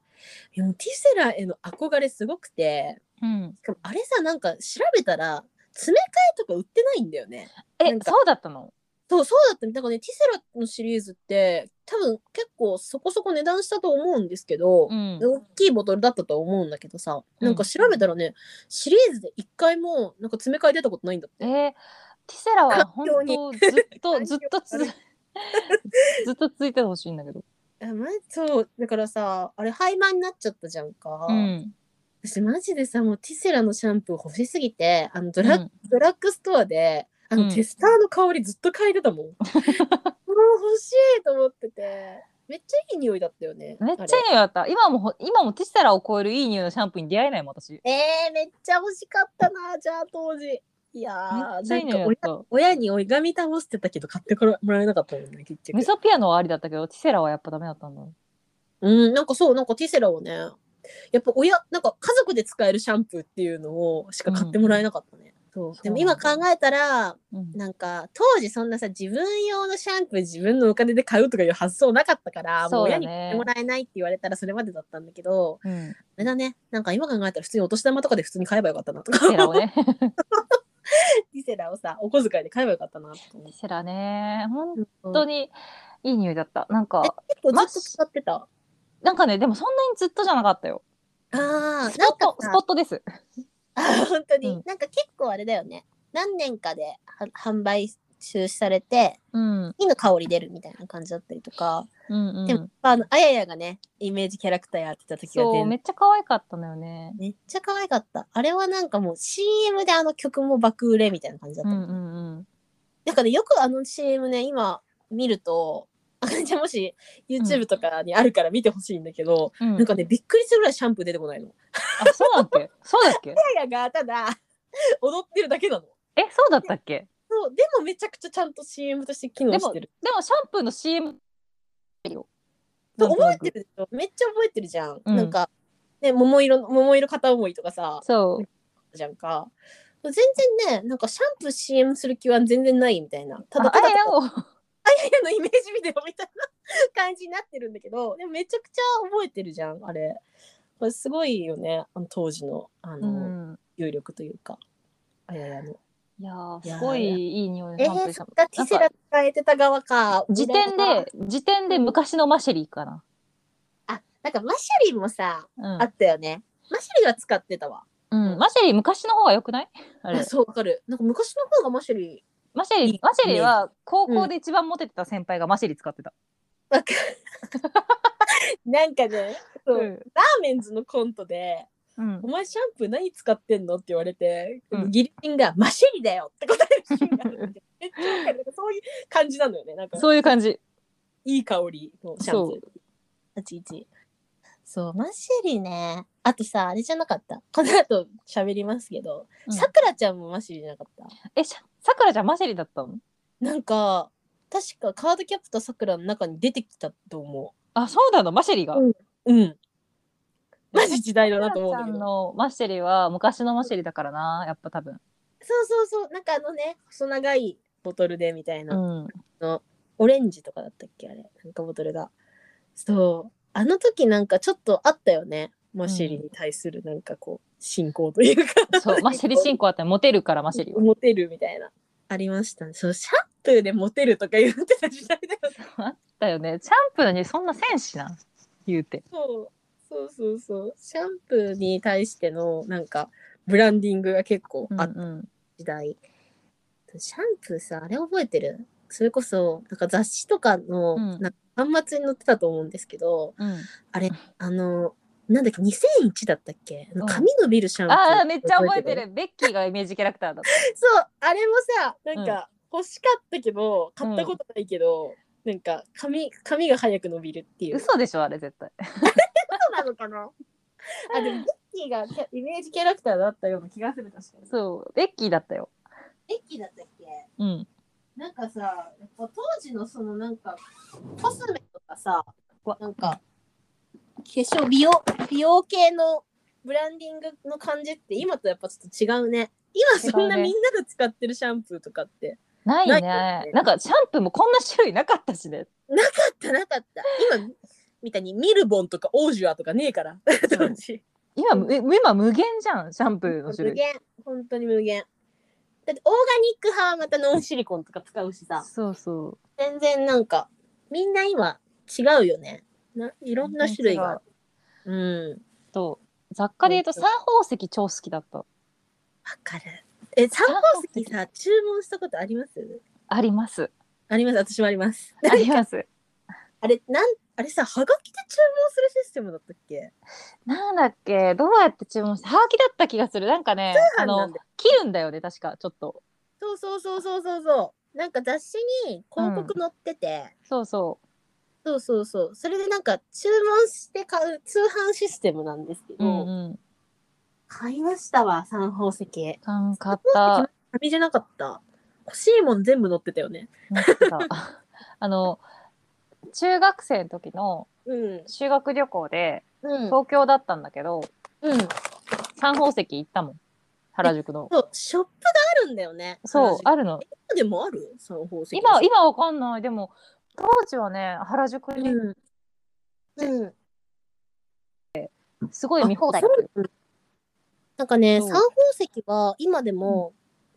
Speaker 3: いやもうティセラへの憧れすごくて
Speaker 2: うん。
Speaker 3: しかもあれさなんか調べたら詰め替えとか売ってないんだよねな
Speaker 2: え
Speaker 3: ん、か
Speaker 2: そうだったの
Speaker 3: そうそうだったなんかねティセラのシリーズって多分結構そこそこ値段したと思うんですけど、
Speaker 2: うん。
Speaker 3: 大きいボトルだったとは思うんだけどさなんか調べたらね、シリーズで一回もなんか詰め替え出たことないんだって
Speaker 2: えー、ティセラは本
Speaker 3: 環境に
Speaker 2: 当ずっと
Speaker 3: 環境
Speaker 2: ずっとつ
Speaker 3: 悪い
Speaker 2: ずっとついててほしいんだ けど。
Speaker 3: あまそうだからさあれ廃盤になっちゃったじゃんか、
Speaker 2: うん。
Speaker 3: 私マジでさもうティセラのシャンプー欲しすぎてあのド
Speaker 2: う
Speaker 3: ラ,、
Speaker 2: ん
Speaker 3: ドラッグストアであの、
Speaker 2: うん
Speaker 3: テスターの香りずっと嗅いでた もんもう欲しいと思っててめっちゃいい匂いだったよね
Speaker 2: めっちゃいい
Speaker 3: あ
Speaker 2: 匂いだった。今もほ今もティセラを超えるいい匂いのシャンプーに出会えないもん私。めっ
Speaker 3: れえー、めっちゃ欲しかったなじゃあ当時いやー
Speaker 2: ちゃ
Speaker 3: ない
Speaker 2: い
Speaker 3: ん
Speaker 2: 匂
Speaker 3: か
Speaker 2: いだっ
Speaker 3: 親
Speaker 2: た。
Speaker 3: 親に追い紙倒してたけど買ってこらもらえなかったもんね結局
Speaker 2: ミソピアノはありだったけどティセラはやっぱダメだったんだ。
Speaker 3: うん、なんかそう、なんかティセラをね、やっぱ親、なんか家族で使えるシャンプーっていうのをしか買ってもらえなかったね。そう。でも今考えたら、
Speaker 2: うん。
Speaker 3: なんか当時そんなさ、自分用のシャンプー自分のお金で買うとかいう発想なかったから、もう
Speaker 2: そう
Speaker 3: 親
Speaker 2: だ
Speaker 3: に
Speaker 2: ね
Speaker 3: 買ってもらえないって言われたらそれまでだったんだけど、
Speaker 2: うん、
Speaker 3: あれだね、なんか今考えたら普通にお年玉とかで普通に買えばよかったなと
Speaker 2: テ
Speaker 3: か、
Speaker 2: ィセラをね。テ
Speaker 3: ティセラをさ、お小遣いで買えばよかったなと思っ
Speaker 2: ィ
Speaker 3: て。
Speaker 2: セラね。本
Speaker 3: 本
Speaker 2: 当
Speaker 3: に
Speaker 2: にいい匂いだった。なんか、
Speaker 3: 結構ずっと使ってた。あ
Speaker 2: なんかね、でもそんなにずっとじゃなかったよ。
Speaker 3: あー、なん
Speaker 2: スポ
Speaker 3: か
Speaker 2: ット、
Speaker 3: さ
Speaker 2: スポットです。
Speaker 3: あ本当に、
Speaker 2: うん
Speaker 3: なんか結構あれだよね何年かでは販売中止されて
Speaker 2: うん。うん
Speaker 3: いいの香り出るみたいな感じだったりとか、
Speaker 2: うん。
Speaker 3: でもあのあややがねイメージキャラクターやってた時は
Speaker 2: そう、
Speaker 3: 全然
Speaker 2: めっちゃ可愛かったのよね。
Speaker 3: めっちゃ可愛かったあれはなんかもう CM であの曲も爆売れみたいな感じだっ
Speaker 2: う
Speaker 3: た、
Speaker 2: んうんうん。
Speaker 3: だからよくあの CM ね今見るとあかねちゃんもし YouTube とかにあるから見てほしいんだけど、
Speaker 2: うん
Speaker 3: なんかねびっくりするぐらいシャンプー出てこないの
Speaker 2: あ、そうなんけそうだっけ
Speaker 3: あややがただ 踊ってるだけなの
Speaker 2: え、そうだったっけ
Speaker 3: そうでもめちゃくちゃちゃんと CM として機能してる
Speaker 2: でもシャンプーの CM
Speaker 3: そう覚え
Speaker 2: る
Speaker 3: てるでしょめっちゃ覚えてるじゃん、
Speaker 2: うん
Speaker 3: なんかね桃色の桃色片思いとかさ
Speaker 2: そう
Speaker 3: じゃんか全然ねなんかシャンプー CM する気は全然ないみたいなただ
Speaker 2: あ
Speaker 3: た
Speaker 2: あ
Speaker 3: だ
Speaker 2: れ
Speaker 3: ただあ
Speaker 2: を
Speaker 3: やのイメージビデオみたいな感じになってるんだけどでもめちゃくちゃ覚えてるじゃんあれこれすごいよねあの当時のあ
Speaker 2: う
Speaker 3: の、
Speaker 2: ん
Speaker 3: 有力というかあややの
Speaker 2: いやー
Speaker 3: いやー
Speaker 2: すごいいい匂いの
Speaker 3: え
Speaker 2: シャンプー
Speaker 3: ー、
Speaker 2: でし
Speaker 3: そ
Speaker 2: た
Speaker 3: っかティセラ使えてた側か
Speaker 2: 時点で時点で昔のマシェリーかな
Speaker 3: あなんかマシャリもさ
Speaker 2: うん
Speaker 3: あったよねマシャリは使ってたわ
Speaker 2: うんマシェリー昔の方が良くないあれ
Speaker 3: あそうわかるなんか昔の方がマシュリ
Speaker 2: マシェ
Speaker 3: いい
Speaker 2: リー
Speaker 3: ね
Speaker 2: マシェリーは高校で一番モテてた先輩がマシェリー使ってた
Speaker 3: ーわかる なんかねそう、
Speaker 2: うん
Speaker 3: ラーメンズのコントで
Speaker 2: うん
Speaker 3: 「お前シャンプー何使ってんの?」って言われて、
Speaker 2: うん
Speaker 3: ギリピンが「マシェリだよ!」って答えるシーンがあるんでめっちゃわかるなんかそういう感じなのよねなんか
Speaker 2: そういう感じ
Speaker 3: いい香りのシャンプー81そうマシェリねあとさあれじゃなかったこの後喋りますけど
Speaker 2: うん
Speaker 3: さくらちゃんもマシェリじゃなかった
Speaker 2: えささくらちゃんマシェリーだったの
Speaker 3: なんか確かカードキャプターさくらの中に出てきたと思う
Speaker 2: あそうなのマシェリーが
Speaker 3: うんうん。マジ時代だなと思うん
Speaker 2: さ
Speaker 3: だけ
Speaker 2: くらちゃん
Speaker 3: ど。
Speaker 2: のマシェリは昔のマシェリだからなやっぱ多分
Speaker 3: そうそうそう。なんかあのね、細長いボトルでみたいな。
Speaker 2: うん
Speaker 3: オレンジとかだったっけあれ。なんかボトルが。そう。あの時なんかちょっとあったよね。マシェリに対するなんかこう、信仰というか。
Speaker 2: そうマシェリ進行あったらモテるからマシェリは
Speaker 3: モテるみたいな。ありましたね。そう、シャンプーでモテるとか言ってた時代だよね。
Speaker 2: あったよねシャンプーにそんなセンシな言うて
Speaker 3: そう。そうそうそう。シャンプーに対してのなんかブランディングが結構あっ
Speaker 2: うんうん
Speaker 3: 時代、シャンプーさあれ覚えてるそれこそなんか雑誌とかの、
Speaker 2: うん
Speaker 3: なんか端末に載ってたと思うんですけど
Speaker 2: うん
Speaker 3: あのなんだっけ2001だったっけ、あの
Speaker 2: うん
Speaker 3: 髪伸びるシャンプー
Speaker 2: ああめっちゃ覚えてるベッキーがイメージキャラクターだった
Speaker 3: そうあれもさなんか欲しかったけど買ったことないけど、なんか髪髪が早く伸びるっていう
Speaker 2: 嘘でしょあれ絶対
Speaker 3: 嘘なのかなあでもベッキーがキャイメージキャラクターだったような気がする確かに
Speaker 2: そうベッキーだったよ
Speaker 3: ベッキーだったっけ
Speaker 2: うん
Speaker 3: なんかさ、やっぱ当時のそのなんか、コスメとかさ
Speaker 2: うわ、
Speaker 3: なんか、化粧、美容、美容系のブランディングの感じって今とやっぱちょっと違うね。今そんな
Speaker 2: 違うね
Speaker 3: みんなが使ってるシャンプーとかって、
Speaker 2: ないね
Speaker 3: ないよね
Speaker 2: なんかシャンプーもこんな種類なかったしね
Speaker 3: あったなかった。今、みたいにミルボンとかオージュアとかねえから、当時。
Speaker 2: 今む今無限じゃんシャンプーの
Speaker 3: 無
Speaker 2: 種類
Speaker 3: 限、本当に無限。だってオーガニック派はまたノンシリコンとか使うしさ、
Speaker 2: そうそう
Speaker 3: 全然なんか、みんな今違うよね。ないろんな種類がある。うん。
Speaker 2: と雑貨で言うと三宝石超好きだった
Speaker 3: わかる。え、三宝石さ、注文したことあります
Speaker 2: あり ます
Speaker 3: あります、私もあります。
Speaker 2: あります
Speaker 3: あれ、なん、あれさ、はがきで注文するシステムだったっけ
Speaker 2: なんだっけどうやって注文してはがきだった気がするなんかねあ
Speaker 3: 通販なん
Speaker 2: の
Speaker 3: だ
Speaker 2: 切るんだよね確かちょっと
Speaker 3: そうそうそうそうそうそう。なんか雑誌に広告載ってて、
Speaker 2: そうそ
Speaker 3: そうそうそう。それでなんか注文して買う通販システムなんですけ
Speaker 2: う
Speaker 3: ど、
Speaker 2: うんうん
Speaker 3: 買いましたわ、三宝石。紙
Speaker 2: 感かった
Speaker 3: じゃなかった。欲しいもん全部載ってたよね。
Speaker 2: なんかさ あの中学生の時の
Speaker 3: うん。
Speaker 2: 修学旅行で
Speaker 3: うん。
Speaker 2: 東京だったんだけど、
Speaker 3: うん。
Speaker 2: 三宝石行ったもん原宿の
Speaker 3: そう、ショップがあるんだよね。
Speaker 2: そう
Speaker 3: あ
Speaker 2: あるの
Speaker 3: 今でもある三宝石。
Speaker 2: 今今わかんないでも当時はね原宿に
Speaker 3: うん。うん。
Speaker 2: すごい見放題
Speaker 3: あそうなんかね、
Speaker 2: そう
Speaker 3: 三宝石は今でも、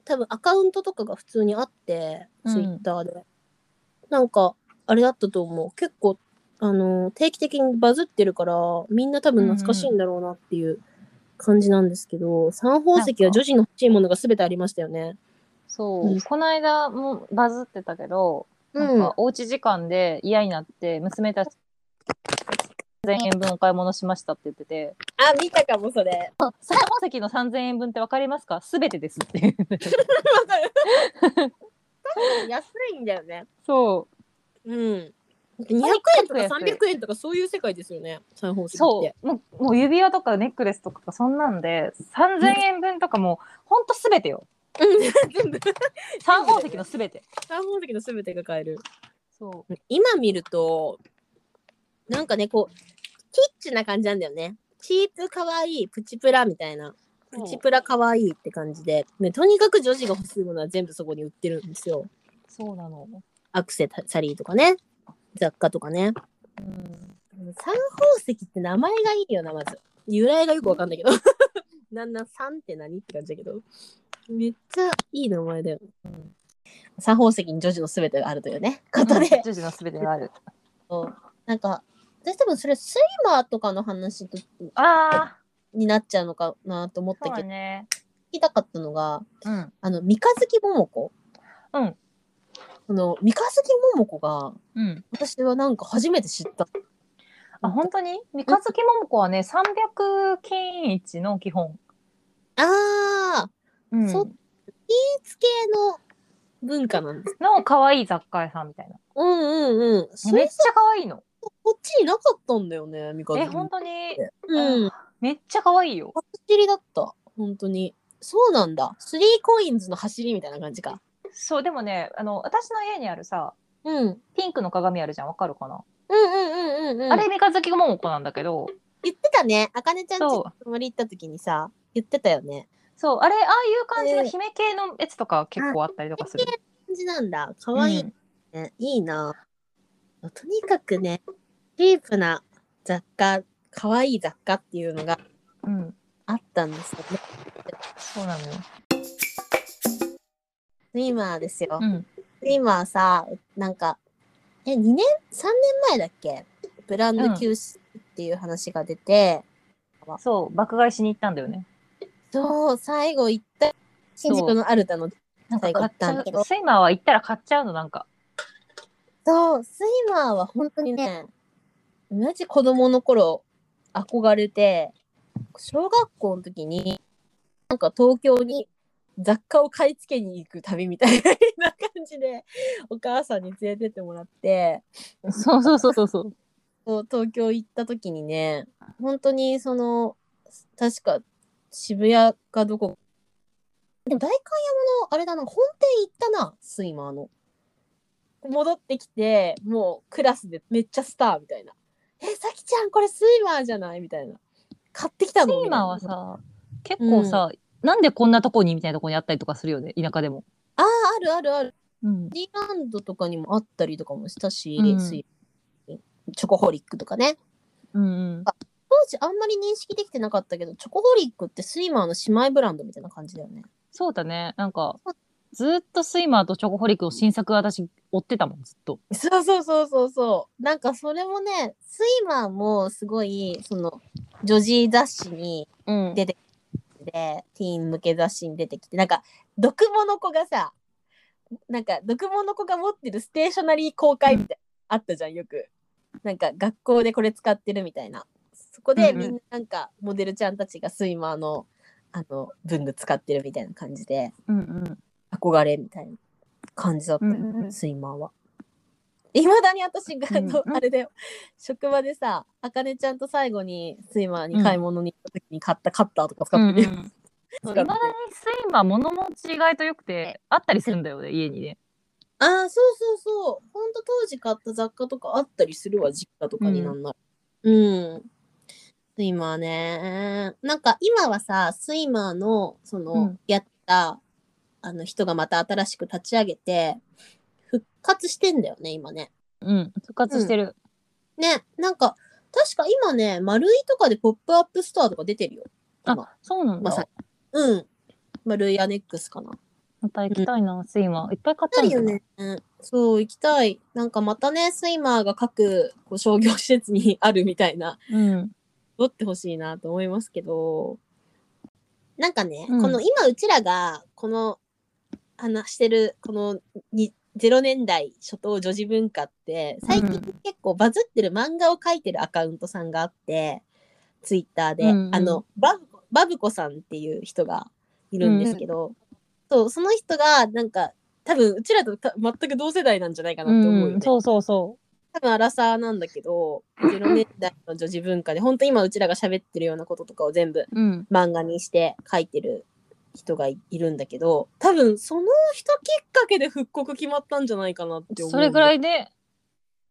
Speaker 3: 多分アカウントとかが普通にあって、
Speaker 2: うん
Speaker 3: ツイッターで。なんか、あれだったと思う。結構、あのー定期的にバズってるから、みんな多分懐かしいんだろうなっていう感じなんですけど、三宝石は女子の欲しいものが全てありましたよね。
Speaker 2: そう、
Speaker 3: うん
Speaker 2: この間もバズってたけど、なん
Speaker 3: うん
Speaker 2: か。おうち時間で嫌になって娘たち3000円分お買い物しましたって言ってて
Speaker 3: あ、見たかも、それ。
Speaker 2: 「三宝石の3000円分って分かりますかすべてです」っ て言う
Speaker 3: わかる。安いんだよね。
Speaker 2: そう
Speaker 3: うん。200円とか300円とかそういう世界ですよね、三宝石って。
Speaker 2: そうもうもう指輪とかネックレスとかそんなんで3000円分とかもうほんとすべてよ
Speaker 3: 全部
Speaker 2: 三宝石のすべて
Speaker 3: 三宝石の全てが買える
Speaker 2: そ
Speaker 3: 今見るとなんかねこうキッチな感じなんだよねチープかわいいプチプラみたいな
Speaker 2: う
Speaker 3: プチプラかわいいって感じで、ね、とにかく女子が欲しいものは全部そこに売ってるんですよ
Speaker 2: そうなの、
Speaker 3: アクセサリーとかね雑貨とかね
Speaker 2: うん、
Speaker 3: 三宝石って名前がいいよなまず由来がよくわかんないけど なんなん三って何って感じだけどめっちゃいい名前だよ、三宝石に女子の全てがあるというねことで、
Speaker 2: 女子のすべてがある
Speaker 3: そうなんか私多分それスイマーとかの話と
Speaker 2: あ
Speaker 3: になっちゃうのかなと思っ
Speaker 2: あ
Speaker 3: た
Speaker 2: そう
Speaker 3: け
Speaker 2: だ
Speaker 3: ど、
Speaker 2: ね
Speaker 3: 聞きたかったのが
Speaker 2: うん
Speaker 3: あの三日月桃子
Speaker 2: うん
Speaker 3: その三日月桃子が
Speaker 2: うん
Speaker 3: 私はなんか初めて知った
Speaker 2: あ本当に三日月桃子はね300均一の基本、
Speaker 3: あー
Speaker 2: うん、
Speaker 3: そピーツ系の文化なんです
Speaker 2: の可愛い雑貨屋さんみたいな
Speaker 3: うんうんうんそ
Speaker 2: めっ
Speaker 3: れ
Speaker 2: ちゃ可愛いの
Speaker 3: こっちになかったんだよね三日月
Speaker 2: え本当に
Speaker 3: うん
Speaker 2: めっちゃ可愛いよ
Speaker 3: 初知りだった本当にそうなんだスリーコインズの走りみたいな感じか
Speaker 2: そうでもねあの私の家にあるさ
Speaker 3: うんうん
Speaker 2: ピンクの鏡あるじゃんわかるかな
Speaker 3: うんうんうんうん
Speaker 2: あれ三日月桃子なんだけど、
Speaker 3: 言ってたね。あかねちゃんち
Speaker 2: そう
Speaker 3: 泊まり行った時にさ、言ってたよね。
Speaker 2: そう、あれ、ああいう感じの
Speaker 3: ね
Speaker 2: 姫系のやつとか結構あったりとかする。
Speaker 3: 感じなんだ。か
Speaker 2: 可
Speaker 3: わいい、ねいいな。とにかくね、チープな雑貨、かわいい雑貨っていうのが
Speaker 2: うん、うん
Speaker 3: あったんですよね。
Speaker 2: そうなのよ。
Speaker 3: スイマーですよ。
Speaker 2: うん、
Speaker 3: スイマーさ、なんか、え、2年 ?3 年前だっけブランド休止ってっていう話が出て、
Speaker 2: そう、爆買いしに行ったんだよね。
Speaker 3: そう、最後行った、新宿のアルタの、
Speaker 2: なんか買っち
Speaker 3: 買
Speaker 2: ゃ
Speaker 3: ったんだけど
Speaker 2: う。スイマーは行ったら買っちゃうの、なんか。
Speaker 3: そう、スイマーは本当にね、同じ子供の頃、憧れて、小学校の時に、なんか東京に雑貨を買い付けに行く旅みたいな感じで、お母さんに連れてってもらって、
Speaker 2: そうそうそうそうそう。
Speaker 3: そう東京行った時にね本当にその確か渋谷かどこでも代官山のあれだな本店行ったなスイマーの戻ってきてもうクラスでめっちゃスターみたいな「えさきちゃんこれスイマーじゃない?」みたいな買ってきた
Speaker 2: ス
Speaker 3: の
Speaker 2: イマーはさ、結構さ、なんでこんなとこにみたいなとこにあったりとかするよね、田舎でも。
Speaker 3: あああるあるある
Speaker 2: うん。
Speaker 3: ディランドとかにもあったりとかもしたし、
Speaker 2: うん
Speaker 3: スイチョコホリックとかね
Speaker 2: うんうん。
Speaker 3: 当時あんまり認識できてなかったけどチョコホリックってスイマーの姉妹ブランドみたいな感じだよね
Speaker 2: そうだね。なんか
Speaker 3: そ、
Speaker 2: ずーっとスイマーとチョコホリックの新作私追ってたもん、ずっと。
Speaker 3: そうそうそうそうそうなんかそれもねスイマーもすごいその女児雑誌に
Speaker 2: うん
Speaker 3: ででティーン向け雑誌に出てきてなんか毒物の子がさなんか毒物の子が持ってるステーショナリー公開みたいなあったじゃんよくなんか学校でこれ使ってるみたいなそこで
Speaker 2: うんうん
Speaker 3: みんななんかモデルちゃんたちがスイマーのあの文具使ってるみたいな感じで
Speaker 2: うんうん。
Speaker 3: 憧れみたいな感じだったよ、
Speaker 2: うんうんうん
Speaker 3: スイマーは。いまだに私が、あの
Speaker 2: うんうん
Speaker 3: あれだよ職場でさあかねちゃんと最後にスイマーに買い物に行った時に買ったカッターとか使ってるよ、
Speaker 2: いま
Speaker 3: 使ってる
Speaker 2: だにスイマー物持ち意外とよくて、あったりするんだよね、家にね。
Speaker 3: ああそうそうそうほんと当時買った雑貨とかあったりするわ実家とかになんならうん、スイマーねなんか今はさスイマーのその、
Speaker 2: うん
Speaker 3: やったあの人がまた新しく立ち上げて復活してんだよね今ね
Speaker 2: うん。復活してる。
Speaker 3: ね、なんか、確か今ね、丸いとかでポップアップストアとか出てるよ。今
Speaker 2: あ、そうなん
Speaker 3: まさ
Speaker 2: だ
Speaker 3: に。うん。丸いアネックスかな。
Speaker 2: また行きたいな、スイマー。いっぱい買った
Speaker 3: あ
Speaker 2: ん
Speaker 3: る
Speaker 2: だ
Speaker 3: よ
Speaker 2: よ
Speaker 3: ね。そう、行きたい。なんかまたね、スイマーが各こう商業施設にあるみたいな、
Speaker 2: うん。
Speaker 3: 撮ってほしいなと思いますけど、なんかね、
Speaker 2: うん
Speaker 3: この今うちらが、この話してる、このに0年代初頭女児文化って、最近
Speaker 2: うん
Speaker 3: 結構バズってる漫画を描いてるアカウントさんがあって、ツイッターで、
Speaker 2: うんうん
Speaker 3: あのバブコ、バブコさんっていう人がいるんですけど、そうその人が、なんか、多分うちらとた全く同世代なんじゃないかなって思うよね。
Speaker 2: うん、そうそうそ
Speaker 3: 多分アラサーなんだけど0年代の女児文化で本当今うちらが喋ってるようなこととかを全部
Speaker 2: う。うん。
Speaker 3: 漫画にして書いてる人がいいるんだけど多分その人きっかけで復刻決まったんじゃないかなって思う
Speaker 2: それぐら
Speaker 3: い
Speaker 2: いで、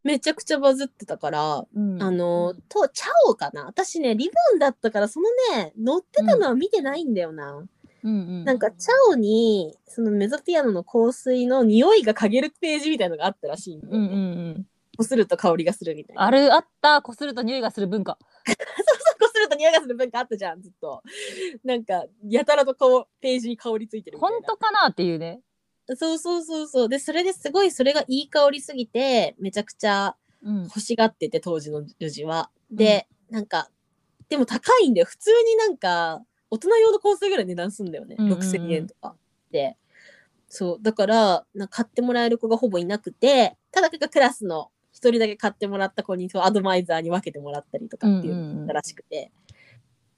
Speaker 3: めちゃくちゃバズってたから、
Speaker 2: うん。
Speaker 3: あのとチャオかな私ねリボンだったからそのね乗ってたのは見てないんだよな、
Speaker 2: うんうん、
Speaker 3: なんかチャオにそのメゾピアノの香水の匂いが嗅げるページみたいのがあったらしいんだよね
Speaker 2: うんうんうん。
Speaker 3: こすると香りがするみたいな
Speaker 2: あるあった、こすると匂いがする文化。
Speaker 3: こすると匂いがする文化あったじゃんずっとなんかやたらとこうページに香りついてるみたいな
Speaker 2: 本当かなっていうね。
Speaker 3: そうそうそうそうでそれですごいそれがいい香りすぎてめちゃくちゃ
Speaker 2: うん。
Speaker 3: 欲しがってて当時の女児はで、なんかでも高いんだよ普通になんか大人用の香水ぐらい値段すんだよね、
Speaker 2: うんうんうん
Speaker 3: 6,000円とかでそうだからなんか買ってもらえる子がほぼいなくてただクラスの一人だけ買ってもらった子にそうアドバイザーに分けてもらったりとかっていうのが
Speaker 2: んんん
Speaker 3: らしくて。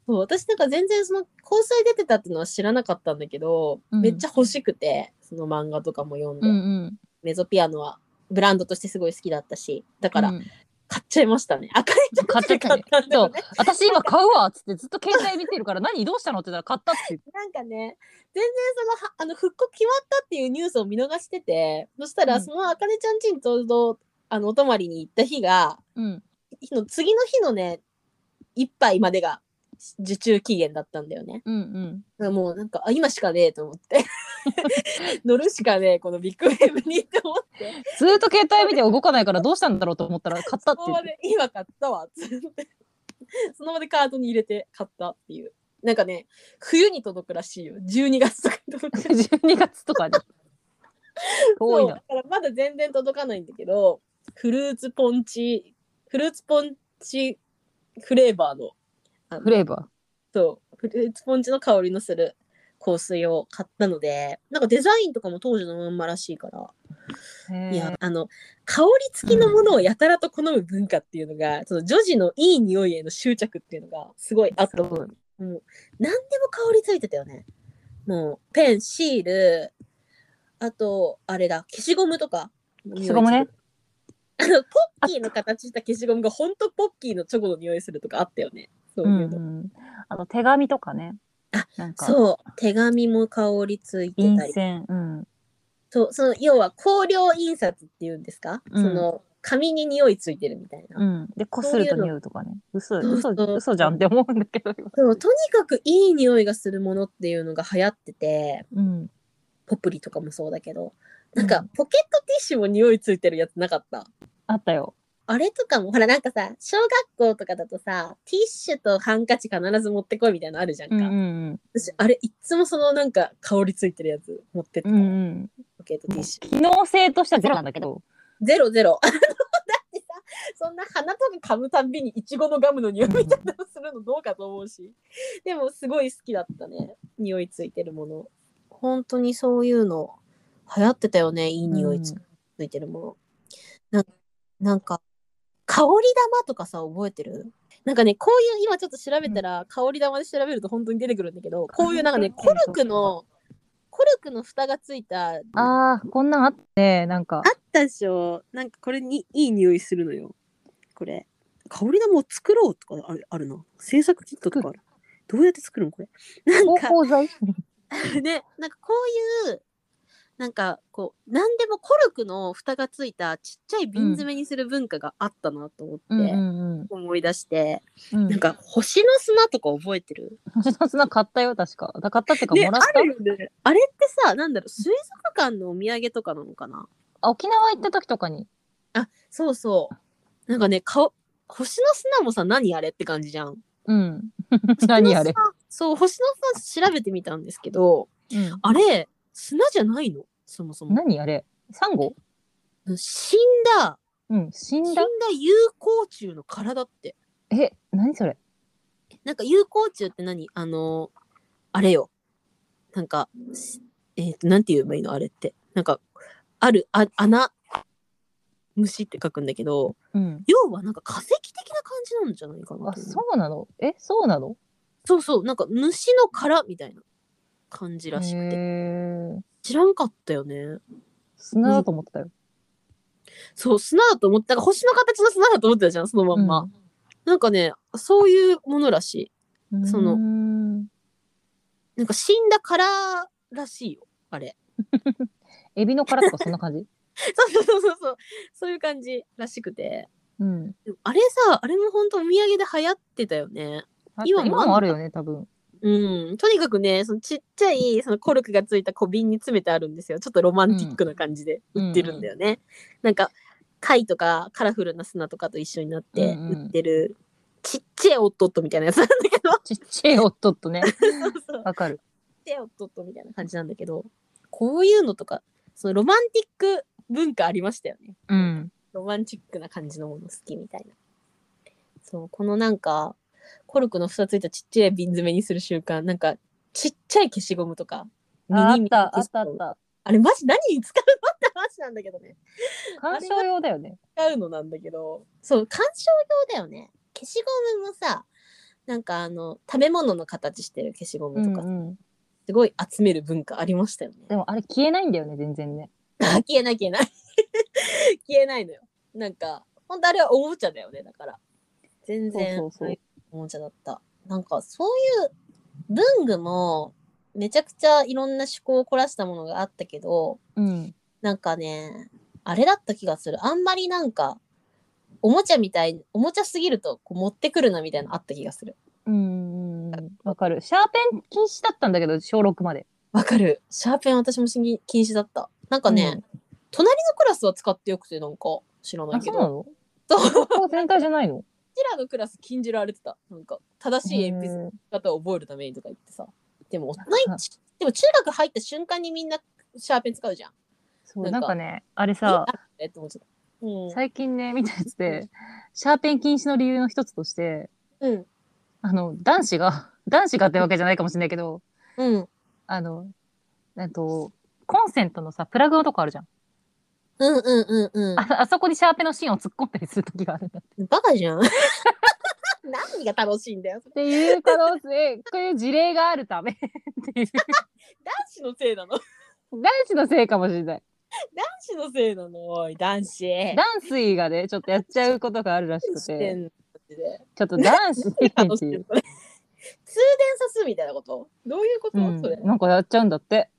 Speaker 3: そう私なんか全然その交際出てたっていうのは知らなかったんだけど、
Speaker 2: うん
Speaker 3: めっちゃ欲しくてその漫画とかも読んで、
Speaker 2: うんうん。
Speaker 3: メゾピアノはブランドとしてすごい好きだったしだから
Speaker 2: うん
Speaker 3: 買っちゃいましたね、あかねちゃん
Speaker 2: 買っちゃった
Speaker 3: 買
Speaker 2: ね
Speaker 3: ったんだ
Speaker 2: そ
Speaker 3: よ
Speaker 2: う
Speaker 3: ね。
Speaker 2: 私今買うわっつってずっと携帯見てるから何どうしたのって言ったら買ったって言って
Speaker 3: なんかね全然そのはあの復刻決まったっていうニュースを見逃しててそした
Speaker 2: う
Speaker 3: ら
Speaker 2: ん
Speaker 3: そのあかねちゃんちにちょうどあのお泊まりに行った日が
Speaker 2: うん。
Speaker 3: 日の次の日のね一杯までが受注期限だったんだよね。
Speaker 2: うんうん。
Speaker 3: だからもうなんか、あ、今しかねえと思 って。乗るしかねえ、このビッグウェーブにって思 って。
Speaker 2: ずっと携帯見て動かないからどうしたんだろうと思ったら買ったっ
Speaker 3: そ
Speaker 2: て
Speaker 3: の
Speaker 2: 言っ
Speaker 3: 場
Speaker 2: て。
Speaker 3: で、今買ったわ、つって。その場でカートに入れて買ったっていう。なんかね、冬に届くらしいよ。12月とかに届く。
Speaker 2: 12月とかに。遠い
Speaker 3: そう
Speaker 2: な
Speaker 3: だ。からまだ全然届かないんだけど、フルーツポンチ、フルーツポンチフレーバーのあの
Speaker 2: フレーバ
Speaker 3: そうフルーツポンチの香りのする香水を買ったのでなんかデザインとかも当時のまんまらしいから、いやあの香り付きのものをやたらと好む文化っていうのが、その女児のいい匂いへの執着っていうのがすごいあ
Speaker 2: ー。
Speaker 3: った
Speaker 2: すごい
Speaker 3: 何でも香りついてたよね。もう、ペン、シール、あと、あれだ、消しゴムとか。
Speaker 4: 消しゴムね。
Speaker 3: あの、ポッキーの形した消しゴムがほんとポッキーのチョコの匂いするとかあったよね。そう
Speaker 2: う
Speaker 3: い
Speaker 2: ん
Speaker 3: うの。
Speaker 2: うん。あと手紙とかね。
Speaker 3: あ
Speaker 2: なんか
Speaker 3: そう、手紙も香りついて
Speaker 2: 便
Speaker 3: たり。
Speaker 2: 箋。うん。
Speaker 3: そう、その、要は、香料印刷っていうんですか、
Speaker 2: うん
Speaker 3: その、紙に匂いついてるみたいな。
Speaker 2: うん。で、こすると匂うとかね。嘘、嘘、
Speaker 3: そうそう
Speaker 2: 嘘じゃんって思うんだけど。
Speaker 3: そう、とにかくいい匂いがするものっていうのが流行ってて、
Speaker 2: うん。
Speaker 3: ポプリとかもそうだけどなんかポケットティッシュも匂いついてるやつなかった
Speaker 2: あったよ。
Speaker 3: あれとかもほらなんかさ小学校とかだとさティッシュとハンカチ必ず持ってこいみたいなのあるじゃんか、
Speaker 2: うんうん
Speaker 3: 私あれいっつもそのなんか香りついてるやつ持ってっ
Speaker 2: う
Speaker 3: て
Speaker 2: ん。
Speaker 3: た、
Speaker 2: うんうん。
Speaker 3: ポケットティッシュ
Speaker 2: 機能性としてはゼロなんだけど。
Speaker 3: ゼロゼロ だってさそんな鼻とか噛むたんびにいちごのガムの匂いみたいなのするのどうかと思うしでもすごい好きだったね匂いついてるもの本当にそういうの流行ってたよねいい匂いつ,、
Speaker 2: うん
Speaker 3: ついてるものなんなんか香り玉とかさ覚えてるなんかねこういう今ちょっと調べたら、香り玉で調べると本当に出てくるんだけどこういうなんか ねコルクのコルクの蓋がついたあ
Speaker 2: ああ、こんなんあって、なんか。
Speaker 3: ったでしょなんかこれにいい匂いするのよこれ香り玉を作ろうとかあるあるな制作キットとかあるどうやって作るのこれなんか
Speaker 2: 芳香剤
Speaker 3: ね、なんかこういう、なんかこう、何でもコルクの蓋がついたちっちゃい瓶詰めにする文化があったなと思って、
Speaker 2: うんうん
Speaker 3: 思い出して、
Speaker 2: うん。
Speaker 3: なんか星の砂とか覚えてる
Speaker 2: 星の砂買ったよ、確か。だ買ったっていうか、
Speaker 3: ね
Speaker 2: もらった、
Speaker 3: あるよねあれってさ、なんだろう、水族館のお土産とかなのかな
Speaker 2: あ沖縄行った時とかに。
Speaker 3: そうそう。なんかね、顔、星の砂もさ、何あれって感じじゃん。
Speaker 2: うん。何あ
Speaker 3: 星。
Speaker 2: れ
Speaker 3: の砂そう、星の砂調べてみたんですけど、
Speaker 2: うん
Speaker 3: あれ、砂じゃないのそもそも。
Speaker 2: 何あれ。サンゴ
Speaker 3: 死んだ
Speaker 2: うん。死
Speaker 3: 死
Speaker 2: ん
Speaker 3: んだ
Speaker 2: だ
Speaker 3: 有効虫の体って
Speaker 2: え、何それ。
Speaker 3: なんか有効虫って何あのーあれよなんかしえっ、となんて言えばいいのあれってなんかあるあ穴虫って書くんだけど
Speaker 2: うん。
Speaker 3: 要はなんか化石的な感じなんじゃないかな
Speaker 2: あ、そうなのえ、そうなの
Speaker 3: そうそうなんか虫の殻みたいな感じらしく
Speaker 2: へ
Speaker 3: て
Speaker 2: ー
Speaker 3: 知らんかったよね
Speaker 2: 砂だと思ってたよ。
Speaker 3: そう砂だと思ってなんか星の形の砂だと思ってたじゃんそのまんま、
Speaker 2: う
Speaker 3: なんかねそういうものらしいその
Speaker 2: の。
Speaker 3: なんか死んだ殻らしいよ、あれ。
Speaker 2: エビの殻とかそんな感じ
Speaker 3: そうそうそうそう。そういう感じらしくて。
Speaker 2: うん。
Speaker 3: でもあれさ、あれも本当お土産で流行ってたよね。今
Speaker 2: 今
Speaker 3: も
Speaker 2: 今もあるよね、多分。
Speaker 3: うん。とにかくね、そのちっちゃいそのコルクがついた小瓶に詰めてあるんですよ。ちょっとロマンティックな感じで
Speaker 2: うん
Speaker 3: 売ってるんだよね。なんか貝とかカラフルな砂とかと一緒になって
Speaker 2: うんうん
Speaker 3: 売ってる、ちっちゃいおっとっとみたいなやつなんだけど。
Speaker 2: ちっちゃい夫と ね。
Speaker 3: そうそう。
Speaker 2: わかる。
Speaker 3: ってよとっとみたいな感じなんだけどこういうのとかそのロマンティック文化ありましたよね
Speaker 2: うん。
Speaker 3: ロマンチックな感じのもの好きみたいなそうこのなんかコルクの蓋ついたちっちゃい瓶詰めにする習慣なんかちっちゃい消しゴムとか
Speaker 2: あ
Speaker 3: ミニ
Speaker 2: あっ
Speaker 3: ミニ
Speaker 2: た、あ
Speaker 3: 消
Speaker 2: っ、
Speaker 3: した
Speaker 2: あ
Speaker 3: ゴ
Speaker 2: っ
Speaker 3: ム
Speaker 2: た。
Speaker 3: あれマジ何に使うのって話なんだけどね
Speaker 2: 鑑賞用だよね。
Speaker 3: 使うのなんだけどそう観賞用だよね消しゴムもさなんかあの食べ物の形してる消しゴムとか、
Speaker 2: うんうん
Speaker 3: すごい集める文化ありましたよね
Speaker 2: でもあれ消えないんだよね、全然ね。
Speaker 3: あ 消えない消えない消えないのよなんか本当あれはおもちゃだよねだから全然
Speaker 2: そうそうそう
Speaker 3: おもちゃだったなんかそういう文具もめちゃくちゃいろんな趣向を凝らしたものがあったけど
Speaker 2: うん。
Speaker 3: なんかねあれだった気がするあんまりなんかおもちゃみたいおもちゃすぎるとこう持ってくるなみたいなのあった気がする
Speaker 2: うんうんうん。わかる。シャーペン禁止だったんだけど、小6まで。
Speaker 3: わかるシャーペン私もしぎ禁止だったなんかね、
Speaker 2: う
Speaker 3: 隣のクラスは使ってよくてなんか知らな
Speaker 2: あ、
Speaker 3: いけ
Speaker 2: そう
Speaker 3: ど
Speaker 2: なの
Speaker 3: そう
Speaker 2: 学校全体じゃないの
Speaker 3: うちらのクラス禁じられてた。なんか、正しい鉛筆の
Speaker 2: へ
Speaker 3: 使い方を覚えるためにとか言ってさ。でも、大人ちでも中学入った瞬間にみんなシャーペン使うじゃん。
Speaker 2: そう、
Speaker 3: な
Speaker 2: なんん
Speaker 3: か
Speaker 2: かね、あれさ、
Speaker 3: えって思っちゃった。うん。
Speaker 2: 最近ね、見たやつで、シャーペン禁止の理由の一つとして、
Speaker 3: うん。
Speaker 2: あの、男子が、 男子がってわけじゃないかもしれないけど、
Speaker 3: うん。
Speaker 2: あの、えっと、コンセントのさ、プラグのとこあるじゃん。
Speaker 3: うんうんうんうん。
Speaker 2: ああそこにシャーペンの芯を突っ込んだりする時があるんだ。っ
Speaker 3: バカじゃん。 何が楽しいんだよ。
Speaker 2: ていう可能性、こういう事例がある ためっていう。
Speaker 3: 男子のせいなの。男
Speaker 2: 男子のせいかもしれない。
Speaker 3: 子のせいなの。おい、男子。
Speaker 2: 男子がね、ちょっとやっちゃうことがあるらしく
Speaker 3: して
Speaker 2: て、
Speaker 3: んのマジで
Speaker 2: ちょっと男子
Speaker 3: 何 が楽しいの
Speaker 2: う
Speaker 3: それ通電さすみたいなことどういうこと、
Speaker 2: ん
Speaker 3: それ、
Speaker 2: なんかやっちゃうんだって。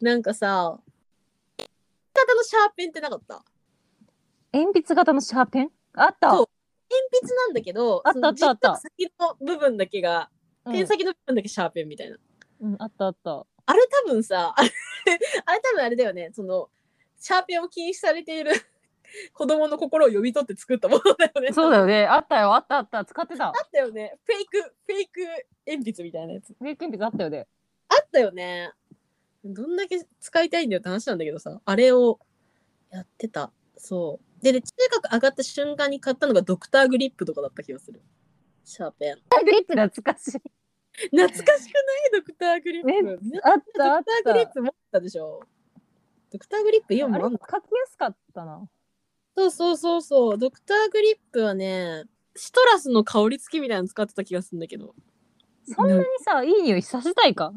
Speaker 3: なんかさ型のシャーペンってなかった
Speaker 2: 鉛筆型のシャーペンあった
Speaker 3: そう鉛筆なんだけど
Speaker 2: あった
Speaker 3: その
Speaker 2: あったあった
Speaker 3: ジッター先の部分だけが、
Speaker 2: うん
Speaker 3: ペン先の部分だけシャーペンみたいな
Speaker 2: うん、あったあった。
Speaker 3: あれ多分さ あれあれ多分あれだよねそのシャーペンを禁止されている 子供の心を呼び取って作ったものだよね
Speaker 2: そうだよね。あったよ、あったあった。使ってた
Speaker 3: あ。ったよねフェイクフェイク鉛筆みたいなやつ
Speaker 2: フェイク鉛筆あったよね。
Speaker 3: あったよね。どんだけ使いたいんだよって話なんだけどさ、あれをやってた。そう。で、ね、中学上がった瞬間に買ったのがドクターグリップとかだった気がする。シャーペン。
Speaker 2: グリップ懐かしい。
Speaker 3: 懐かしくないドクターグリップ。
Speaker 2: ね
Speaker 3: みんな
Speaker 2: あったあ
Speaker 3: ド
Speaker 2: っ
Speaker 3: クタ
Speaker 2: た。
Speaker 3: ーグリップ持ったでしょ。ドクターグリップ今
Speaker 2: あ
Speaker 3: も
Speaker 2: れ
Speaker 3: あ
Speaker 2: 書
Speaker 3: ん
Speaker 2: き
Speaker 3: の
Speaker 2: やすかったな。
Speaker 3: そうそうそうそう。ドクターグリップはね、シトラスの香り付きみたいなの使ってた気がするんだけど。
Speaker 2: そんなにさ、いい匂いさせたいか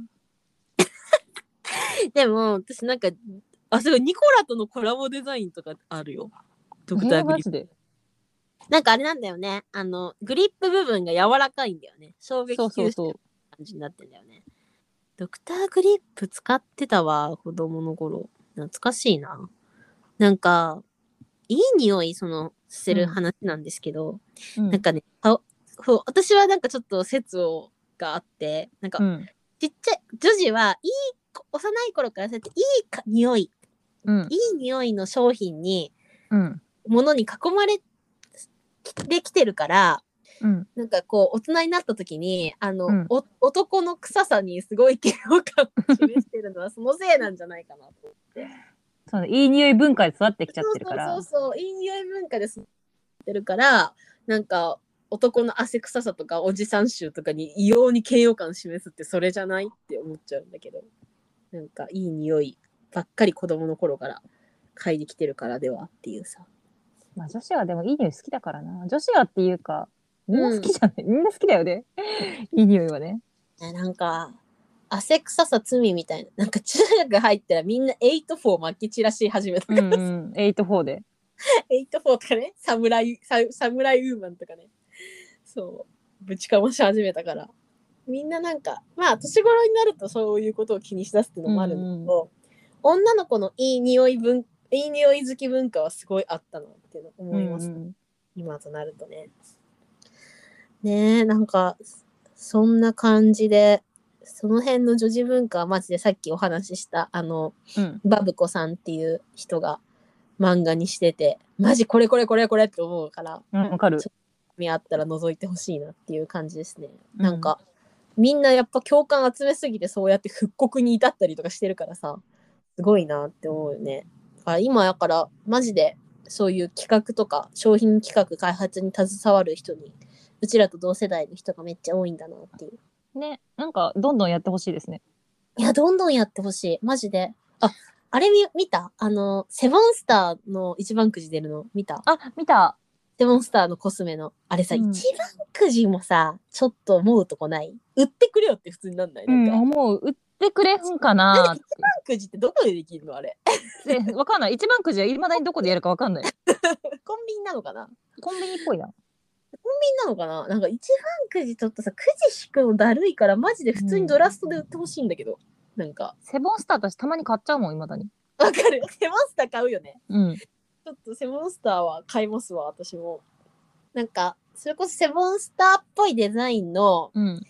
Speaker 3: でも、私なんか、あ、すごい、ニコラとのコラボデザインとかあるよ。ドクターグリップ
Speaker 2: マ。ジで。
Speaker 3: なんかあれなんだよね。あの、グリップ部分が柔らかいんだよね。衝撃
Speaker 2: そうそ
Speaker 3: 吸
Speaker 2: う
Speaker 3: 収
Speaker 2: そ
Speaker 3: の
Speaker 2: う。
Speaker 3: 感じになってんだよね。ドクターグリップ使ってたわ、子供の頃。懐かしいな。なんか、いい匂い、その、する話なんですけど、
Speaker 2: うん
Speaker 3: なんかね、あそう私はなんかちょっと説を、があって、なんか
Speaker 2: う、ん。
Speaker 3: ちっちゃい、女児はいい子、幼い頃からそうやって、いいか匂い、
Speaker 2: うん。
Speaker 3: いい匂いの商品に、
Speaker 2: うん。
Speaker 3: ものに囲まれてきてるから、
Speaker 2: うん。
Speaker 3: なんかこう大人になった時にあの、
Speaker 2: うん
Speaker 3: お男の臭さにすごい嫌悪感を示してるのはそのせいなんじゃないかなと。
Speaker 2: そうねいい匂い文化で育ってきちゃってる
Speaker 3: そ
Speaker 2: か
Speaker 3: う
Speaker 2: ら。
Speaker 3: そうそうそういい匂い文化ですってるからなんか男の汗臭さとかおじさん臭とかに異様に嫌悪感示すってそれじゃないって思っちゃうんだけどなんかいい匂いばっかり子供の頃から嗅いできてるからではっていうさ。
Speaker 2: まあ女子はでもいい匂い好きだからな。女子はっていうか、みんな好きじゃない、みんな好きだよ ね。いい匂いはね。
Speaker 3: ねなんか、汗臭さ罪みたいな。なんか中学入ったらみんな8-4巻き散らし始めた
Speaker 2: う
Speaker 3: か
Speaker 2: ん
Speaker 3: ら。
Speaker 2: うん。8-4で。
Speaker 3: 8-4とかね、サムライ、ササムライウーマンとかね。そう、ぶちかまし始めたから。みんななんか、まあ年頃になるとそういうことを気にしだすっていうのもあるんだけど、女の子のいい匂い分、いい匂い好き文化はすごいあったなっていうの思います。
Speaker 2: うん
Speaker 3: 今となるとね。ねえ、なんか、そんな感じで、その辺の女児文化はマジでさっきお話しした、あの、
Speaker 2: うん。
Speaker 3: バブコさんっていう人が漫画にしてて、マジこれこれこれこれって思うから、
Speaker 2: うん。わ、かる。
Speaker 3: 見あったら覗いてほしいなっていう感じですね。
Speaker 2: うん
Speaker 3: なんか、みんなやっぱ共感集めすぎてそうやって復刻に至ったりとかしてるからさ、すごいなって思うよね。だから今やから、マジでそういう企画とか商品企画開発に携わる人に、うちらと同世代の人がめっちゃ多いんだなっていう。
Speaker 2: ね。なんか、どんどんやってほしいですね。
Speaker 3: いや、どんどんやってほしい。マジで。あ、あれ見見たあの、セボンスターの一番くじ出るの見た
Speaker 2: あ、見た。
Speaker 3: セボンスターのコスメの。あれさ、
Speaker 2: うん
Speaker 3: 一番くじもさ、ちょっと思うとこない売ってくれよって普通になんない、
Speaker 2: うん。
Speaker 3: なんか。
Speaker 2: もう、売ってくれんかな っ
Speaker 3: 一番くじってどこでできるのあれ。
Speaker 2: て。でわかんない。一番くじはいまだにどこでやるかわかんない。
Speaker 3: コンビニなのかなコンビ
Speaker 2: コンビニっぽいな。
Speaker 3: ニなのかななんか一番くじちょっとさ、くじ引くのだるいから、マジで普通にドラストで売ってほしいんだけど。なんか、
Speaker 2: セボンスター私たまに買っちゃうもん、いまだに。
Speaker 3: わかる セボンスター買うよね。
Speaker 2: うん。
Speaker 3: ちょっとセボンスターは買いますわ、私も。なんか、それこそセボンスターっぽいデザインの、
Speaker 2: うん。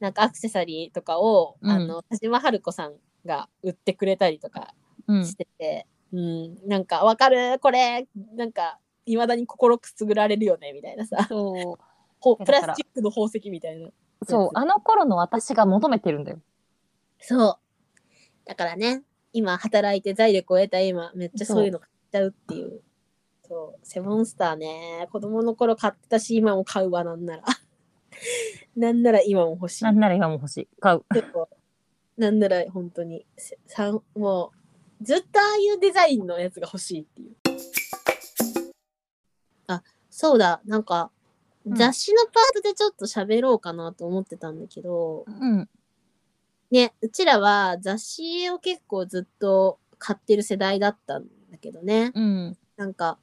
Speaker 3: なんかアクセサリーとかを、
Speaker 2: うん
Speaker 3: あの、田島春子さんが売ってくれたりとか
Speaker 2: うん
Speaker 3: し。てて、うん、なんか、わかるこれ、なんか、いまだに心くすぐられるよね、みたいなさ。
Speaker 2: そ
Speaker 3: ほ
Speaker 2: だ
Speaker 3: プ
Speaker 2: から
Speaker 3: ラスチックの宝石みたいな。
Speaker 2: う。そう。あの頃の私が求めてるんだよ。
Speaker 3: そう。だからね、今働いて財力を得た今、めっちゃそういうの買っちゃうっていう。そう、セボンスターね、子供の頃買ってたし、今も買うわ、なんなら。 なんなら今も欲しい
Speaker 2: なんなら今も欲しい。買う。
Speaker 3: 結構 なんなら本当にせさんもうずっとああいうデザインのやつが欲しいっていうあそうだなんか
Speaker 5: うん
Speaker 3: 雑誌のパートでちょっと喋ろうかなと思ってたんだけど、
Speaker 2: うん。
Speaker 3: ねうちらは雑誌を結構ずっと買ってる世代だったんだけどね
Speaker 2: うん。
Speaker 3: なんか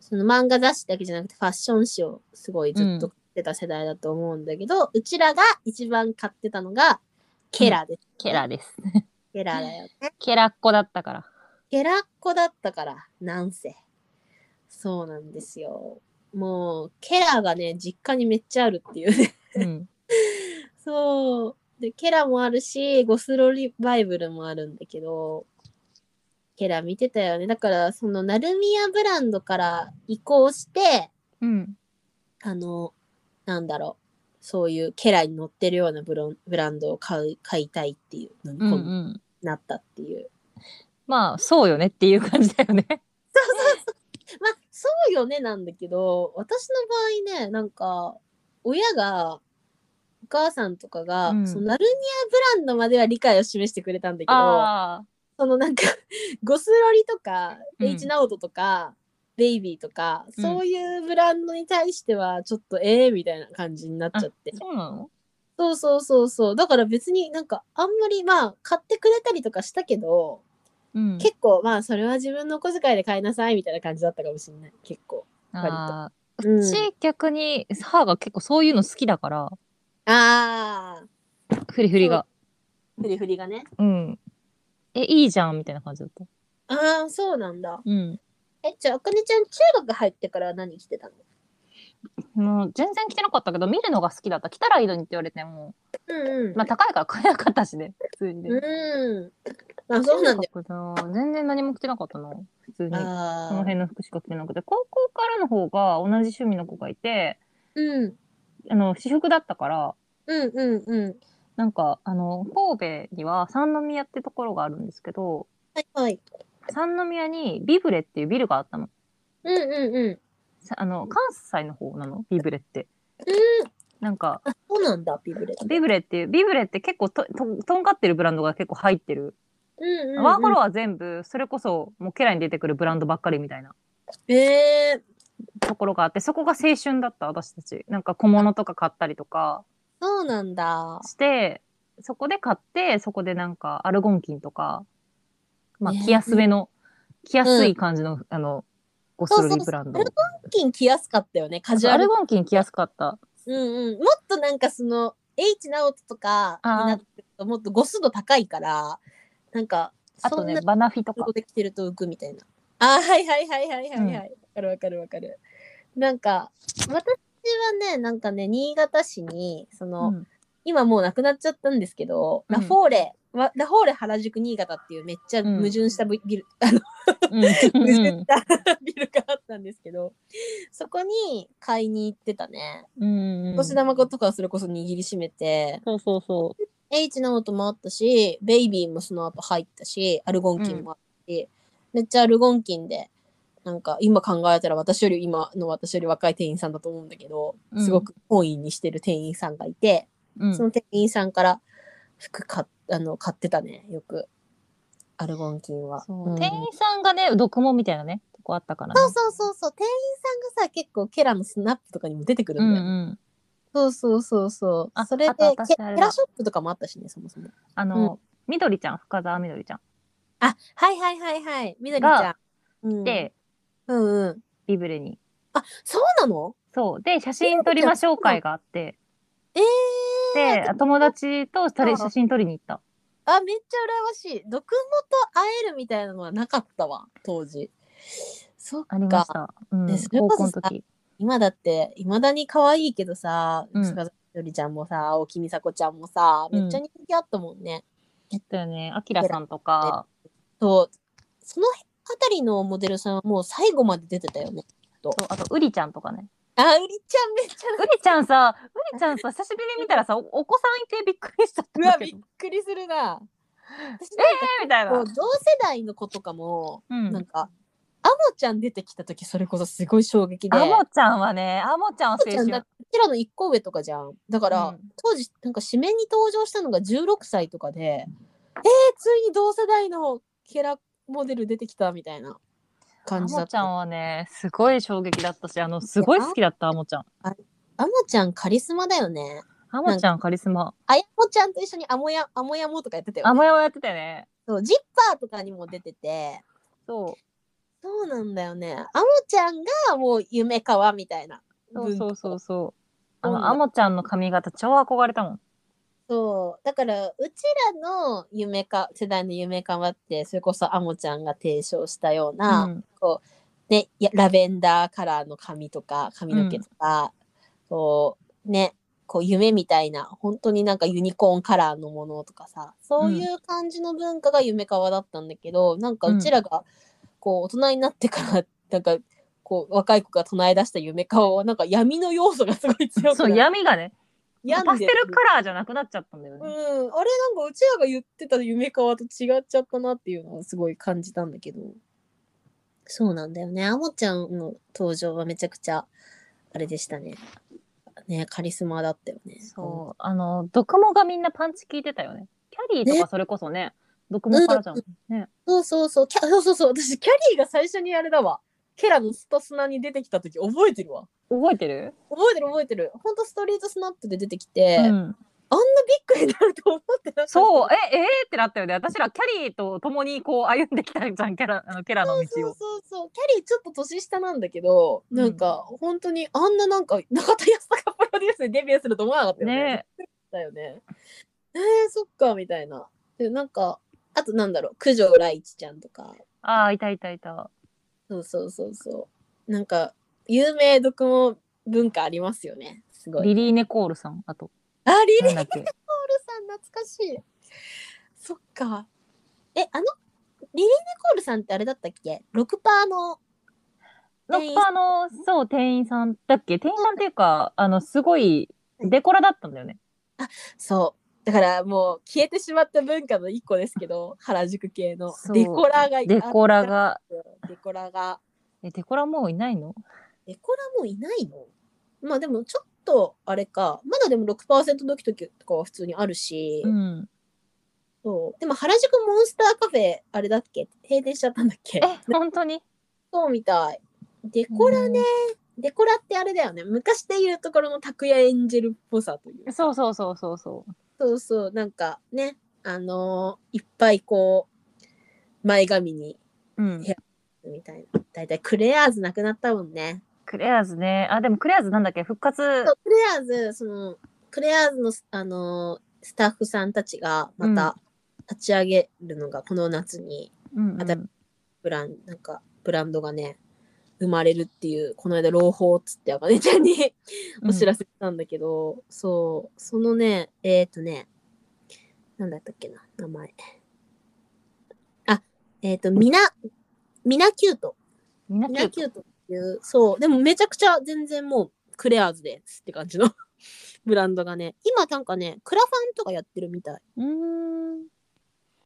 Speaker 3: その漫画雑誌だけじゃなくてファッション誌をすごいずっと買ってた世代だと思うんだけど、うちらが一番買ってたのがケラです、
Speaker 2: ケラです。
Speaker 3: ケラだよね
Speaker 2: ケラっ子だったから。
Speaker 3: ゲラっ子だったから、なんせ。そうなんですよ。もう、ケラがね、実家にめっちゃあるっていうね。
Speaker 2: うん。
Speaker 3: そう。で、ケラもあるし、ゴスロリバイブルもあるんだけど、ケラ見てたよね。だから、その、ナルミヤブランドから移行して、
Speaker 2: うん。
Speaker 3: あの、なんだろう。そういうケラに乗ってるようなブロンブランドを買う、買いたいっていうのに
Speaker 2: うんう
Speaker 3: 今度
Speaker 2: ん。
Speaker 3: なったっていう。
Speaker 2: まあ、そうよねっていう感じだ よね。
Speaker 3: まあそうよねなんだけど私の場合ねなんか親がお母さんとかが、
Speaker 2: うん
Speaker 3: そのナルニアブランドまでは理解を示してくれたんだけど
Speaker 2: あ
Speaker 3: そのなんか ゴスロリとか、
Speaker 2: うん
Speaker 3: H ナオトとかベイビーとか、
Speaker 2: うん
Speaker 3: そういうブランドに対してはちょっとええみたいな感じになっちゃって
Speaker 2: あ。そうなの
Speaker 3: そうそうそうそうだから別になんかあんまりまあ買ってくれたりとかしたけど、
Speaker 2: うん。
Speaker 3: 結構まあそれは自分のお小遣いで買いなさいみたいな感じだったかもしれない結構。割と
Speaker 2: あ
Speaker 3: う
Speaker 2: ーうち、逆に母が結構そういうの好きだから、
Speaker 3: ああ、
Speaker 2: フリフリが。
Speaker 3: フリフリがね。
Speaker 2: うん。え、いいじゃんみたいな感じだった。
Speaker 3: ああ、そうなんだ。
Speaker 2: うん。
Speaker 3: え、じゃあ、あかねちゃん、中学入ってから何着てたの
Speaker 2: もう全然着てなかったけど、見るのが好きだった。着たらいいのにって言われても、
Speaker 3: うんうん。
Speaker 2: まあ高いから買えなかったしね、普通にね。
Speaker 3: うん。あ、そうなんだよ。
Speaker 2: 着てなかったな全然何も着てなかったな、普通に。こ
Speaker 3: あ
Speaker 2: の
Speaker 3: あ。
Speaker 2: 辺の服しか着てなくて、高校からの方が同じ趣味の子がいて、
Speaker 3: うん。
Speaker 2: あの、私服だったから、
Speaker 3: うんうんうん。
Speaker 2: なんか、あの、神戸には三宮ってところがあるんですけど、
Speaker 3: はいはい。
Speaker 2: 三宮にビブレっていうビルがあったの。
Speaker 3: うんうんうん。
Speaker 2: さあの、関西の方なのビブレって。なんか、
Speaker 3: あ、そうなんだ、ビブレ。
Speaker 2: ビブレっていう、ビブレって結構と、ととんがってるブランドが結構入ってる。
Speaker 3: うんうん、うん。
Speaker 2: ワーホロは全部、それこそ、もうケラに出てくるブランドばっかりみたいな
Speaker 3: えー、
Speaker 2: ところがあって、そこが青春だった、私たち。なんか小物とか買ったりとか
Speaker 3: そうなんだ。
Speaker 2: して、そこで買って、そこでなんか、アルゴンキンとか、まあ、
Speaker 3: ね
Speaker 2: 着やすめの、着やすい感じの、あの、ゴスロリブランド
Speaker 3: そうそう。パッキン着やすかったよね、カジュ
Speaker 2: ア
Speaker 3: ア
Speaker 2: ル
Speaker 3: ル。
Speaker 2: ゴンキン着やすかった。
Speaker 3: うんうん。もっとなんかその、H 直人とかになってくると、もっと語数度高いから、なんか、
Speaker 2: あと
Speaker 3: そん
Speaker 2: ね
Speaker 3: な、
Speaker 2: バナフィとか
Speaker 3: こ。できてると浮くみたいな。あーはいはいはいはいはいはい。わ、かるわかるわかる。なんか私はねなんかね新潟市にその、
Speaker 2: うん
Speaker 3: 今もうなくなっちゃったんですけど、
Speaker 2: うん
Speaker 3: ラフォーレわラフォーレ原宿新潟っていうめっちゃ矛盾したビビル、あの
Speaker 2: うん。
Speaker 3: 矛
Speaker 2: う
Speaker 3: 盾
Speaker 2: ん
Speaker 3: したビルがあったんですけどそこに買いに行ってたね。
Speaker 2: うん。うん
Speaker 3: お年玉とかはそれこそ握りしめて、
Speaker 2: そうそうそう。
Speaker 3: H 直人もあったし、ベイビーもその後入ったし、アルゴンキンもあったし、めっちゃアルゴンキンで、なんか今考えたら私より今の私より若い店員さんだと思うんだけど、
Speaker 2: うん
Speaker 3: すごく本意にしてる店員さんがいて、
Speaker 2: うん
Speaker 3: その店員さんから服買っあの買ってたね、よく。アルゴンキンは。
Speaker 2: そう
Speaker 3: うん
Speaker 2: 店員さんがね、毒もみたいなね、とこあったからね。
Speaker 3: そうそうそうそう、店員さんがさ、結構ケラのスナップとかにも出てくる
Speaker 2: うんん
Speaker 3: だよ。
Speaker 2: うん。
Speaker 3: そうそうそうそう。
Speaker 2: あ
Speaker 3: それで
Speaker 2: あと私
Speaker 3: ケ、ケ
Speaker 2: あれだ
Speaker 3: ラショップとかもあったしね、そもそも。
Speaker 2: あの、みどりちゃん、深澤みどりちゃん。
Speaker 3: あ、はいはいはいはい。みどりちゃ
Speaker 2: が
Speaker 3: ん。うん、
Speaker 2: で、
Speaker 3: うんうん。
Speaker 2: ビブレに。
Speaker 3: あ、そうなの
Speaker 2: そう。で、写真撮りましょう会があって、
Speaker 3: ええー。
Speaker 2: で、友達と撮り写真撮りに行った。
Speaker 3: あ、めっちゃ羨ましい。毒元と会えるみたいなのはなかったわ、当時。そっ
Speaker 2: ありまし
Speaker 3: か。
Speaker 2: た。うん
Speaker 3: ねそ。れ
Speaker 2: 高
Speaker 3: こそ
Speaker 2: 校の
Speaker 3: さ
Speaker 2: 時。
Speaker 3: 今だって、いまだに可愛いけどさ、
Speaker 2: うん
Speaker 3: 坂崎みどりちゃんもさ、青木美佐子ちゃんもさ、めっちゃ人気あったもんね。
Speaker 2: えっとね、あきらさんとか、
Speaker 3: そう。そのあたりのモデルさんはもう最後まで出てたよね。
Speaker 2: そうあと、うりちゃんとかね。
Speaker 3: あ、うりちゃんめっちゃ
Speaker 2: うりちゃんさ、うりちゃ んさ、久しぶりに見たらさ、おお子さんいてびっくりしちゃったんだけど。
Speaker 3: くりするな。私
Speaker 2: えーみたい
Speaker 3: こ
Speaker 2: な
Speaker 3: う。同世代の子とかも、
Speaker 2: うん
Speaker 3: なんかアモちゃん出てきた時それこそすごい衝撃で
Speaker 6: アモちゃんはね、アモちゃんは
Speaker 3: アモ
Speaker 6: 青
Speaker 3: ちゃんだ
Speaker 6: 春
Speaker 3: う。ちらの一個上とかじゃんだから、
Speaker 2: うん
Speaker 3: 当時なんか紙面に登場したのが16歳とかでえー、ついに同世代のキャラモデル出てきたみたいな
Speaker 2: ア
Speaker 3: 感じだ
Speaker 2: モ
Speaker 3: っ
Speaker 2: ちゃ
Speaker 3: た
Speaker 2: んはね、すごい衝撃だったし、あの、すごい好きだった、アモちゃん。
Speaker 3: アモちゃんカリスマだよね
Speaker 2: アモちゃんカリスマ。
Speaker 3: あやもちゃんと一緒にアモヤアモヤモとかやってたよ、
Speaker 2: ア
Speaker 3: ね、
Speaker 2: モヤをやってたよね。
Speaker 3: そうジッパーとかにも出てて
Speaker 2: そ
Speaker 3: そうなんだよねアモちゃんがもう夢かわみたいな
Speaker 2: う。そうそうそうそう。あ
Speaker 3: そう
Speaker 2: の、
Speaker 3: なんだ
Speaker 2: アモちゃんの髪型超憧れたもん。
Speaker 3: そうだからうちらの夢か世代の夢かわってそれこそアモちゃんが提唱したような、
Speaker 2: うん
Speaker 3: ね、いやラベンダーカラーの髪とか髪の毛とか、こうねこう夢みたいな本当になんかユニコーンカラーのものとかさそういう感じの文化が夢川だったんだけど、なんかうちらがこう大人になってからなんかこう若い子が唱え出した夢川はなんか闇の要素がすごい強く
Speaker 2: そう、
Speaker 3: なっ
Speaker 2: 闇がね、
Speaker 3: 病
Speaker 2: パ
Speaker 3: ん
Speaker 2: ス
Speaker 3: で
Speaker 2: テ
Speaker 3: る
Speaker 2: ルカラーじゃなくなっちゃったんだよ
Speaker 3: うん、あ
Speaker 2: ね。
Speaker 3: れなんかうちらが言ってた夢川と違っちゃったなっていうのはすごい感じたんだけどそうなんだよねあもちゃんの登場はめちゃくちゃあれでしたねねカリスマだったよね
Speaker 2: そう。あの、ドクモがみんなパンチ効いてたよね。キャリーとかそれこそね、ドクモからじゃん。ね。
Speaker 3: そうそうそうキャそうそうそう私キャリーが最初にあれだわケラのスト砂に出てきた時覚えてるわ
Speaker 2: 覚えてる
Speaker 3: 覚えてる覚えてるほんとストリートスナップで出てきて、あ
Speaker 2: うん。
Speaker 3: なんビッグになると思ってなかった
Speaker 2: そう、え、えーってなったよね。私らキャリーと共にこう歩んできたじゃん、キャラ、 あの、キャラの道
Speaker 3: そう
Speaker 2: を。
Speaker 3: そうそうキャリーちょっと年下なんだけど、
Speaker 2: うん
Speaker 3: なんか本当にあんななんか中田康隆プロデュースでデビューすると思わなかったよね。
Speaker 2: ね
Speaker 3: だよね。えー、そっかみたいな。でなんかあとなんだろう九条来一ちゃんとか
Speaker 2: ああ、いたいたいた。
Speaker 3: そうそうそうそうなんか有名読も文化ありますよねすごい。
Speaker 2: リリー・ネコールさん、あと。
Speaker 3: あリリー・
Speaker 2: なんだっけ。
Speaker 3: ポールさん懐かしい。そっか。えあのリリー・ネコールさんってあれだったっけ ?6 パーの。
Speaker 2: ロッパーの、そう、店員さんだっけ店員さんっていうか、あの、すごい、デコラだったんだよね。
Speaker 3: そう。だからもう消えてしまった文化の一個ですけど、原宿系の
Speaker 2: そう
Speaker 3: デコラが
Speaker 2: デコラ。が。
Speaker 3: デコラが。
Speaker 2: え、デコラもういないの
Speaker 3: デコラもういないのまあでもちょっとあれか、まだでも6%ドキドキとかは普通にあるし、
Speaker 2: うん。
Speaker 3: そうでも原宿モンスターカフェ、あれだっけ閉店しちゃったんだっけ
Speaker 2: え、本当に
Speaker 3: そうみたい。デコラね、デコラってあれだよね。昔でいうところの拓也エンジェルっぽさというか
Speaker 2: そうそうそうそうそう。
Speaker 3: そうそう、なんかね、あのーいっぱいこう、前髪に、
Speaker 2: うん
Speaker 3: いやみたいな。だいたいクレアーズなくなったもんね。
Speaker 2: クレアーズね。あ、でもクレアーズなんだっけ復活
Speaker 3: そう。クレアーズ、その、クレアーズの、あのースタッフさんたちが、また、立ち上げるのが、この夏に、
Speaker 2: うんうん
Speaker 3: またブラン、なんか、ブランドがね、生まれるっていう、この間、朗報っつって、あかねちゃんにお知らせしたんだけど、そう、そのね、えっ、ー、とね、なんだったっけな、名前。あ、えっ、ー、と、みな、みなキュート。
Speaker 2: みんな
Speaker 3: み
Speaker 2: キュ
Speaker 3: な
Speaker 2: ート
Speaker 3: キュートっていう、そう、でもめちゃくちゃ全然もう、クレアーズですって感じの ブランドがね、今なんかね、クラファンとかやってるみたい。
Speaker 2: うーん。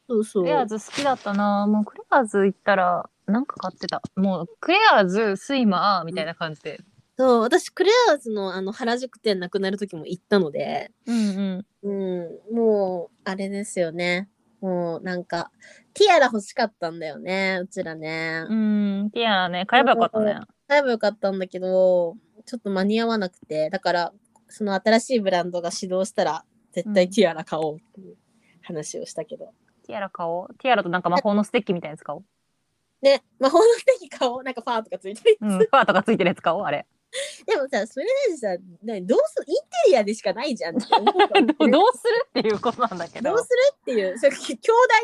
Speaker 3: そうそう。
Speaker 2: クレアーズ好きだったな。もうクレアーズ行ったら、なんか買ってた。もう、クレアーズ、スイマー、みたいな感じで。
Speaker 3: そう、私、クレアーズのあの原宿店なくなる時も行ったので、
Speaker 2: うんうん。
Speaker 3: うん、もう、あれですよね。もう、なんか、ティアラ欲しかったんだよね、うちらね。
Speaker 2: うん、ティアラね、買えばよかったね。
Speaker 3: 買えばよかったんだけど、ちょっと間に合わなくて、だから、その新しいブランドが始動したら、絶対
Speaker 2: うん
Speaker 3: ティアラ買おうっていう話をしたけど。
Speaker 2: ティアラ買おう。ティアラとなんか魔法のステッキみたいなやつ買おう。
Speaker 3: ね、魔法の敵買おう。なんかファーとかついてる。
Speaker 2: うん、ファーとかついてるやつ買おう、あれ。
Speaker 3: でもさ、それなりにさ、何どうするインテリアでしかないじゃんって思うから
Speaker 2: どうどうするっていうことなんだけど。
Speaker 3: どうするっていう、それ兄弟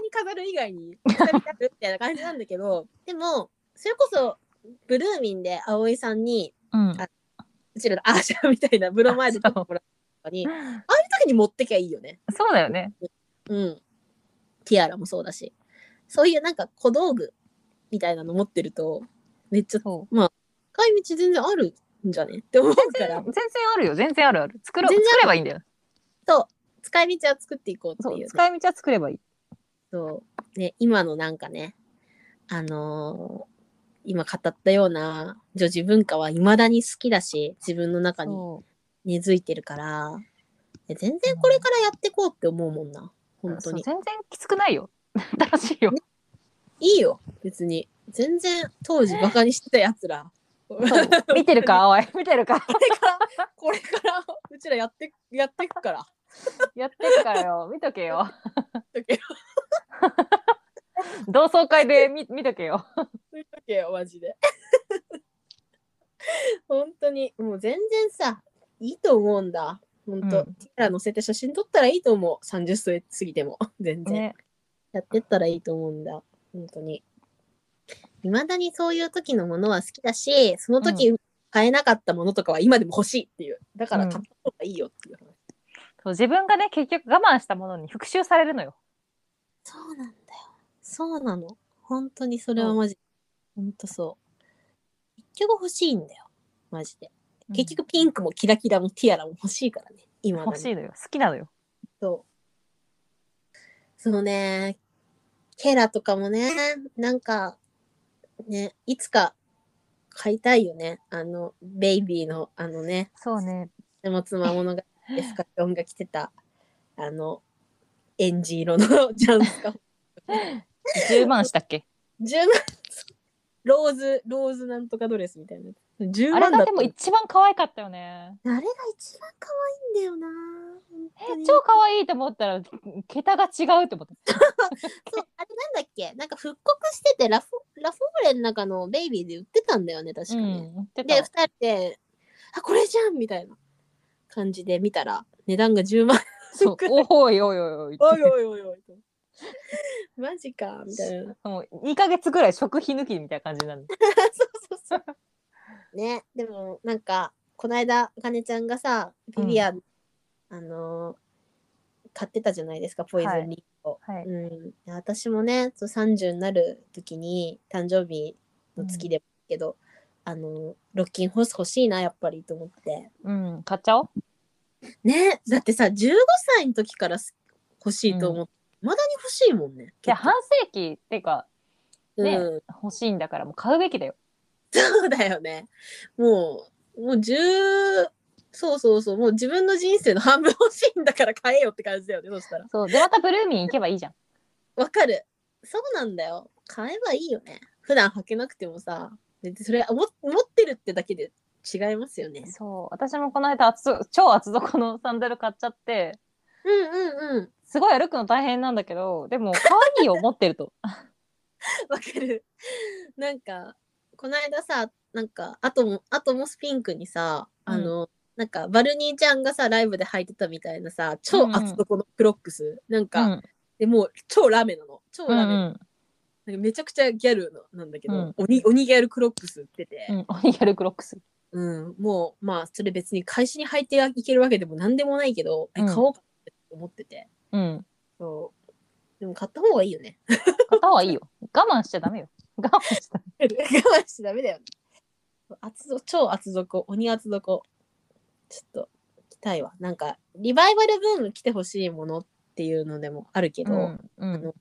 Speaker 3: に飾る以外に飾りたくみたいな感じなんだけど、 でも、それこそ、ブルーミンで葵さんに、
Speaker 2: うん。
Speaker 3: うちらのアーシャみたいなブロマイドとかもらったのに、ああいう時に持ってきゃいいよね。
Speaker 2: そうだよね。
Speaker 3: うん。ティアラもそうだし。そういうなんか小道具みたいなの持ってると、めっちゃ
Speaker 2: そう。
Speaker 3: 使い道全然あるんじゃねって思うから
Speaker 2: 全、然あるよ、全然あるある。作ろう
Speaker 3: 全然ある
Speaker 2: 作ればいいんだよ。
Speaker 3: そう、使い道は作っていこうって
Speaker 2: そ
Speaker 3: いう
Speaker 2: う、
Speaker 3: ね。
Speaker 2: 使い道は作ればいい。
Speaker 3: そう。ね、今のなんかね、あのー今語ったような女児文化は未だに好きだし、自分の中に
Speaker 6: そ
Speaker 3: 根付いてるから、え全然これからやってこうって思うもんな。本
Speaker 2: う
Speaker 3: 当
Speaker 2: そう
Speaker 3: に。
Speaker 2: 全然きつくないよ楽しいよ
Speaker 3: いいよ、別に。全然当時バカにしてたやつ ら。 これか、
Speaker 6: う見てるかおい見てるから
Speaker 3: これからうちらやって、やっていくから。
Speaker 2: やってるからよ見とけよ
Speaker 3: 見とけよ
Speaker 2: 同窓会で見見とけよ
Speaker 3: そういう時よ、マジで。 本当に、もう全然さ、いいと思うんだ。本当、
Speaker 2: う
Speaker 3: ティアラ乗せて写真撮ったらいいと思う。30歳過ぎても。 全然。
Speaker 2: ね
Speaker 3: やってったらいいと思うんだ。本当に。いまだにそういう時のものは好きだし、その時買えなかったものとかは今でも欲しいっていう。だから買った方がいいよっていう話。
Speaker 2: そう自分がね結局我慢したものに復讐されるのよ
Speaker 3: そうなんだよ。そうなの。本当にそれはマジ。本当そう。結局欲しいんだよ。マジで。結局ピンクもキラキラもティアラも欲しいからね。今
Speaker 2: 欲し
Speaker 3: い
Speaker 2: いのよ好きなのよ
Speaker 3: と。そのね、ケラとかもね、なんか、ね、いつか買いたいよね。あの、ベイビーの、あのね、
Speaker 2: そうね
Speaker 3: でもつまものが、エスカピョンが着てた、あの、エンジ色のジャンスカ。
Speaker 2: 10万したっけ
Speaker 3: 10万、ローズ、ローズなんとかドレスみたいなやつ。10
Speaker 2: あ
Speaker 3: 万だ
Speaker 2: れ
Speaker 3: った
Speaker 2: がでも一番可愛かったよね
Speaker 3: あれが一番可愛いんだよな。本当に
Speaker 2: 超可愛いと思ったら桁が違うと思って
Speaker 3: そう、あれなんだっけなんか復刻してて、ラフラフォーレの中のベイビーで売ってたんだよね、確か
Speaker 2: う
Speaker 3: ね。
Speaker 2: ん言ってた
Speaker 3: で、2人で、あ、これじゃんみたいな感じで見たら、値段が10万。
Speaker 2: そうおいおいおいおい
Speaker 3: おいおいおいおい。 マジか、みたい な。
Speaker 2: もう2ヶ月ぐらい食費抜きみたいな感じになる
Speaker 3: そうそうそう。ね、でも、なんか、こないだ、あかねちゃんがさ、フィギュア、あのー買ってたじゃないですか、ポイズンリーフを。
Speaker 2: はい
Speaker 3: うん、私もねそう30になる時に誕生日の月でもいいけど、あのロッキンホース欲しいなやっぱりと思って
Speaker 2: うん買っちゃおう
Speaker 3: ねだってさ15歳の時からす欲しいと思って、まだに欲しいもんね
Speaker 2: いや半世紀っていうか
Speaker 3: 結
Speaker 2: ね
Speaker 3: 構うん、
Speaker 2: 欲しいんだからもう買うべきだよ
Speaker 3: そうだよねもうもう10そうそうそうもう自分の人生の半分欲しいんだから買えよって感じだよねそしたら
Speaker 2: そうでまたブルーミン行けばいいじゃん
Speaker 3: わかる。そうなんだよ。買えばいいよね。普段履けなくてもさ、別にそれ思持ってるってだけで違いますよね。
Speaker 2: そう私もこの間厚底超厚底のサンダル買っちゃって
Speaker 3: うんうんうん。
Speaker 2: すごい歩くの大変なんだけどでも可愛いよ持ってる と
Speaker 3: わかる。なんか、この間さ、なんか、あとも、あともスピンクにさ、
Speaker 2: うん
Speaker 3: あの、なんか、バルニーちゃんがさ、ライブで履いてたみたいなさ、超厚底のクロックス。なん
Speaker 2: う
Speaker 3: か、
Speaker 2: ん
Speaker 3: でもう超ラメなの。超
Speaker 2: う
Speaker 3: ラメ。
Speaker 2: ん
Speaker 3: なんかめちゃくちゃギャルのなんだけど、
Speaker 2: うん
Speaker 3: 鬼、鬼ギャルクロックス売ってて。
Speaker 2: うんオニギャルクロックス
Speaker 3: うん、もうまあそれ別に会社に入っていけるわけでも何でもないけど、え
Speaker 2: うん
Speaker 3: 買おうかって思ってて
Speaker 2: うん
Speaker 3: そうでも買った方がいいよね
Speaker 2: 買った方がいいよ我慢しちゃダメよ我慢しちゃ
Speaker 3: 我慢しちゃダメだよね厚底超厚底鬼厚底ちょっと期待はなんかリバイバルブーム来てほしいものっていうのでもあるけど、
Speaker 2: うんうん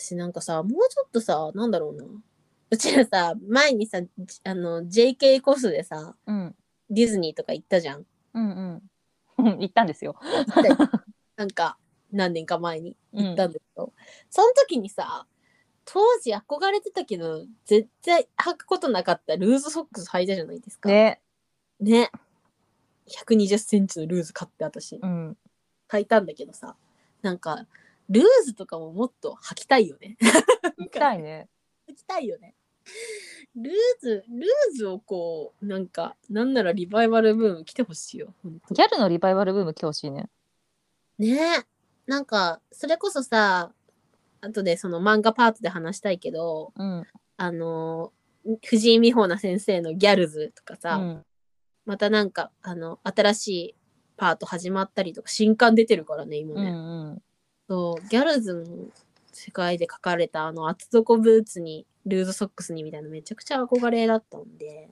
Speaker 3: 私なんかさもうちょっとさなんだろうなうちらさ前にさじあの JK コスでさ
Speaker 2: うん
Speaker 3: ディズニーとか行ったじゃん
Speaker 2: うんうん 行ったんですよ
Speaker 3: なんか何年か前に
Speaker 2: 行
Speaker 3: 行ったんだけど、その時にさ当時憧れてたけど絶対履くことなかったルーズソックス履いたじゃないですかね
Speaker 2: ね
Speaker 3: 1 2 0ンチのルーズ買って私
Speaker 2: うん
Speaker 3: 履いたんだけどさなんかルーズとかももっと履きたいよね
Speaker 2: 行きたいね
Speaker 3: 履きたいよねルーズルーズをこうなんかなんならリバイバルブーム来てほしいよほんと
Speaker 2: ギャルのリバイバルブーム来てほしいね
Speaker 3: ねなんかそれこそさ後でその漫画パートで話したいけど
Speaker 2: うん
Speaker 3: あのー藤井美穂奈先生の「ギャルズ」とかさ、
Speaker 2: うん
Speaker 3: またなんかあの新しいパート始まったりとか新刊出てるからね今
Speaker 2: う
Speaker 3: ね、
Speaker 2: んうん
Speaker 3: そうギャルズの世界で書かれたあの厚底ブーツにルーズソックスにみたいなめちゃくちゃ憧れだったんで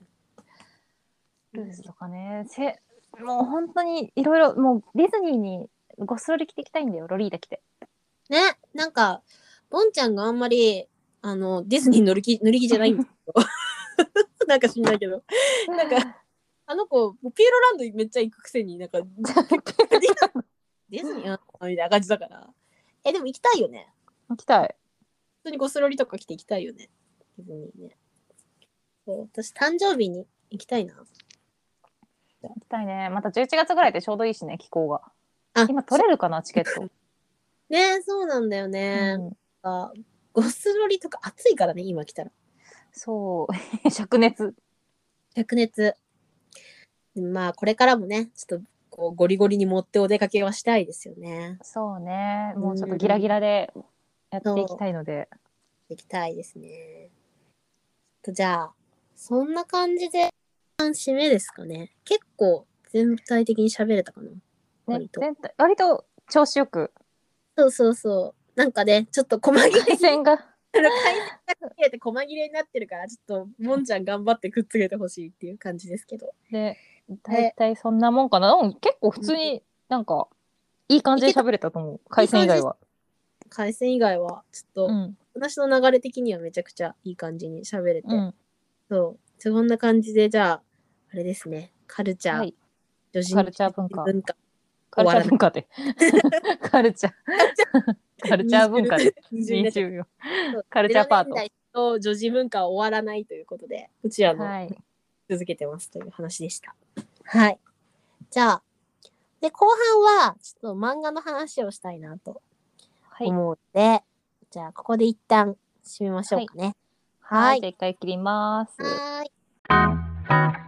Speaker 2: ルーズとかねせもう本当にいろいろもうディズニーにゴスロリ着ていきたいんだよロリータ着て
Speaker 3: ねなんかボンちゃんがあんまりあの、ディズニー乗り気、乗り気じゃないんですけど。 なんか知んないけど。なんか、あの子、もうピエロランドめっちゃ行くくせに、なん か、ディズニーなのみたいな感じだから。え、でも行きたいよね。
Speaker 6: 行きたい。
Speaker 3: 本当にゴスロリとか来て行きたいよね。ディズニーね。そう私、誕生日に行きたいな。
Speaker 2: 行きたいね。また11月ぐらいでちょうどいいしね、気候が
Speaker 3: あ。
Speaker 2: 今取れるかな、チケット。
Speaker 3: ねそうなんだよね。
Speaker 2: うん
Speaker 3: あゴスロリとか暑いからね、今来たら。
Speaker 2: そう。 灼熱。
Speaker 3: 灼熱。まあ、これからもね、ちょっと、こう、ゴリゴリに持ってお出かけはしたいですよね。
Speaker 2: そうね。もうちょっとギラギラでやっていきたいので。
Speaker 3: 行きたいですね。とじゃあ、そんな感じで、一旦締めですかね。結構、全体的に喋れたかな。
Speaker 2: ね
Speaker 3: 割、と
Speaker 2: 全体割と調子よく
Speaker 3: そうそうそう。なんかね、ちょっと細切れ
Speaker 2: 回線が
Speaker 3: あの回線が切れて細切れになってるから、ちょっと、もんちゃん頑張ってくっつけてほしいっていう感じですけど。
Speaker 2: で大体そんなもんかな、うん、結構普通になんかいい感じで喋れたと思う回線以外は
Speaker 3: 回線以外は、ちょっと、
Speaker 2: うん
Speaker 3: 話の流れ的にはめちゃくちゃいい感じに喋れて、
Speaker 2: うん
Speaker 3: そうそんな感じでじゃああれですねカルチャー、
Speaker 2: はい
Speaker 3: 女子
Speaker 2: カルチャー文化
Speaker 3: 文化
Speaker 2: カルチャー文化でカルチャーカルチャー文化で
Speaker 3: 20年代
Speaker 2: 20秒カルチャーパー
Speaker 3: 0年
Speaker 2: ト
Speaker 3: 代と女子文化は終わらないということでうちらも
Speaker 2: はい
Speaker 3: 続けてますという話でしたはいじゃあで後半はちょっと漫画の話をしたいなと
Speaker 2: はい
Speaker 3: 思うので、じゃあここで一旦締めましょうかね
Speaker 2: は
Speaker 3: はい
Speaker 2: いじゃあ一回切ります
Speaker 3: はーい